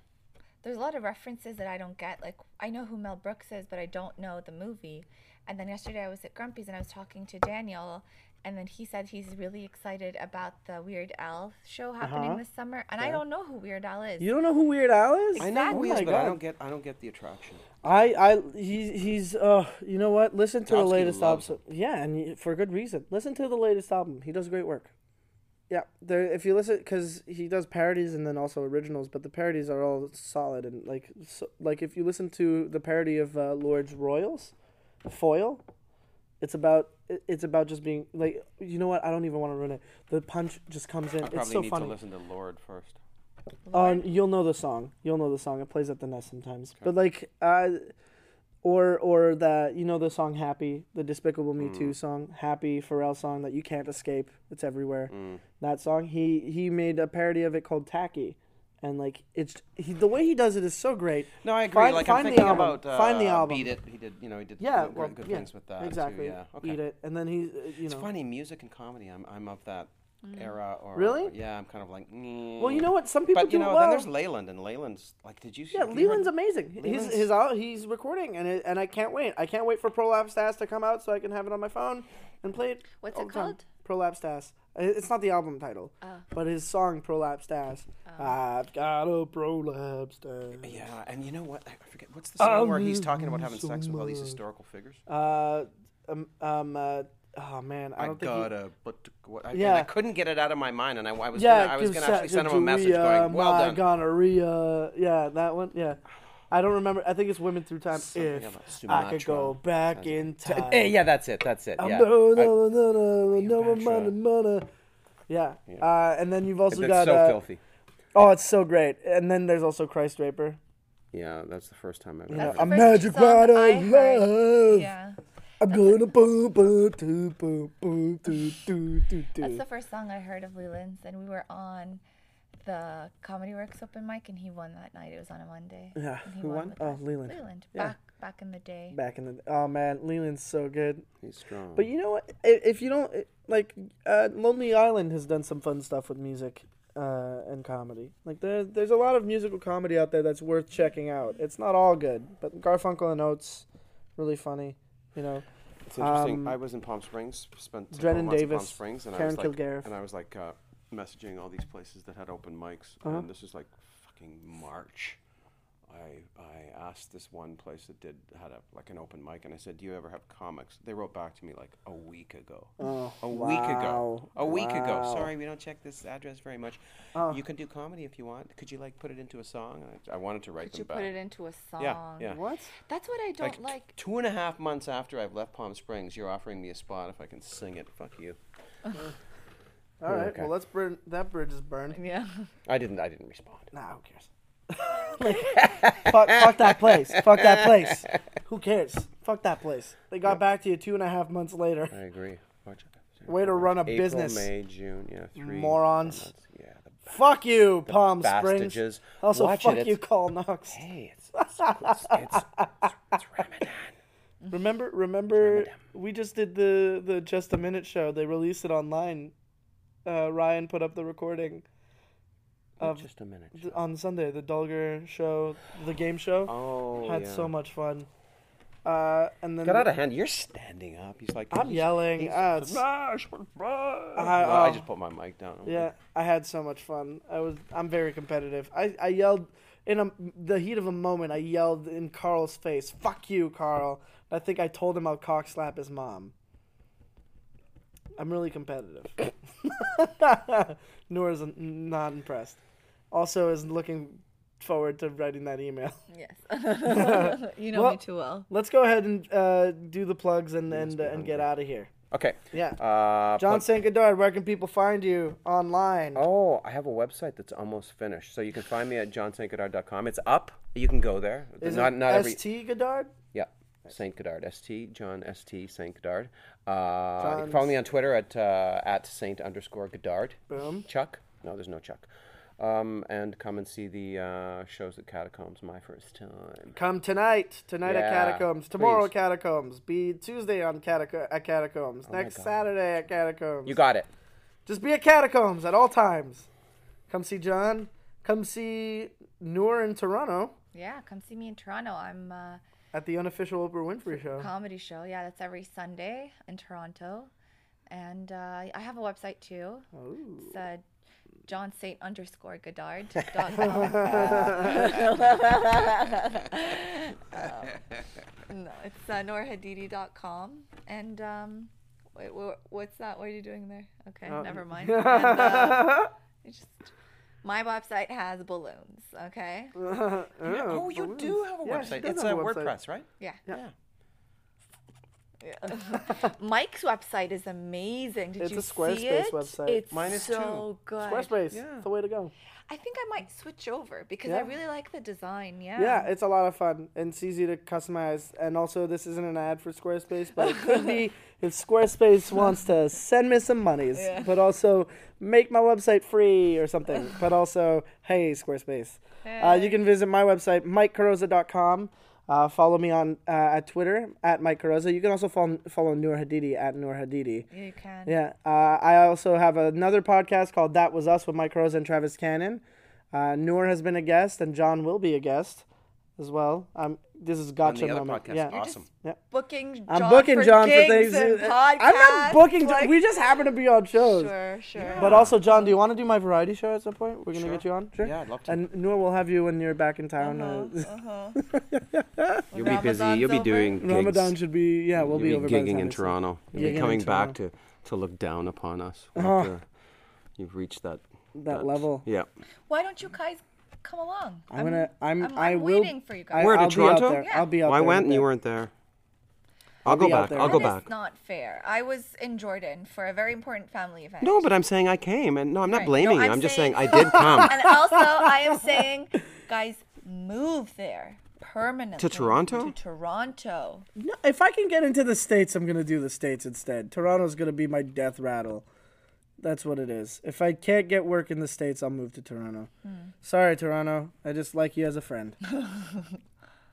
Speaker 3: There's a lot of references that I don't get. Like I know who Mel Brooks is, but I don't know the movie. And then yesterday I was at Grumpy's and I was talking to Daniel, and then he said he's really excited about the Weird Al show happening this summer, and I don't know who Weird Al is.
Speaker 1: Uh-huh. You don't know who Weird Al is?
Speaker 5: I know who he
Speaker 1: Oh
Speaker 5: is,
Speaker 1: my
Speaker 5: but I
Speaker 1: God.
Speaker 5: don't get. I don't get the attraction.
Speaker 1: I, I, he, he's, uh, you know what? Listen to the
Speaker 5: Tarkovsky
Speaker 1: latest
Speaker 5: loves
Speaker 1: album. Yeah, and you- for good reason. Listen to the latest album. He does great work. Yeah, there. If you listen, because he does parodies and then also originals, but the parodies are all solid and like, so, like if you listen to the parody of uh, Lords Royals, Foil, it's about it- it's about just being like, you know what? I don't even want to ruin it. The punch just comes in.
Speaker 5: I
Speaker 1: it's
Speaker 5: probably
Speaker 1: so
Speaker 5: need
Speaker 1: funny.
Speaker 5: to listen to Lord first.
Speaker 1: Um, you'll know the song. You'll know the song. It plays at the nest sometimes. But like, uh, or or the you know the song "Happy," the Despicable Me
Speaker 5: Mm.
Speaker 1: Two song, "Happy" Pharrell song that you can't escape. It's everywhere.
Speaker 5: Mm.
Speaker 1: That song. He he made a parody of it called "Tacky," and like it's he, the way he does it is so great.
Speaker 5: No, I agree.
Speaker 1: Find-
Speaker 5: like
Speaker 1: find
Speaker 5: I'm
Speaker 1: the
Speaker 5: thinking
Speaker 1: album.
Speaker 5: about uh,
Speaker 1: Find the album.
Speaker 5: Beat it. He did, you know, he did
Speaker 1: Yeah,
Speaker 5: good,
Speaker 1: well,
Speaker 5: good
Speaker 1: yeah,
Speaker 5: things with that. too,
Speaker 1: Exactly.
Speaker 5: Yeah. Okay.
Speaker 1: Eat it, and then he uh, you
Speaker 5: It's
Speaker 1: know.
Speaker 5: funny music and comedy. I'm I'm of that era. Or
Speaker 1: Really?
Speaker 5: Yeah, I'm kind of like. Mm.
Speaker 1: Well, you know what? Some people
Speaker 5: but you
Speaker 1: do it
Speaker 5: know,
Speaker 1: well.
Speaker 5: then there's Leyland, and Leyland's like, did you?
Speaker 1: Yeah, Leland's amazing. He's
Speaker 5: Leland's-
Speaker 1: his out. He's recording, and it, and I can't wait. I can't wait for Prolapse Tass to come out so I can have it on my phone and play it.
Speaker 3: What's
Speaker 1: all
Speaker 3: it
Speaker 1: the time.
Speaker 3: called? Oh.
Speaker 1: Prolapse Tass. It's not the album title, but his song Prolapse Tass. I've got a prolapse tass.
Speaker 5: Yeah, and you know what? I forget what's the song where he's talking about having sex with all these historical figures.
Speaker 1: Uh, um, um, uh, oh man, I
Speaker 5: I,
Speaker 1: don't think. he-
Speaker 5: got a but what, I, yeah.
Speaker 1: Yeah.
Speaker 5: I couldn't get it out of my mind, and I, I was
Speaker 1: yeah,
Speaker 5: gonna, I was
Speaker 1: give
Speaker 5: gonna actually send him a
Speaker 1: Sacagawea
Speaker 5: message going, "Well
Speaker 1: my
Speaker 5: done."
Speaker 1: gonorrhea. Yeah, that one. Yeah. I don't remember. I think it's Women Through Time.
Speaker 5: Something
Speaker 1: if
Speaker 5: about
Speaker 1: I could
Speaker 5: Sumatra.
Speaker 1: go back in time.
Speaker 5: Eh, [laughs] yeah, that's it. That's it.
Speaker 1: I'm
Speaker 5: yeah.
Speaker 1: no,
Speaker 5: I-
Speaker 1: no, no, no, no, money,
Speaker 5: Cleopatra.
Speaker 1: money. Yeah.
Speaker 5: Yeah.
Speaker 1: Uh, and then you've also
Speaker 5: that's
Speaker 1: got.
Speaker 5: so
Speaker 1: uh,
Speaker 5: filthy.
Speaker 1: oh, it's so great. And then there's also Christ Raper.
Speaker 5: Yeah, that's the first time I've
Speaker 1: You know,
Speaker 5: ever.
Speaker 1: a
Speaker 3: first
Speaker 1: magic
Speaker 3: song
Speaker 1: rod
Speaker 3: I
Speaker 1: of
Speaker 3: heard.
Speaker 1: love.
Speaker 3: Yeah.
Speaker 1: I'm gonna boom, boom, doo, boom, boom, doo, doo, doo,
Speaker 3: That's
Speaker 1: doo.
Speaker 3: the first song I heard of Leland's, and we were on the Comedy Works open mic, and he won that night. It was on a Monday.
Speaker 1: Yeah.
Speaker 3: and he
Speaker 1: Who won?
Speaker 3: with
Speaker 1: Oh,
Speaker 3: us.
Speaker 1: Leland.
Speaker 3: Leland,
Speaker 1: Yeah.
Speaker 3: back back in the day.
Speaker 1: Back in the oh man, Leland's so good.
Speaker 5: He's strong.
Speaker 1: But you know what? I- If you don't like, uh, Lonely Island has done some fun stuff with music uh, and comedy. Like there, there's a lot of musical comedy out there that's worth checking out. It's not all good, but Garfunkel and Oates, really funny. You know,
Speaker 5: It's interesting.
Speaker 1: Um,
Speaker 5: I was in Palm Springs, spent a
Speaker 1: Drennan
Speaker 5: couple months in Palm
Speaker 1: Davis,
Speaker 5: Springs, and
Speaker 1: Karen
Speaker 5: I was like,
Speaker 1: Kilgariff.
Speaker 5: and I was like uh,
Speaker 1: Uh-huh.
Speaker 5: messaging all these places that had open mics, and this is like fucking March I I asked this one place that did had a like an open mic, and I said, "Do you ever have comics?" They wrote back to me like a week ago.
Speaker 1: Oh,
Speaker 5: a week ago.
Speaker 1: wow.
Speaker 5: A week ago.
Speaker 1: Wow. Oh.
Speaker 5: Sorry, we don't check this address very much. You can do comedy if you want. Could you like put it into a song? And I, I wanted to write
Speaker 3: Could
Speaker 5: them
Speaker 3: you
Speaker 5: back.
Speaker 3: put it into a song?
Speaker 5: yeah, yeah.
Speaker 1: What?
Speaker 3: That's what I
Speaker 5: Like,
Speaker 3: don't
Speaker 5: t-
Speaker 3: like.
Speaker 5: two and a half months after I've left Palm Springs, you're offering me a spot if I can sing it. Fuck you.
Speaker 1: All right.
Speaker 5: okay.
Speaker 1: Well, let's burn. That bridge is burned.
Speaker 3: Yeah. [laughs]
Speaker 5: I didn't. I didn't respond.
Speaker 1: Nah, who cares? [laughs]
Speaker 5: [laughs]
Speaker 1: fuck, fuck that place. Fuck that place. Who cares? Fuck that place. They got back to you two and a half months later.
Speaker 5: I agree. March,
Speaker 1: Way to run a
Speaker 5: April,
Speaker 1: business.
Speaker 5: May, June. Yeah, three
Speaker 1: Morons.
Speaker 5: four months. Yeah. The,
Speaker 1: Fuck you, Palm
Speaker 5: bastages.
Speaker 1: Springs. Also,
Speaker 5: Watch it,
Speaker 1: fuck
Speaker 5: it's-
Speaker 1: you, Call Knox.
Speaker 5: hey, it's it's, it's, it's, it's, it's Ramadan.
Speaker 1: Remember, remember, we just did the the just a minute show. They released it online. Uh, Ryan put up the recording [laughs] Of-
Speaker 5: Just a minute.
Speaker 1: th- on Sunday. The um, Dulger show, the game show,
Speaker 5: Oh,
Speaker 1: had
Speaker 5: yeah.
Speaker 1: so much fun. Uh, and then
Speaker 5: Got out of hand. You're standing up. He's like,
Speaker 1: I'm
Speaker 5: he's-
Speaker 1: yelling.
Speaker 5: he's-
Speaker 1: Ah, it's-
Speaker 5: Smash, smash.
Speaker 1: I-
Speaker 5: Well, I
Speaker 1: oh.
Speaker 5: just put my mic down.
Speaker 1: Yeah, I had so much fun. I was I'm very competitive. I, I yelled in a, the heat of a moment. I yelled in Carl's face, "Fuck you, Carl!" I think I told him I'll cock slap his mom. I'm really competitive. [laughs] Nora's n- not impressed. Also, is looking forward to writing that
Speaker 5: [laughs]
Speaker 1: email.
Speaker 3: Yes. [laughs] you know
Speaker 1: Well-
Speaker 3: me too well.
Speaker 1: Let's go ahead and uh, do the plugs and and, uh, and get out of here.
Speaker 5: Okay.
Speaker 1: Yeah.
Speaker 5: Uh,
Speaker 1: John St. Godard, where can people find you online?
Speaker 5: Oh, I have a website that's almost finished. So you can find me at johnstgodard.com. It's up. You can go there.
Speaker 1: Is
Speaker 5: not
Speaker 1: it
Speaker 5: not every
Speaker 1: St. Godard?
Speaker 5: yeah. Saint Godard, St. John St. Saint Godard. Uh, you can
Speaker 1: John's-
Speaker 5: follow me on Twitter at uh, at Saint underscore Godard.
Speaker 1: Boom.
Speaker 5: Chuck. No, there's no Chuck. Um, and come and see the uh, shows at Catacombs. My first time.
Speaker 1: Come tonight, tonight at
Speaker 5: Yeah,
Speaker 1: Catacombs, tomorrow
Speaker 5: please. Oh
Speaker 1: at Catacombs, be Tuesday on Cataco- at Catacombs, next Saturday at Catacombs.
Speaker 5: You got it.
Speaker 1: Just be at Catacombs at all times. Come see John. Come see Noor in Toronto
Speaker 3: Yeah, come see me in Toronto. I'm uh,
Speaker 1: at the unofficial Oprah Winfrey show.
Speaker 3: comedy show. Yeah, that's every Sunday in Toronto. And uh, I have a website too. It's uh, John Saint underscore Godard. dot com. Um, no, it's uh, norahadidi.com. And um, wait, wha- what's that? What are you doing there? Okay, never mind. And, uh, it's just, my website has balloons, okay?
Speaker 1: Yeah,
Speaker 5: oh, you
Speaker 1: balloons.
Speaker 5: do have a
Speaker 1: Yeah, she
Speaker 5: website.
Speaker 1: does
Speaker 5: It's
Speaker 1: have a
Speaker 5: uh,
Speaker 1: website.
Speaker 5: WordPress, right?
Speaker 3: Yeah.
Speaker 5: Yeah.
Speaker 3: [laughs] Mike's website is amazing. Did
Speaker 1: It's
Speaker 3: you
Speaker 1: a Squarespace
Speaker 3: see it?
Speaker 1: website.
Speaker 3: It's
Speaker 5: Mine is
Speaker 3: so
Speaker 1: [laughs]
Speaker 3: good.
Speaker 1: Squarespace,
Speaker 5: Yeah.
Speaker 1: the way to go.
Speaker 3: I think I might switch over because I
Speaker 1: Yeah.
Speaker 3: really like the design. Yeah.
Speaker 1: Yeah, it's a lot of fun and it's easy to customize. And also, this isn't an ad for Squarespace, but it could be if Squarespace wants to send me some monies, but also make my website free or something. But also, hey, Squarespace. Uh, you can visit my website, mikecarosa.com. Uh, follow me on uh, at Twitter at Mike Carosa. You can also follow, follow Noor Hadidi at Noor Hadidi.
Speaker 3: you can.
Speaker 1: Yeah. Uh, I also have another podcast called That Was Us with Mike Rose and Travis Cannon. Uh, Noor has been a guest, and John will be a guest as well. Um, this is
Speaker 5: On
Speaker 1: gotcha
Speaker 5: the other
Speaker 1: moment.
Speaker 5: podcast.
Speaker 1: Yeah.
Speaker 5: Awesome.
Speaker 3: Booking.
Speaker 1: I'm
Speaker 3: John
Speaker 1: booking
Speaker 3: for
Speaker 1: John
Speaker 3: gigs
Speaker 1: for things.
Speaker 3: And podcasts.
Speaker 1: [laughs] I'm not booking. John-
Speaker 3: like-
Speaker 1: we just happen to be on shows.
Speaker 3: Sure, sure.
Speaker 1: But also, John, do you want to do my variety show at some point? We're gonna
Speaker 5: Sure.
Speaker 1: get you on. Sure.
Speaker 5: Yeah, I'd love to.
Speaker 1: And Noor will have you when you're back in town.
Speaker 3: Uh-huh.
Speaker 1: Uh, [laughs]
Speaker 5: You'll
Speaker 3: be busy. Ramadan's You'll be over. doing
Speaker 1: Ramadan should be. Yeah, we'll be
Speaker 5: You'll
Speaker 1: over
Speaker 5: be
Speaker 1: by the time
Speaker 5: gigging in
Speaker 1: this-
Speaker 5: Toronto. You'll
Speaker 1: Gigging
Speaker 5: be
Speaker 1: in Uh-huh.
Speaker 5: coming back to, to look down upon us. Like, uh, you've reached that
Speaker 1: That level.
Speaker 5: Yeah.
Speaker 3: Why don't you guys come along?
Speaker 1: I'm gonna. I'm.
Speaker 3: I'm-
Speaker 1: I
Speaker 3: I'm
Speaker 1: will.
Speaker 3: waiting for you guys.
Speaker 1: I,
Speaker 5: Where, to
Speaker 1: I'll Be
Speaker 5: Toronto?
Speaker 1: out there.
Speaker 3: Yeah.
Speaker 1: I'll be out
Speaker 5: Well, I
Speaker 1: there.
Speaker 5: went
Speaker 1: with
Speaker 5: and you
Speaker 1: them.
Speaker 5: weren't there. I'll, go
Speaker 1: be out
Speaker 5: back.
Speaker 1: there.
Speaker 5: I'll go
Speaker 3: That is
Speaker 5: back.
Speaker 3: not fair. I was in Jordan for a very important family event.
Speaker 5: No, but I'm saying I came, and no, I'm not
Speaker 3: Right. No,
Speaker 5: blaming you.
Speaker 3: I'm
Speaker 5: I'm, just saying I
Speaker 3: saying-
Speaker 5: did
Speaker 3: [laughs]
Speaker 5: come
Speaker 3: And also, I am saying, guys, move there permanently
Speaker 5: Toronto?
Speaker 3: To Toronto.
Speaker 1: No, if I can get into the states, I'm gonna do the states instead. Toronto's gonna be my death rattle. That's what it is. If I can't get work in the states, I'll move to Toronto. Sorry, Toronto. I just like you as a friend. [laughs]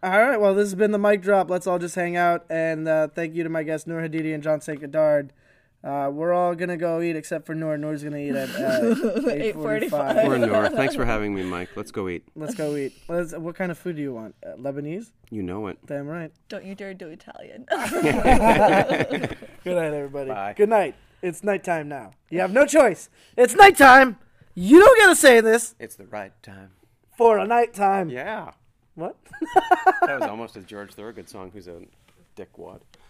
Speaker 1: all right. Well, this has been the mic drop. Let's all just hang out and uh, thank you to my guests Noor Hadidi and John St. Godard. Uh, we're all gonna go eat except for Noor. Noor's gonna eat at uh, [laughs] eight forty-five.
Speaker 5: for Nora. Thanks for having me, Mike. Let's go eat.
Speaker 1: Let's go eat. Let's, what kind of food do you want? Uh, Lebanese?
Speaker 5: You know it.
Speaker 1: Damn right.
Speaker 3: Don't you dare do Italian. [laughs]
Speaker 1: Good night, everybody.
Speaker 5: Bye.
Speaker 1: Good night. It's nighttime now. You have no choice. It's nighttime. You don't get to say this
Speaker 5: It's the right time.
Speaker 1: for a nighttime.
Speaker 5: Yeah.
Speaker 1: What?
Speaker 5: That was almost a George Thorogood song who's a dickwad.